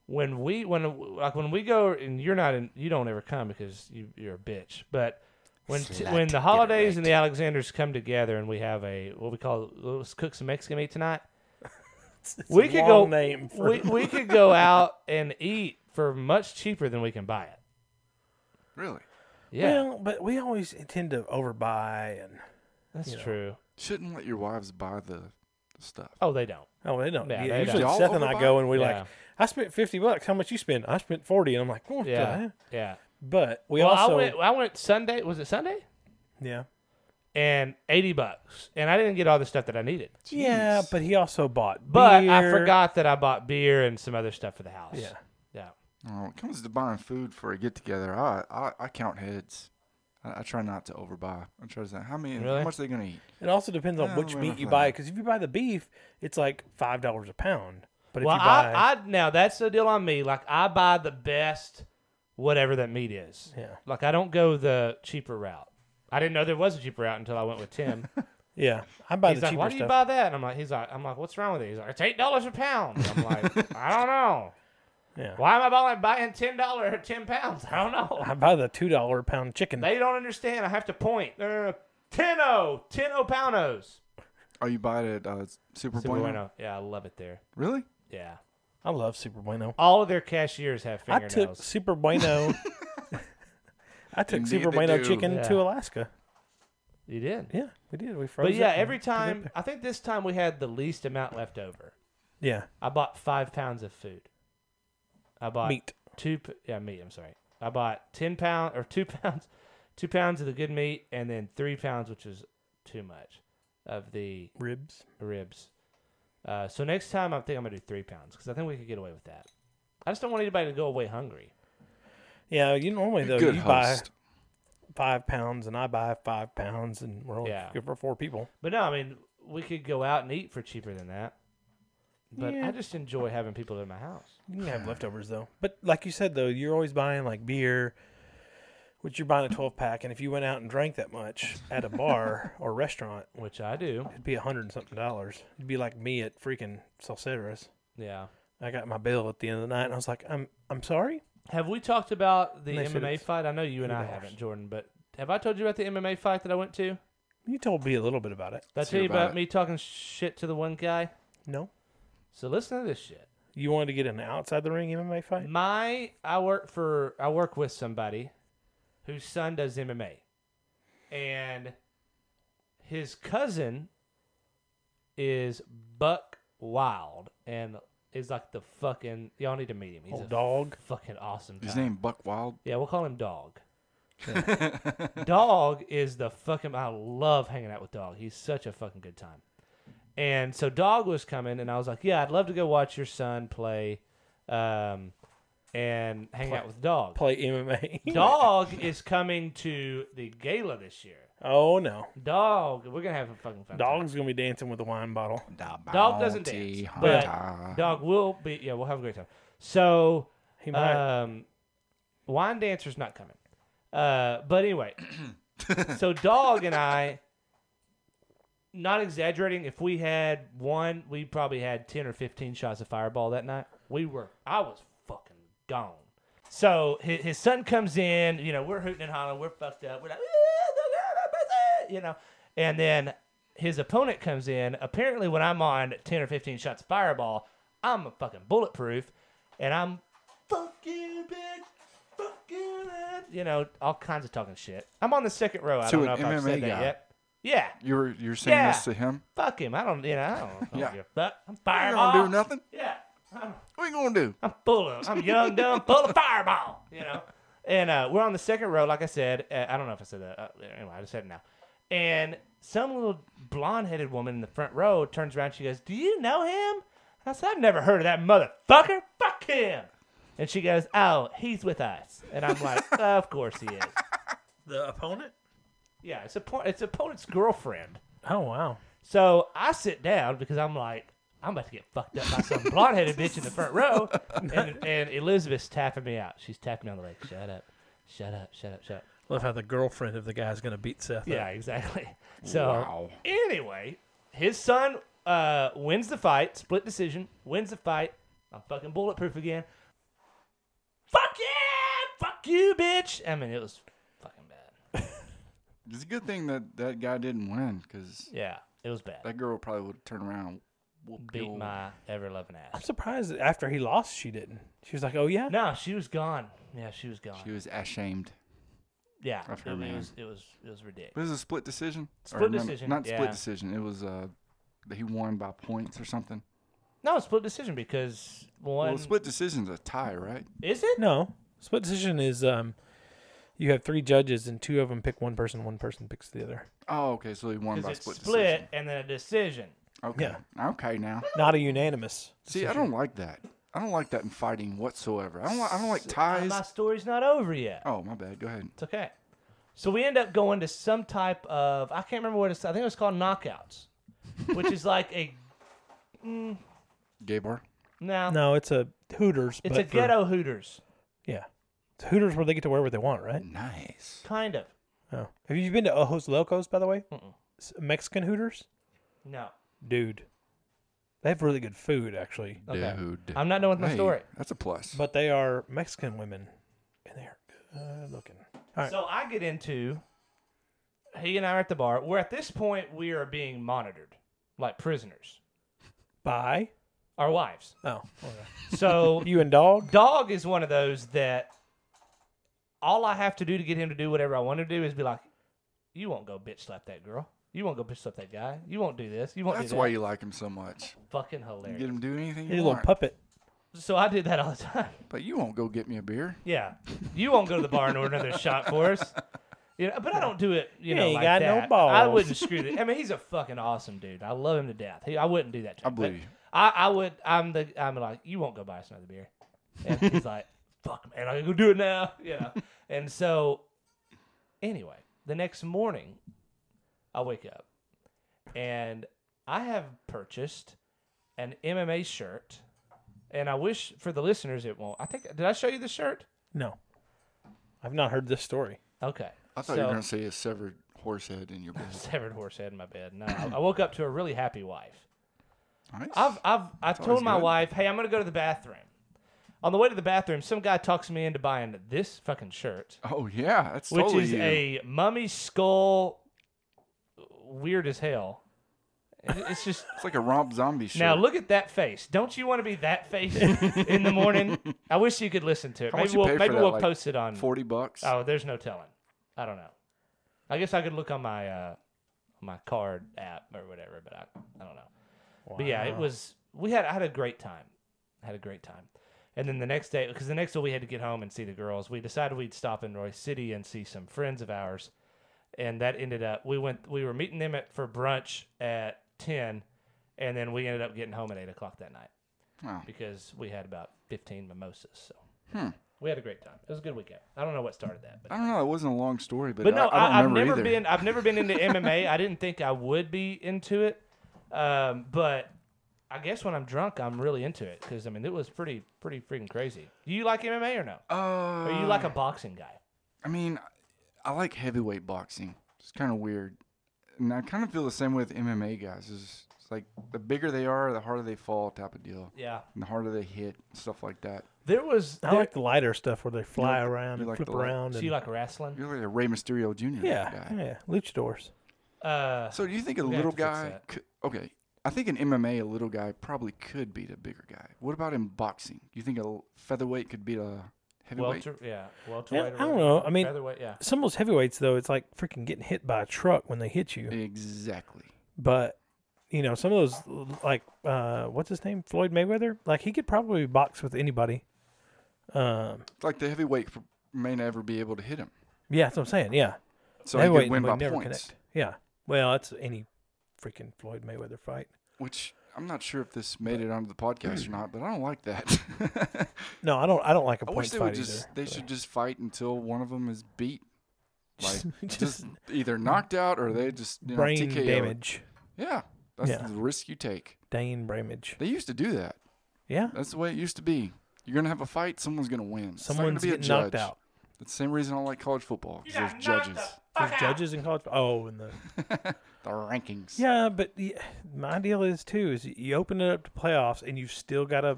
E: when we when like when we go and you're not in, you don't ever come because you, you're a bitch. But when t- when the holidays and the Alexanders come together and we have a what we call let's cook some Mexican meat tonight,
F: It's
E: we
F: a
E: could go
F: long name for
E: we we could go out and eat for much cheaper than we can buy it.
G: Really?
E: Yeah,
F: Well, but we always tend to overbuy and
E: that's
F: you know.
E: true.
G: Shouldn't let your wives buy the stuff.
E: Oh, they don't.
F: oh they don't.
E: Yeah,
F: Yeah,
E: they
F: usually
G: don't.
F: Seth and I go and we
E: Yeah.
F: like I spent fifty bucks. How much you spend? I spent forty, and I'm like, what the
E: Yeah,
F: heck?
E: yeah.
F: But we
E: Well,
F: also
E: I went I went Sunday. Was it Sunday?
F: yeah.
E: And eighty bucks, and I didn't get all the stuff that I needed.
F: Yeah, but he also bought
E: But I
F: beer.
E: forgot that I bought beer and some other stuff for the house.
F: Yeah.
E: Yeah.
G: Oh, when it comes to buying food for a get together, I, I I count heads. I, I try not to overbuy. I try to say how many,
E: Really?
G: how much are they gonna eat?
F: It also depends on
G: Yeah,
F: which
G: we're
F: meat
G: not
F: you
G: fine.
F: buy. Because if you buy the beef, it's like five dollars a pound. But if
E: Well,
F: you buy,
E: I, I now that's the deal on me. Like I buy the best whatever that meat is.
F: Yeah.
E: Like I don't go the cheaper route. I didn't know there was a cheaper route until I went with Tim.
F: yeah, I buy
E: he's
F: the
E: like,
F: cheaper
E: "Why do you
F: stuff.
E: buy that?" And I'm like, "He's like, I'm like, what's wrong with it?" He's like, "It's eight dollars a pound." I'm like, "I don't know.
F: Yeah.
E: Why am I buying buying ten dollar or ten pounds? I don't know.
F: I buy the two dollar a pound chicken.
E: they don't understand. I have to point. No, no, no. Ten o, ten o poundos.
G: Oh, you buy it at uh, Super,
E: Super
G: Bueno?
E: bueno. Yeah, I love it there.
G: Really?
E: Yeah.
F: I love Super Bueno.
E: All of their cashiers have
F: I took
E: fingernails.
F: Super Bueno. I took
G: Indeed
F: Super
G: they
F: Bueno
G: do.
F: chicken
E: Yeah.
F: to Alaska.
E: You did.
F: Yeah, we did. We froze.
E: But
F: it
E: yeah,
F: and
E: every
F: put it up
E: time
F: there.
E: I think this time we had the least amount left over.
F: Yeah,
E: I bought five pounds of food. I bought
F: Meat.
E: Two, p- yeah, meat. I'm sorry. I bought ten pound or two pounds, two pounds of the good meat, and then three pounds, which was too much, of the
F: ribs.
E: ribs. Uh, so next time, I think I'm gonna do three pounds because I think we could get away with that. I just don't want anybody to go away hungry.
F: Yeah, you normally though
G: Good
F: you
G: host.
F: buy five pounds and I buy five pounds and we're only
E: Yeah.
F: good for four people.
E: But no, I mean we could go out and eat for cheaper than that. But I just enjoy having people in my house.
F: You can have leftovers though. But like you said though, you're always buying like beer, which you're buying a twelve pack, and if you went out and drank that much at a bar or restaurant,
E: Which I do.
F: it'd be a hundred and something dollars. It'd be like me at freaking Salcedo's.
E: Yeah.
F: I got my bill at the end of the night and I was like, I'm I'm sorry?
E: Have we talked about the
F: They said
E: MMA
F: it's
E: fight? I know you and I
F: $3.
E: haven't, Jordan, but have I told you about the MMA fight that I went to?
F: You told me a little bit about it.
E: Did I
G: Let's
E: tell you
G: hear about
E: about
G: it.
E: me talking shit to the one guy?
F: No?
E: So listen to this shit.
F: You wanted to get an outside the ring MMA fight?
E: My I work for I work with somebody whose son does MMA. And his cousin is Buck Wild and is like the fucking y'all need to meet him. He's
F: Old
E: a
F: dog.
E: fucking awesome guy.
G: Oh, His name Buck Wild.
E: Yeah, we'll call him Dog. dog is the fucking. I love hanging out with Dog. He's such a fucking good time. And so Dog was coming, and I was like, "Yeah, I'd love to go watch your son play, um, and hang out with Dog."
F: Play MMA.
E: Dog is coming to the gala this year.
F: oh no.
E: Dog, we're gonna have a fucking fun. time.
F: Dog's gonna be dancing with a wine bottle.
E: Dog doesn't
G: Bounty
E: dance, but
G: hunter.
E: Dog will be. Yeah, we'll have a great time. So
F: He might.
E: Um, wine dancer's not coming. Uh, but anyway, so dog and I, not exaggerating, if we had one, we probably had ten or fifteen shots of Fireball that night. We were, I was fucking gone. So his, his son comes in, you know, we're hooting and hollering, we're fucked up, we're like, "Ah, the girl, the pussy," you know, and then his opponent comes in. Apparently, when I'm on ten or fifteen shots of Fireball, I'm fucking bulletproof, and I'm fuck you, bitch. Fuck you, man. You know, all kinds of talking shit. I'm on the second row. I
G: To
E: don't know
G: an
E: if I've said
G: MMA
E: that
G: guy.
E: yet. Yeah.
G: You were you're saying
E: Yeah.
G: this to him?
E: Fuck him. I don't, you know, I don't, I don't
G: Yeah.
E: give a fuck. I'm
G: We ain't
E: fireball.
G: gonna do nothing.
E: Yeah. I'm,
G: What you gonna do?
E: I'm full of, I'm young, dumb, full of fireball, you know? And uh, we're on the second row, like I said. Uh, I don't know if I said that. Uh, anyway, I just said it now. And some little blonde headed woman in the front row turns around. She goes, Do you know him? And I said, I've never heard of that motherfucker. Fuck him. And she goes, Oh, he's with us. And I'm like, Of course he is.
F: The opponent?
E: Yeah, it's, a, it's opponent's girlfriend.
F: Oh wow.
E: So I sit down because I'm like, I'm about to get fucked up by some blonde headed bitch in the front row. And, and Elizabeth's tapping me out. She's tapping me on the leg. Shut up. Shut up. Shut up. Shut up.
F: Love how the girlfriend of the guy's gonna beat Seth. up.
E: Yeah, exactly. So
G: Wow.
E: anyway, his son uh, wins the fight, split decision, wins the fight. I'm fucking bulletproof again. Fuck yeah! Fuck you, bitch! I mean, it was fucking bad.
G: It's a good thing that that guy didn't win because
E: Yeah, it was bad.
G: that girl probably would have turned around. whooped the
E: Beat
G: old-
E: my ever loving
F: I'm
E: ass.
F: surprised that after he lost she didn't. She was like, Oh yeah?
E: No, she was gone. Yeah, she was gone.
G: He was ashamed.
E: Yeah,
G: Of
E: it,
G: her man.
E: was it was it was ridiculous.
G: But it was a split decision. Or
E: Split
G: no,
E: decision,
G: Not
E: yeah.
G: split decision. It was uh, that he won by points or something.
E: No, it's split decision because one
G: Well, split decision's a tie, right?
E: is it?
F: No. Split decision is um you have three judges and two of them pick one person, one person picks the other.
G: Oh, okay. So he won by
E: Because it's
G: split,
E: split
G: decision.
E: and then a decision.
G: Okay. Okay. Now,
F: Not a unanimous.
G: see, I don't like that. I don't like that in fighting whatsoever. I don't. Li- I don't like ties.
E: My story's not over yet.
G: Oh, my bad. Go ahead.
E: It's okay. So we end up going to some type of I can't remember what it's I think it was called knockouts, which is like a
G: Gay bar.
E: no,
F: No, it's a Hooters.
E: it's
F: but
E: a
F: for-
E: ghetto Hooters
F: Yeah. It's Hooters where they get to wear what they want,
E: Mm.
F: right?
G: Nice.
E: kind of.
F: Oh. Have you been to Ojos Locos, by the way? S- Mexican Hooters?
E: No,
F: Dude. They have really good food, actually.
E: okay.
G: Dude.
E: I'm not done with my
G: Hey,
E: story.
G: That's a plus.
F: But they are Mexican women, and they are good looking. All right.
E: So I get into he and I are at the bar. We're at this point we are being monitored like prisoners,
F: Bye.
E: our wives.
F: Oh, okay.
E: So
F: you and dog.
E: Dog is one of those that all I have to do to get him to do whatever I want him to do is be like, you won't go bitch slap that girl. You won't go bitch slap that guy. You won't do this. You won't
G: That's
E: do that.
G: why you like him so much.
E: fucking
G: You
E: hilarious.
G: get him to do anything
F: He's
G: you
F: a little
G: want.
F: puppet.
E: So I did that all the time.
G: But you won't go get me a beer.
E: Yeah, you won't go to the bar and order another shot for us. You know, but I don't do it. You know,
F: ain't
E: like
F: got no
E: that. I
F: balls.
E: wouldn't screw that. I mean, he's a fucking awesome dude. I love him to death. He, I wouldn't do that. To
G: I
E: him.
G: believe
E: But
G: you.
E: I, I would. I'm the. I'm like, you won't go buy us another beer. And he's like, fuck, man, I gotta go do it now. You know. and so, anyway, the next morning, I wake up, and I have purchased an MMA shirt. And I wish for the listeners it won't. I think did I show you the shirt?
F: No, I've not heard this story.
E: Okay.
G: I thought you were going to say a severed horse head in your bed.
E: severed horse head in my bed. No, I I woke up to a really happy wife.
G: Nice.
E: I've I've I told
G: always
E: my
G: good.
E: wife, hey, I'm gonna go to the bathroom. On the way to the bathroom, some guy talks me into buying this fucking shirt,
G: oh yeah, that's
E: which
G: totally
E: is
G: you.
E: a mummy skull, weird as hell. It- It's just
G: It's like a romp zombie shirt.
E: now look at that face. Don't you want to be that face in the morning? I wish you could listen to it.
G: How much
E: maybe
G: you
E: we'll
G: paid for
E: maybe
G: that,
E: we'll
G: like
E: post it on
G: forty bucks.
E: Oh, there's no telling. I don't know. I guess I could look on my uh, my card app or whatever, but I, I don't know. But yeah, it was. We had I had a great time. I had a great time. And then the next day, because the next day we had to get home and see the girls, we decided we'd stop in Roy City and see some friends of ours. And that ended up we went we were meeting them at, for brunch at ten, and then we ended up getting home at eight o'clock that night
G: Wow.
E: because we had about fifteen mimosas. So we had a great time. It was a good weekend. I don't know what started that, but
G: I don't know. It wasn't a long story, but,
E: but no,
G: I, I don't
E: I, have
G: remember
E: never
G: either.
E: been. I've never been into MMA. I didn't think I would be into it, um, but I guess when I'm drunk, I'm really into it because I mean it was pretty, pretty freaking crazy. Do you like MMA or no?
G: Uh,
E: Or are you like a boxing guy?
G: I mean, I like heavyweight boxing. It's kind of weird, and I kind of feel the same way with MMA guys. It's, it's like the bigger they are, the harder they fall, type of deal.
E: Yeah,
G: And the harder they hit, stuff like that.
E: there was.
F: I
E: there-
F: like the lighter stuff where they fly
G: like the-
F: around
G: you
F: and
G: like
F: flip
G: the light-
F: around.
E: so
F: And,
E: you like wrestling?
G: You're like a Rey Mysterio Jr.
F: yeah,
G: guy.
F: yeah, luchadors.
E: Uh,
G: So do you think a
E: We're gonna
G: little
E: have to fix
G: guy?
E: that.
G: Could, okay, I think in MMA a little guy probably could beat a bigger guy. What about in boxing? You think a featherweight could beat a heavyweight?
E: welter, yeah, welterweight. or
F: I don't
E: whatever.
F: know. I mean-
E: featherweight, yeah.
F: Some of those heavyweights though, it's like freaking getting hit by a truck when they hit you.
G: Exactly.
F: But you know, some of those like uh, what's his name, Floyd Mayweather, like he could probably box with anybody. Um,
G: It's like the heavyweight pr- may never be able to hit him,
F: yeah, that's what I'm saying. Yeah,
G: so he could
F: Heavyweight
G: win
F: would
G: by
F: never
G: points.
F: connect. Yeah, well, that's any freaking Floyd Mayweather fight.
G: Which I'm not sure if this made it onto the podcast or not, but I don't like that.
F: No, I don't. I don't like a
G: I
F: point
G: wish they
F: fight
G: would just
F: either.
G: they
F: but-
G: should just fight until one of them is beat, like
F: Just-
G: just, either knocked out or they just you know,
F: brain
G: TKO.
F: damage.
G: Yeah, that's
F: Yeah.
G: the risk you take.
F: Dane Bramage.
G: They used to do that.
F: Yeah.
G: That's the way it used to be. You're gonna have a fight. Someone's gonna win. It's not gonna
F: Someone's
G: be a
F: getting knocked
G: judge.
F: out.
G: That's the same reason I don't like college football. 'cause There's judges,
F: There's judges in college. Oh, and the
G: the rankings.
F: yeah, but the, my deal is too is you open it up to playoffs and you've still got to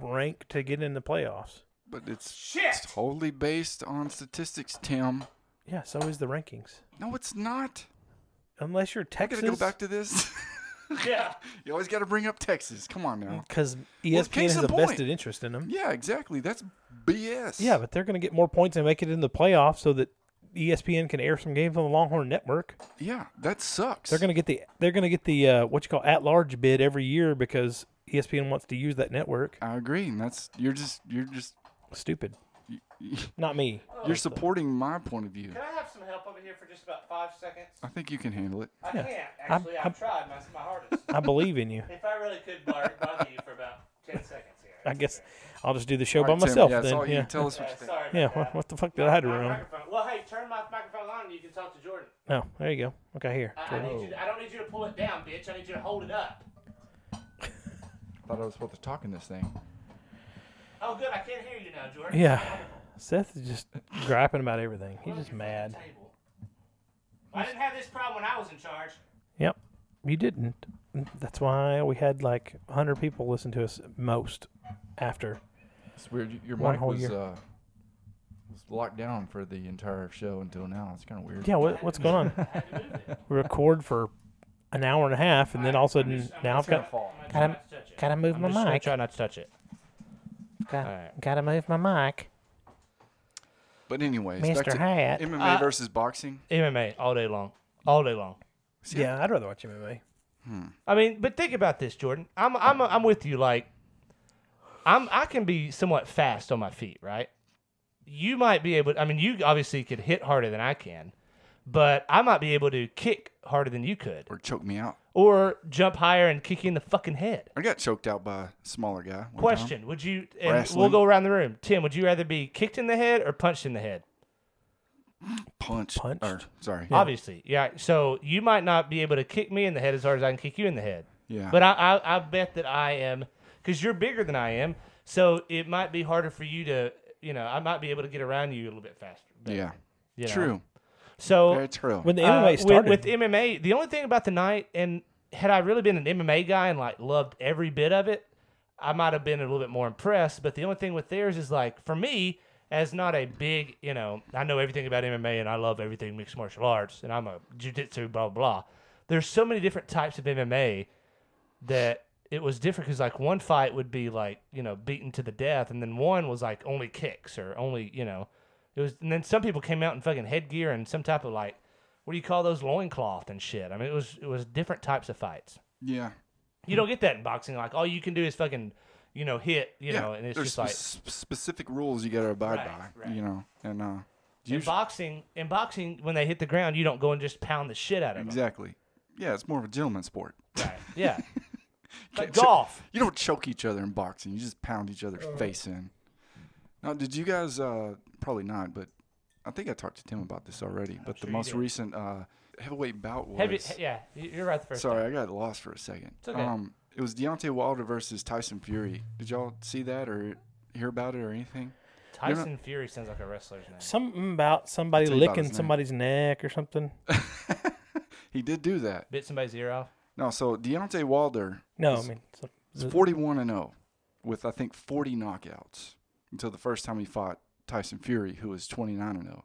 F: rank to get in the playoffs.
G: but it's totally based on statistics, Tim.
F: Yeah, so is the rankings.
G: No, it's not.
F: Unless you're
G: I
F: Texas,
G: gotta go back to this.
E: Yeah.
G: you always gotta bring up Texas. Come on now.
F: because ESPN
G: case
F: has
G: in
F: a
G: point.
F: vested interest in them.
G: Yeah, exactly. That's BS.
F: Yeah, but they're going to get more points and make it in the playoffs so that E ESPN can air some games on the Longhorn Network.
G: yeah, that sucks.
F: They're going to get the they're going to get the uh, what you call at large bid every year because E ESPN wants to use that network.
G: I agree, and that's you're just you're just
F: Stupid.
G: you-
F: Not me.
G: you're supporting my point of view.
E: Can I have some help over here for just about five seconds?
G: I think you can handle it.
E: I
F: Yeah.
E: can't
F: I-
E: actually. I've
F: I-
E: tried my, my hardest.
F: I believe in you.
E: if I really could bar- bother you for about ten seconds here,
F: I guess I'll just do the show
G: All
F: by
G: right, Tim,
F: myself
G: yeah, it's all
F: then.
G: you.
F: Yeah.
G: Tell us what you
E: Uh,
G: think.
E: sorry. about
F: yeah.
E: that.
F: What, what the fuck did I do
E: My
F: wrong?
E: microphone. Well, hey, turn my microphone on and you can talk to Jordan.
F: No. There you go. Okay. Here.
E: I, I need you. To, I don't need you to pull it down, bitch. I need you to hold it up.
G: Thought I was supposed to talk in this thing.
E: Oh, good. I can't hear you now, Jordan.
F: Yeah. Seth is just griping about everything. He's just
E: Your fucking
F: mad.
E: table. I didn't have this problem when I was in charge.
F: Yep. You didn't. That's why we had like 100 people listen to us most after.
G: It's weird. y- Your
F: One
G: mic
F: whole
G: was
F: year.
G: uh, was locked down for the entire show until now. It's kind of weird.
F: Yeah. What, what's going on? we record for an hour and a half, and then all of a sudden now I've got gotta gotta move my mic.
E: not to touch it.
F: Gotta,
E: Alright.
F: gotta move my mic.
G: But anyways, back
E: Mr.
G: to
E: Hat.
G: MMA
E: Uh,
G: versus boxing.
E: MMA all day long, all day long.
F: Yeah, I'd rather watch MMA.
E: I mean, but think about this, Jordan. I'm I'm I'm with you. Like, I'm I can be somewhat fast on my feet, right? You might be able. I mean, you obviously could hit harder than I can, but I might be able to kick harder than you could,
G: Or choke me out.
E: or jump higher and kick you in the fucking head.
G: I got choked out by a smaller guy. one time.
E: Question: Would you? And we'll
G: Wrestling.
E: go around the room. Tim, would you rather be kicked in the head or punched in the head?
G: Punched.
F: Punched?
G: Or, sorry.
E: Obviously, yeah. So you might not be able to kick me in the head as hard as I can kick you in the head.
G: Yeah.
E: But I, I, I bet that I am, because you're bigger than I am. So it might be harder for you to, you know, I might be able to get around you a little bit faster. But,
G: Yeah.
E: you know.
G: True.
E: So
G: Very true.
F: When the
E: uh,
F: MMA
E: with-
F: started,
E: with, MMA, the only thing about the night, and had I really been an MMA guy and like loved every bit of it, I might have been a little bit more impressed. But the only thing with theirs is like for me, as not a big, you know, I know everything about MMA and I love everything mixed martial arts and I'm a jujitsu, blah blah blah. There's so many different types of MMA that it was different because like one fight would be like you know beaten to the death and then one was like only kicks or only you know it was and then some people came out in fucking headgear and some type of like what do you call those loincloth and shit i mean it was it was different types of fights
G: yeah.
E: you don't get that in boxing like all you can do is fucking you know hit you
G: yeah.
E: know and it's
G: There's
E: just like
G: spe- specific rules you got to abide
E: Right,
G: by.
E: right.
G: You know, and uh,
E: in boxing in boxing when they hit the ground you don't go and just pound the shit out of them
G: exactly. Yeah, it's more of a gentleman sport.
E: yeah like
G: Cho-
E: golf
G: You don't choke each other in boxing. You just pound each other's face in. Now, did you guys? Uh, probably not, but I think I talked to Tim about this already. but the most recent uh, heavyweight bout was.
E: Heavy, yeah you- you're right the first
G: sorry,
E: time
G: I got lost for a second. It's
E: okay.
G: Um, it was Deontay Wilder versus Tyson Fury. Did y'all see that or hear about it or anything? not-
E: tyson fury sounds like a wrestler's name
F: something about somebody
G: tell you about
F: licking
G: his name.
F: somebody's neck or something.
G: He did do that.
E: bit somebody's ear off
G: No, so Deontay Wilder
F: No, I mean, so-
G: is 41 and 0 with I think 40 knockouts until the first time he fought Tyson Fury who was 29 and 0.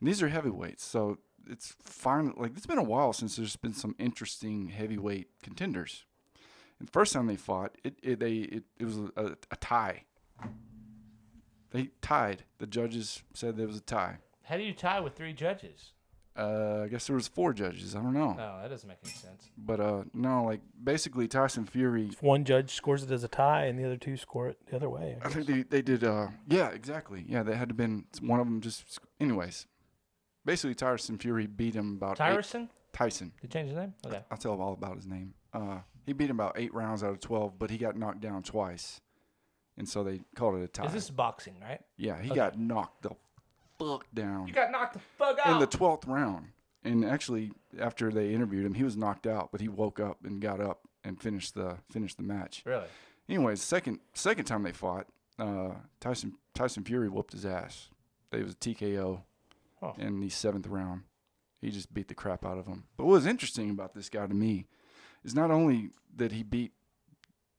G: And these are heavyweights, so it's fine like it's been a while since there's been some interesting heavyweight contenders. And the first time they fought, it it they it, it was a, a tie. They tied. The judges said there was a tie.
E: how do you tie with three judges
G: Uh, I guess there was four judges. I don't know,
E: Oh, that doesn't make any sense.
G: but uh, no, like basically Tyson Fury
F: if one judge scores it as a tie and the other two score it the other way. I
G: I
F: guess.
G: think they, they did. Uh, yeah, exactly. Yeah, they had to been one of them. Just anyways, basically Tyson Fury beat him about eight-
E: Tyson?
G: Tyson.
E: Did you change his name? Okay.
G: I'll tell him all about his name. Uh, he beat him about eight rounds out of twelve, but he got knocked down twice, and so they called it a tie.
E: Is this boxing, right?
G: yeah, he got knocked the fuck down
E: You got knocked the fuck
G: in
E: out.
G: the twelfth round. And actually, after they interviewed him, he was knocked out, but he woke up and got up and finished the finished the match.
E: really?
G: Anyways, second second time they fought, uh, Tyson Tyson Fury whooped his ass. It was a TKO
E: Huh.
G: in the seventh round. He just beat the crap out of him. But what was interesting about this guy to me is not only that he beat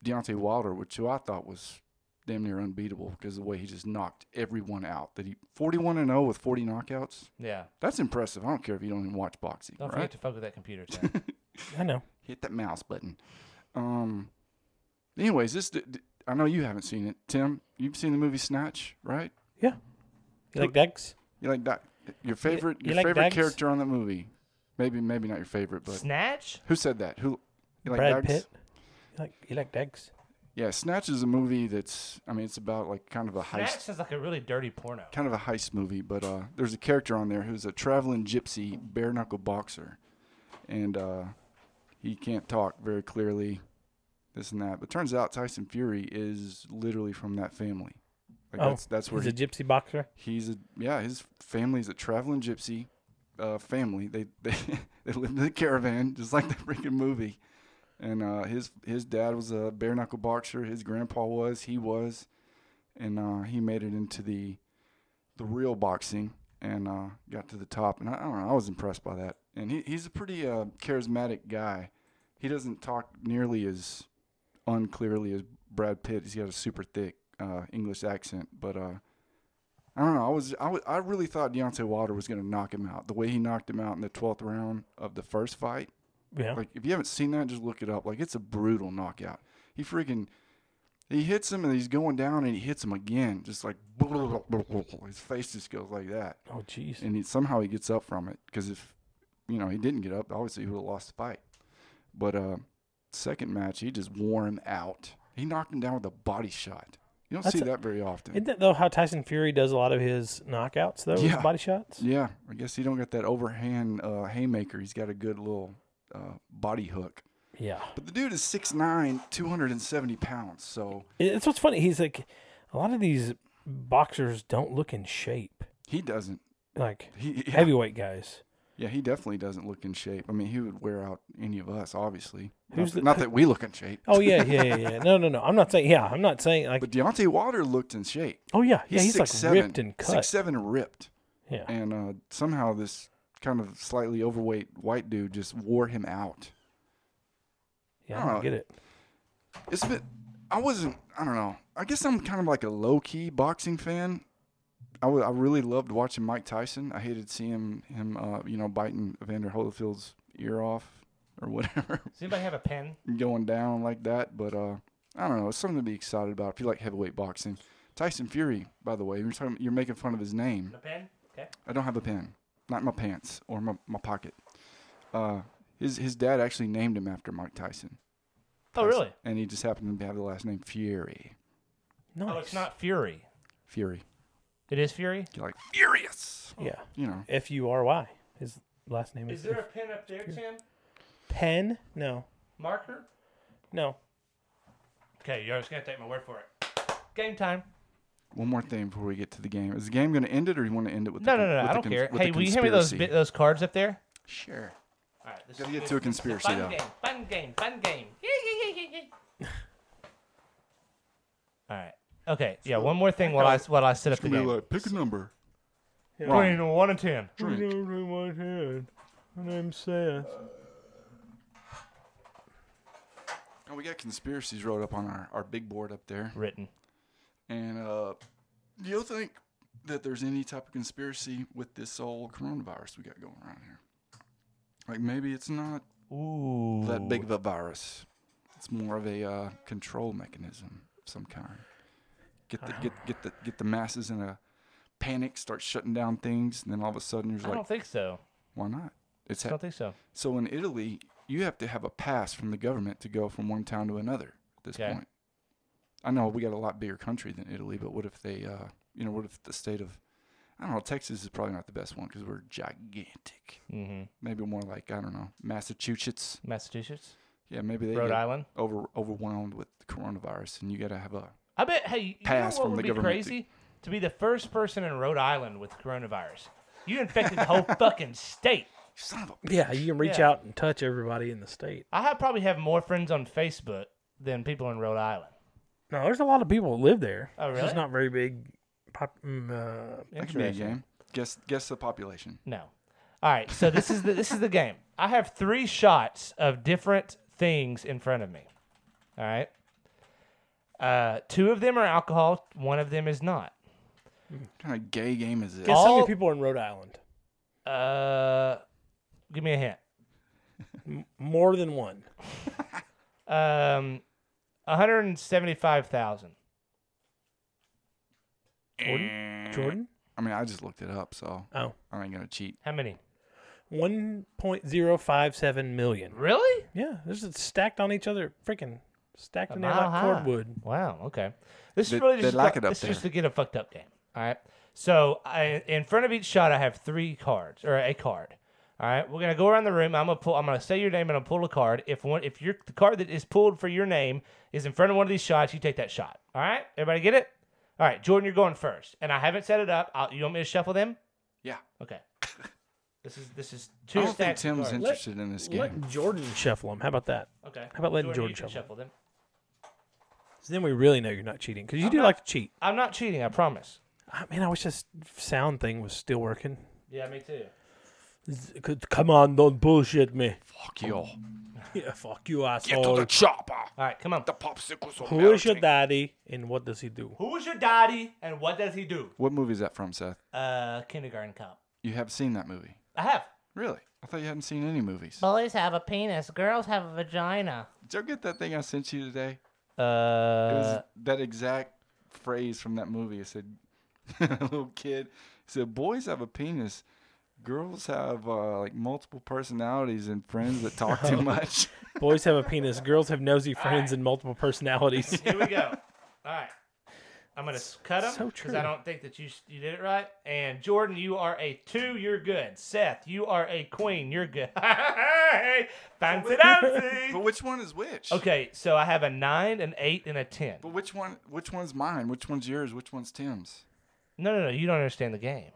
G: Deontay Wilder, which who I thought was damn near unbeatable because of the way he just knocked everyone out. That he forty one and zero with forty knockouts.
E: Yeah.
G: That's impressive. I don't care if you don't even watch boxing.
E: Don't
G: right?
E: forget to fuck with that computer, Tim.
F: I know.
G: hit that mouse button. Um. Anyways, this d- d- I know you haven't seen it, Tim. You've seen the movie Snatch, right?
F: Yeah. You like Dex?
G: You like that? Your favorite,
F: you
G: your
F: like
G: favorite
F: dogs?
G: character on that movie? Maybe, maybe not your favorite, but
E: Snatch?
G: who said that? Who? You like
F: Brad
G: dogs?
F: Pitt? You like, you like Dex?
G: Yeah, Snatch is a movie that's. I mean, it's about like kind of a
E: Snatch
G: heist,
E: sounds like a really dirty porno.
G: kind of a heist movie. But uh, there's a character on there who's a traveling gypsy, bare knuckle boxer, and uh, he can't talk very clearly, this and that. But turns out Tyson Fury is literally from that family. Like that's that's where
F: Oh, he's
G: he-
F: a gypsy boxer.
G: he's a yeah his family's a traveling gypsy uh, family. They they they live in a caravan just like the freaking movie. And uh, his his dad was a bare knuckle boxer. His grandpa was. He was, and uh, he made it into the the real boxing and uh, got to the top. And I, I don't know. I was impressed by that. And he, he's a pretty uh, charismatic guy. He doesn't talk nearly as unclearly as Brad Pitt. He's got a super thick uh, English accent, but uh, I don't know. I was I, was, I really thought Deontay Wilder was going to knock him out. The way he knocked him out in the twelfth round of the first fight,
F: Yeah.
G: like if you haven't seen that, just look it up. Like it's a brutal knockout. He freaking He hits him and he's going down and he hits him again, just like his face just goes like that.
F: Oh, jeez.
G: And he, somehow he gets up from it because if you know he didn't get up, obviously he would have lost the fight. But uh, second match, he just wore him out. He knocked him down with a body shot. You don't
F: That's
G: see
F: a-
G: that very often.
F: Isn't that though how Tyson Fury does a lot of his knockouts though?
G: Yeah.
F: His body shots.
G: yeah, I guess he don't got that overhand uh, haymaker. He's got a good little uh, body hook.
F: Yeah.
G: But the dude is 6'9", 270 pounds. So
F: It's what's funny. He's like, a lot of these boxers don't look in shape.
G: he doesn't.
F: Like
G: He, yeah,
F: heavyweight guys.
G: yeah, he definitely doesn't look in shape. I mean, he would wear out any of us, obviously.
F: Who's
G: not,
F: the-
G: not that we look in shape.
F: Oh yeah, yeah, yeah, yeah. No, no, no. I'm not saying. Yeah, I'm not saying like.
G: But Deontay Wilder looked in shape.
F: oh yeah, yeah. He's like
G: 6'7",
F: ripped and cut.
G: 6'7", ripped.
F: yeah.
G: And uh, somehow this kind of slightly overweight white dude just wore him out.
F: yeah. I don't
G: Oh.
F: get it.
G: It's been, I wasn't, I don't know. I guess I'm kind of like a low key boxing fan. I wa- I really loved watching Mike Tyson. I hated seeing him, uh, you know, biting Evander Holyfield's ear off or whatever,
E: Does anybody have a pen?
G: going down like that. But uh, I don't know. It's something to be excited about if you like heavyweight boxing. Tyson Fury, by the way, you're, talking, you're making fun of his name.
E: A pen? Okay.
G: I don't have a pen, not in my pants or my, my pocket. Uh, his his dad actually named him after Mike Tyson,
E: Oh, really?
G: and he just happened to have the last name Fury.
F: Nice.
E: Oh, it's not Fury.
G: Fury,
E: It is Fury.
G: you're like furious,
F: Yeah.
G: you know.
F: F U R Y. His last name is,
E: Is there a pen up there, Tim?
F: Penn. No,
E: Marker?
F: no.
E: Okay, you're just gonna take my word for it. Game time.
G: One more thing before we get to the game: is the game going to end it, or you want to end it with
E: No,
G: the,
E: no,
G: con-
E: no,
G: with
E: no.
G: the
E: I don't
G: cons-
E: care.
G: with
E: Hey,
G: the
E: will you hand me those
G: conspiracy?
E: bi- those cards up there?
G: Sure.
E: All right. This
G: Gotta
E: is-
G: get to
E: this
G: a
E: is
G: conspiracy
E: fun
G: now.
E: game. Fun game. Fun game. Yeah, yeah, yeah, yeah, yeah. All right. Okay. Yeah. One more thing while I while I set up the
G: Gonna be
E: game.
G: like, pick a number.
E: Between one and ten.
F: Hmm.
G: Drink.
F: My name's Seth.
G: Oh, we got conspiracies wrote up on our, our big board up there.
E: Written.
G: And uh, do you think that there's any type of conspiracy with this whole coronavirus we got going around here? Like maybe it's not
E: Ooh.
G: that big of a virus. It's more of a uh, control mechanism of some kind. Get the get get the get the masses in a panic, start shutting down things, and then all of a sudden you're
E: I
G: like,
E: don't think so.
G: why not? It's
E: I
G: ha-
E: don't think so.
G: so in Italy, you have to have a pass from the government to go from one town to another at this
E: Okay.
G: point. I know we got a lot bigger country than Italy, but what if they, uh, you know, what if the state of, I don't know, Texas is probably not the best one because we're gigantic.
E: Mm-hmm.
G: Maybe more like, I don't know, Massachusetts.
E: Massachusetts,
G: Yeah, maybe they
E: Rhode
G: get
E: Island.
G: over overwhelmed with the coronavirus and you got to have a,
E: I bet. Hey, you know
G: Pass
E: what
G: from
E: would
G: the
E: be
G: government
E: crazy? To... be the first person in Rhode Island with coronavirus. You infected the whole fucking state.
G: son of a,
F: Yeah, you can reach
E: Yeah.
F: out and touch everybody in the state.
E: I ha- probably have more friends on Facebook than people in Rhode Island.
F: No, there's a lot of people that live there.
E: Oh,
F: It's just
E: really?
F: not very big. Pop, mm, uh,
G: that could be a
E: Interesting.
G: game. Guess, guess the population.
E: No. All right. So this is the this is the game. I have three shots of different things in front of me. All right. Uh, two of them are alcohol. One of them is not.
G: What kind of gay game is this?
F: guess how
E: All-
F: many people are in Rhode Island?
E: Uh, give me a hint.
F: More than one.
E: Um, one hundred seventy-five thousand.
F: Jordan? Jordan?
G: I mean, I just looked it up, so
F: Oh.
G: I ain't going to cheat.
E: How many?
F: 1.057 million.
E: Really?
F: Yeah, this is stacked on each other. Freaking stacked in there
E: Mile
F: like
E: high.
F: cordwood.
E: Wow. Okay. This
G: They-
E: is really
G: they
E: just,
G: like
E: fu-
G: it up
E: this is just
G: there.
E: to get a fucked up game. All right. So I, in front of each shot, I have three cards or a card. All right. We're gonna go around the room. I'm gonna pull. I'm gonna say your name and I'll pull a card. If one, if your the card that is pulled for your name is in front of one of these shots, you take that shot. All right. Everybody get it? All right, Jordan, you're going first, and I haven't set it up. I'll, you want me to shuffle them?
G: Yeah.
E: Okay. This is this is
G: I
E: two
G: don't think
E: stacks of
G: Tim's
E: cards.
G: interested in this game.
F: Let Jordan shuffle them. How about that?
E: Okay.
F: How about letting
E: you
F: Jordan
E: can
F: shuffle?
E: shuffle them?
F: 'Cause Then we really know you're not cheating because you do like to cheat.
E: I'm not cheating. I promise.
F: I mean, I wish this sound thing was still working.
E: Yeah, me too.
F: Z- c- Come on, don't bullshit me.
G: Fuck you.
F: Yeah, fuck you,
G: Get to
F: asshole.
G: the chopper.
E: All right, come on.
G: The popsicles are
F: Who is your
G: melting.
F: daddy and what does he do?
E: Who's your daddy and what does he do?
G: What movie is that from, Seth?
E: Uh, kindergarten cop.
G: You have seen that movie.
E: I have.
G: Really? I thought you hadn't seen any movies.
E: Boys have a penis. Girls have a vagina.
G: Did you get that thing I sent you today? It was
E: Uh,
G: that exact phrase from that movie. It said, little kid said, boys have a penis. Girls have uh, like multiple personalities and friends that talk too much.
F: Boys have a penis. Girls have nosy friends and multiple personalities.
E: Here we go. All right. I'm gonna s- cut
F: so
E: them because
F: true.
E: I don't think that you s- you did it right. And Jordan, you are a two. You're good. Seth, you are a queen. You're good. hey, fancy
G: but
E: dancy.
G: which one is which?
E: Okay, so I have a nine, an eight, and a ten.
G: But which one? Which one's mine? Which one's yours? Which one's Tim's?
E: No, no, no. You don't understand the game.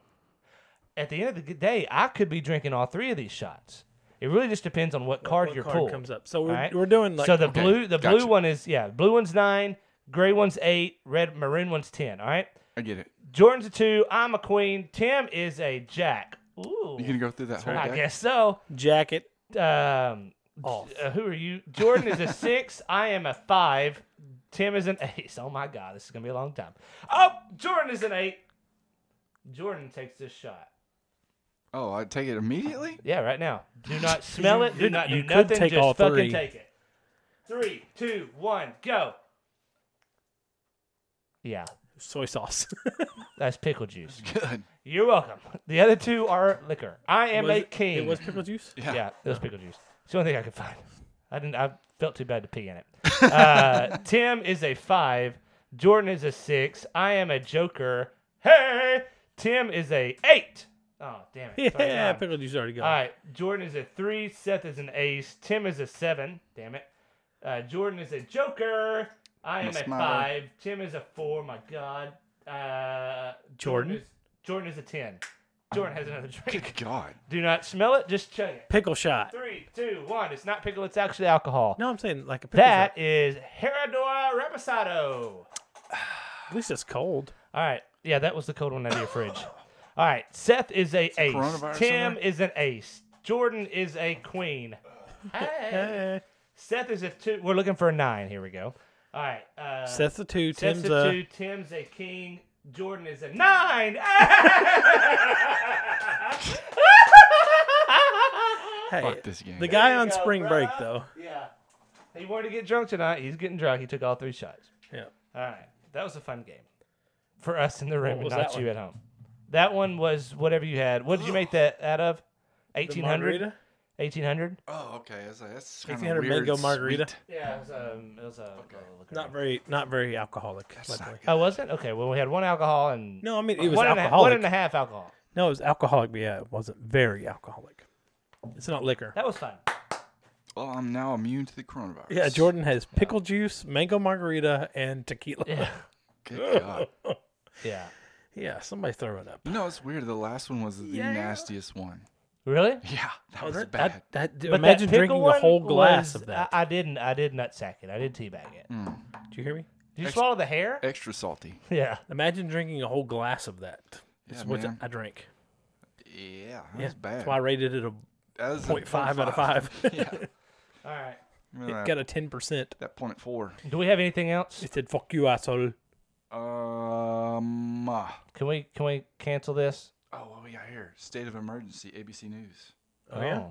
E: At the end of the day, I could be drinking all three of these shots. It really just depends on what card
F: what
E: you're
F: card
E: pulled.
F: comes up. So we're-
E: All
F: we're doing, like-
E: so the
G: Okay,
E: blue the
G: gotcha.
E: blue one is yeah blue one's nine gray one's eight red maroon one's ten. All right,
G: I get it.
E: Jordan's a two. I'm a queen. Tim is a jack. Ooh,
G: You gonna go through that whole
E: I
G: deck?
E: guess so.
F: Jacket.
E: Um,
F: Off.
E: uh, who are you? Jordan is a six. I am a five. Tim is an ace. Oh my god, this is gonna be a long time. Oh, Jordan is an eight. Jordan takes this shot.
G: Oh, I take it immediately.
E: Yeah, right now. Do not smell it. Do
F: you-
E: not do
F: you could
E: nothing.
F: take
E: Just
F: all
E: fucking
F: three.
E: take it. Three, two, one, go. Yeah,
F: Soy sauce.
E: that's pickle juice.
G: Good.
E: You're welcome. The other two are liquor. I am
F: Was
E: a
F: it-
E: king.
F: It was pickle juice.
G: Yeah.
E: Yeah, it was pickle juice. It's the only thing I could find. I didn't. I felt too bad to pee in it. Uh, Tim is a five. Jordan is a six. I am a joker. Hey, Tim is a eight. Oh damn it! Sorry,
F: Yeah,
E: nine.
F: pickle juice already gone.
E: All right, Jordan is a three. Seth is an ace. Tim is a seven. Damn it. Uh, Jordan is a joker. I am
G: Miss
E: a
G: Milo.
E: five. Tim is a four. My God. Uh,
F: Jordan?
E: is, Jordan is a ten. Jordan has another drink.
G: Good God.
E: Do not smell it. Just chug it.
F: Pickle shot.
E: Three, two, one. It's not pickle. It's actually alcohol.
F: No, I'm saying like a pickle shot.
E: That is Herradura Reposado.
F: At least it's cold.
E: All right. Yeah, that was the cold one out of your fridge. All right. Seth is a
G: coronavirus
E: ace. Tim
G: somewhere?
E: is an ace. Jordan is a queen. Hey.
F: Eh.
E: Seth is a two. We're looking for a nine. Here we go. All right. Uh,
F: Seth's a two.
E: Seth's
F: Tim's
E: a
F: a.
E: two. Tim's a king. Jordan is a nine.
F: Hey,
G: Fuck this game.
F: The guy
E: There you
F: on
E: go,
F: spring
E: bruh.
F: break though.
E: yeah. He wanted to get drunk tonight. He's getting drunk. He took all three shots.
F: Yeah.
E: All right. That was a fun game for us in the room
F: What
E: and
F: was
E: not
F: that
E: you
F: one?
E: at home. That one was whatever you had. What did you make that out of? 1800?
F: margarita?
E: 1800?
G: Oh, okay. That's that's kind
F: 1800
G: of weird.
F: mango margarita.
G: sweet.
E: Yeah, it was, um, it was a.
F: Not very, not very alcoholic. luckily.
E: I wasn't? Oh, Okay, well, we had one alcohol and.
F: No, I mean it was
E: one and a-
F: alcoholic.
E: one and a half alcohol.
F: No, it was alcoholic, but yeah, it wasn't very alcoholic. It's not liquor.
E: That was fun.
G: Well, I'm now immune to the coronavirus.
F: Yeah, Jordan has pickle juice, mango margarita, and tequila. Yeah,
G: Good God.
E: Yeah.
F: somebody throw it up.
G: You know, it's weird. The last one was the nastiest one.
E: Really?
G: Yeah, that was bad.
F: Oh, That,
E: But
F: that,
E: that
F: imagine
E: pickle
F: drinking a
E: one
F: whole glass
E: was-
F: of that.
E: I, I didn't. I did nutsack it. I did teabag it.
F: Do you hear me?
E: Did you swallow the hair?
G: Extra salty.
E: Yeah.
F: Imagine drinking a whole glass of that. That's
G: Yeah,
F: what
G: man.
F: I drank.
G: Yeah, that
F: Yeah,
G: was bad.
F: That's why I rated it a
G: That was a
F: 0.5 out of five.
G: Yeah.
E: All right.
G: Remember
F: it
G: that,
F: got a ten percent.
G: that point at four.
E: Do we have anything else?
F: It said "fuck you, asshole."
G: Um. uh,
E: Can we can we cancel this?
G: Oh, what we got here? State of emergency. ABC News.
E: Oh, yeah.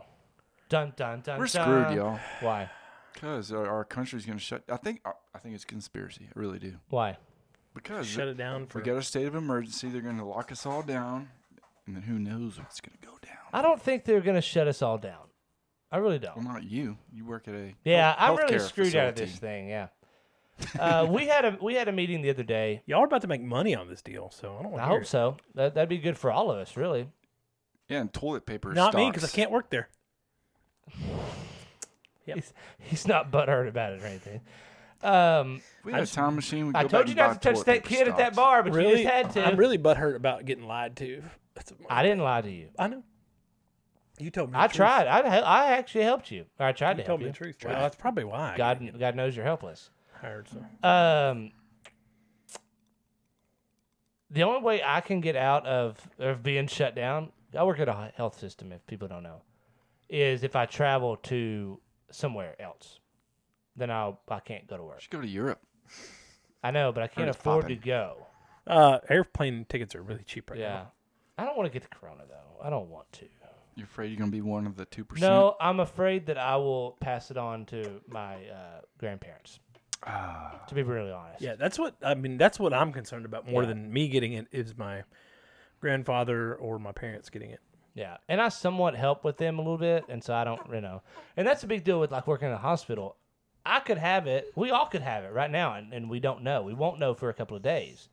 E: Dun dun dun.
G: We're
E: dun.
G: screwed, y'all.
E: Why?
G: Because our, our country's gonna shut. I think. I I think it's conspiracy. I really do.
E: Why?
G: Because
F: Shut it down for.
G: we got a state of emergency. They're gonna lock us all down, and then who knows what's gonna go down?
E: I don't think they're gonna shut us all down. I really
G: Well,
E: don't.
G: not you. You work at a.
E: Yeah,
G: health-
E: I'm really
G: healthcare
E: screwed out of
G: facility.
E: this thing. Yeah. Uh, we had a we had a meeting the other day.
F: Y'all are about to make money on this deal, so I don't want
E: I
F: to hear
E: hope
F: it.
E: so. That that'd be good for all of us, really.
G: Yeah, and toilet paper.
F: Not me,
G: stocks.
F: because I can't work there. Yep.
E: He's he's not butthurt about it or anything. Um,
G: If We had a time machine. We go
E: I told
G: back
E: you
G: and buy
E: not to touch
G: toilet
E: that
G: paper
E: kid at that
G: stocks.
E: bar, but
F: really,
E: you just had to.
F: I'm really butthurt about getting lied to. That's
E: I didn't lie to you.
F: I know. You told me. the
E: I
F: truth.
E: tried. I I actually helped you. Or I tried
F: You
E: to help
F: told me
E: you.
F: the truth. Well, that's probably why I
E: God God knows you're helpless.
F: got hired. So.
E: Um, the only way I can get out of of being shut down, I work at a health system. If people don't know, is if I travel to somewhere else, then I will I can't go to work.
G: Should go to Europe.
E: I know, but I can't
G: It's
E: afford
G: popping.
E: to go.
F: Uh, airplane tickets are really cheap right
E: Yeah,
F: now.
E: I don't want to get the corona though. I don't want to.
G: You're afraid you're gonna be one of the two percent.
E: No, I'm afraid that I will pass it on to my uh, grandparents.
G: Ah.
E: to be really honest.
F: Yeah, that's what I mean. That's what I'm concerned about more than me getting it is my grandfather or my parents getting it.
E: Yeah, and I somewhat help with them a little bit, and so I don't, you know, and that's a big deal with like working in a hospital. I could have it. We all could have it right now, and, and we don't know. We won't know for a couple of days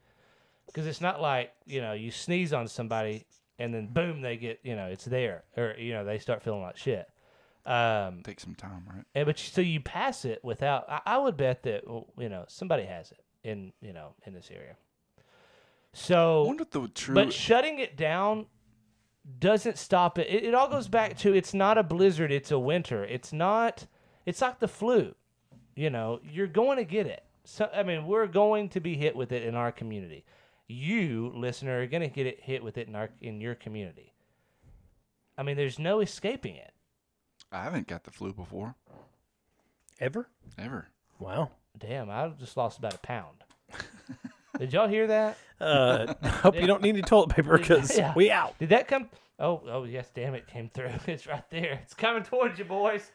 E: because it's not like you know you sneeze on somebody and then boom they get you know it's there or you know they start feeling like shit. Um,
G: Take some time, right?
E: and but you, so you pass it without. I, I would bet that well, you know somebody has it in you know in this area. So
G: I wonder if the true.
E: but shutting it down doesn't stop it. it. It all goes back to it's not a blizzard, it's a winter. It's not. It's like the flu. You know, you're going to get it. So I mean, we're going to be hit with it in our community. You listener are going to get it hit with it in our in your community. I mean, there's no escaping it.
G: I haven't got the flu before
F: Ever?
G: ever.
F: Wow.
E: Damn, I just lost about a pound. Did y'all hear that?
F: Uh, hope you don't need any toilet paper because
E: Yeah.
F: we out.
E: Did that come? Oh, oh yes, damn it, came through. It's right there. It's coming towards you, boys.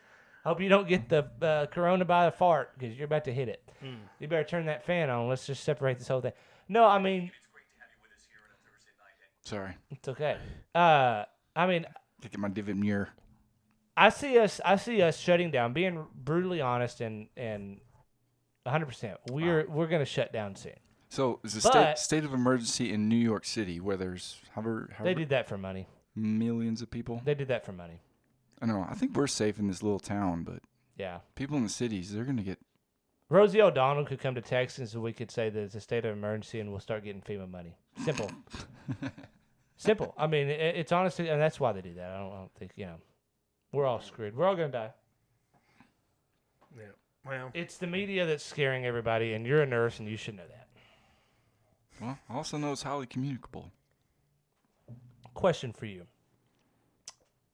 E: Hope you don't get the uh, corona by the fart because you're about to hit it. You better turn that fan on. Let's just separate this whole thing. No, I mean
G: Sorry.
E: it's okay. Uh, I mean
G: Gotta Get my David Muir.
E: I see us. I see us shutting down. Being brutally honest and and 100. percent We're we're gonna shut down soon.
G: So it's a
E: But-
G: state, state of emergency in New York City where there's however,
E: They
G: however
E: did that for money.
G: millions of people.
E: They did that for money.
G: I know. I think we're safe in this little town, but
E: Yeah.
G: people in the cities, they're gonna get.
E: Rosie O'Donnell could come to Texas and we could say that it's a state of emergency and we'll start getting FEMA money. Simple. Simple. I mean, it, it's honestly, and that's why they do that. I don't, I don't think, you know, we're all screwed. We're all going to die.
F: Yeah. Wow.
E: It's the media that's scaring everybody, and you're a nurse and you should know that.
G: Well, I also know it's highly communicable.
E: Question for you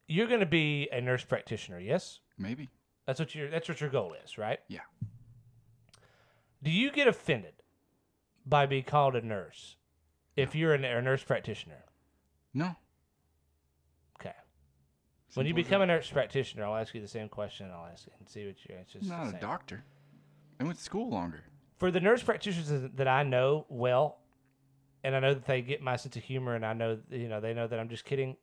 E: You're going to be a nurse practitioner, yes?
G: Maybe.
E: That's what, your that's what your goal is, right?
G: Yeah.
E: Do you get offended by being called a nurse if you're an, a nurse practitioner?
G: No.
E: Okay. When you
G: Simple as
E: become a
G: that.
E: nurse practitioner, I'll ask you the same question. and I'll ask and see what your answer is. the
G: not a
E: same.
G: doctor, I went to school longer.
E: For the nurse practitioners that- that I know well, and I know that they get my sense of humor, and I know you know they know that I'm just kidding.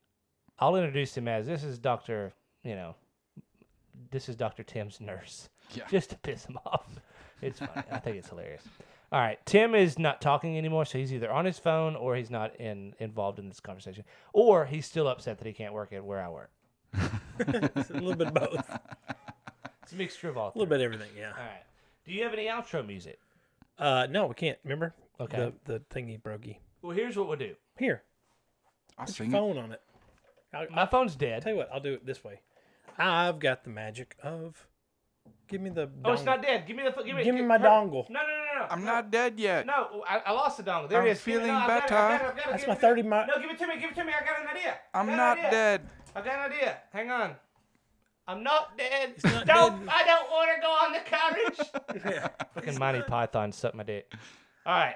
E: I'll introduce him as this is Doctor. You know, this is Doctor Tim's nurse,
G: Yeah.
E: just to piss him off. It's funny. I think it's hilarious. All right, Tim is not talking anymore, so he's either on his phone or he's not in, involved in this conversation, or he's still upset that he can't work at where I work.
F: a little bit of both. A
E: It's a mixture of all.
F: little bit of everything. Yeah.
E: All right. Do you have any outro music?
F: Uh, no, we can't. Remember?
E: Okay.
F: The the thingy brokey.
E: Well, here's what we'll do.
F: Here,
G: I'll sing it.
F: phone on it. I'll,
E: My phone's
F: I'll tell
E: dead.
F: you what. I'll do it this way. I've got the magic of. Give me the.
E: Oh, it's
F: dongle.
E: not dead. Give me the. pho- Give me,
F: Give me my
E: her-
F: dongle.
E: No, no, no, no.
G: I'm
E: no,
G: not dead yet.
E: No, I, I lost the dongle. There
G: I'm
E: it is. Give me- no,
G: feeling
E: I've got it, I've
G: better.
E: got it, I've got it,
F: That's
E: give
F: my
E: it to me.
F: thirty mi-
E: No, give it to me. Give it to me. I got an idea.
G: I'm
E: Got an
G: not
E: idea.
G: dead.
E: I got an idea. Hang on. I'm not dead. don't. I don't want to go on the couch. Fucking Monty Python suck my dick. All right.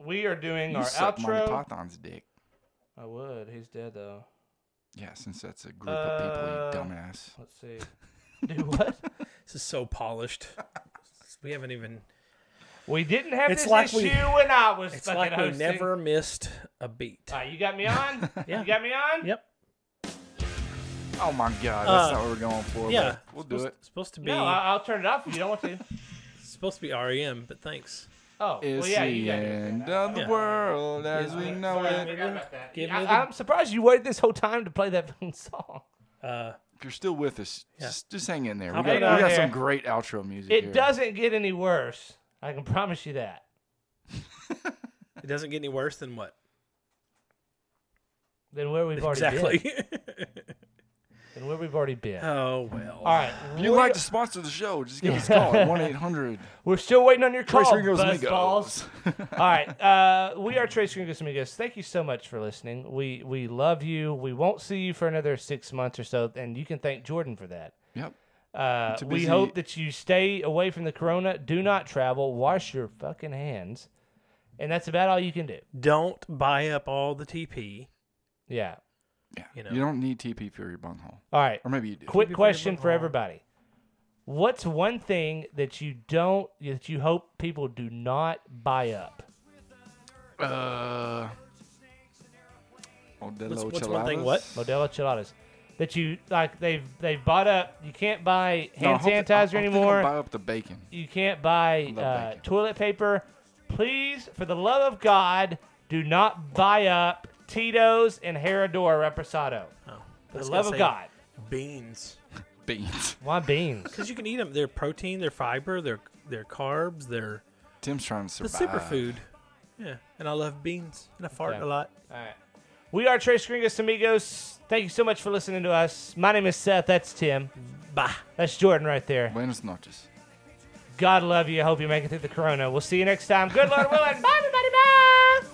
E: We are doing
G: You
E: our
G: suck Monty
E: outro.
G: Python's dick.
E: I would. He's dead though.
G: Yeah, since that's a group of people, you
E: Uh,
G: dumbass.
E: Let's see. Do what?
F: This is so polished. we haven't even.
E: We didn't have
F: It's
E: this
F: like
E: issue
F: we-
E: when I was
F: It's
E: fucking
F: like we
E: hosting.
F: never missed a beat.
E: All right, you got me on. You got me on.
F: Yep.
G: Oh my god, that's
F: Uh,
G: not what we're going for.
F: Yeah.
G: but we'll do
F: supposed,
G: it.
F: Supposed to be
E: No, I- I'll turn it off if you don't want to.
F: supposed to be REM, but thanks.
E: Oh,
G: It's
E: well, yeah,
G: the
E: you got it.
G: end of the
F: Yeah.
G: world as we know
E: Sorry, I
G: it.
E: forgot about that.
F: Give me the-
E: I, I'm surprised you waited this whole time to play that fucking song.
F: Uh,
G: If you're still with us, just, just hang in there. We
F: Hang
G: got, we
E: on
G: got
E: there.
G: some great outro music.
E: It
G: here.
E: doesn't get any worse. I can promise you that.
F: it doesn't get any worse than what
E: Than where we've already been.
F: exactly.
E: Than where we've already been.
F: oh well.
E: All right,
G: If you like to sponsor the show, just give us a call at 1 800
E: we're still waiting on your call.
G: Trace Ringo's
E: buzzballs.
G: Amigos.
E: All right. Uh, we are Trace Gringos Amigos. Thank you so much for listening. We we love you. We won't see you for another six months or so, and you can thank Jordan for that.
G: Yep.
E: Uh,
G: Too
E: we
G: busy-
E: hope that you stay away from the corona. Do not travel. Wash your fucking hands. And that's about all you can do.
F: Don't buy up all the TP.
E: Yeah.
G: Yeah.
F: You
G: You,
F: know.
G: don't need TP for your bunghole.
E: All right.
G: Or maybe you do.
E: Quick question for everybody What's one thing that you don't that you hope people do not buy up?
G: Uh, Modelo
F: What's- what's one thing, what?
G: Cheladas?
E: Modelo enchiladas that you like they've they've bought up. You can't buy
G: No, I
E: hand
G: hope they- I- I
E: sanitizer
G: think I'll
E: anymore.
G: Buy up the bacon.
E: you can't buy
G: Love
E: uh,
G: bacon.
E: toilet paper. Please, for the love of God, do not buy up Tito's and Herradura Reposado.
F: Oh, I
E: for
F: was
E: the
F: gonna
E: love of
F: say
E: God.
F: beans.
G: Beans.
E: Why beans?
F: Because you can eat them. They're protein, they're fiber, they're they're carbs, they're
G: Tim's trying to
F: the
G: survive.
F: superfood. Yeah, and I love beans, and I fart
E: Okay.
F: a lot.
E: All right. We are Trace Gringos Amigos. Thank you so much for listening to us. My name is Seth. That's Tim.
F: Bah.
E: That's Jordan right there.
G: Buenas noches.
E: God love you. I hope you make it through the corona. We'll see you next time. Good Lord willing. Bye, everybody. Bye.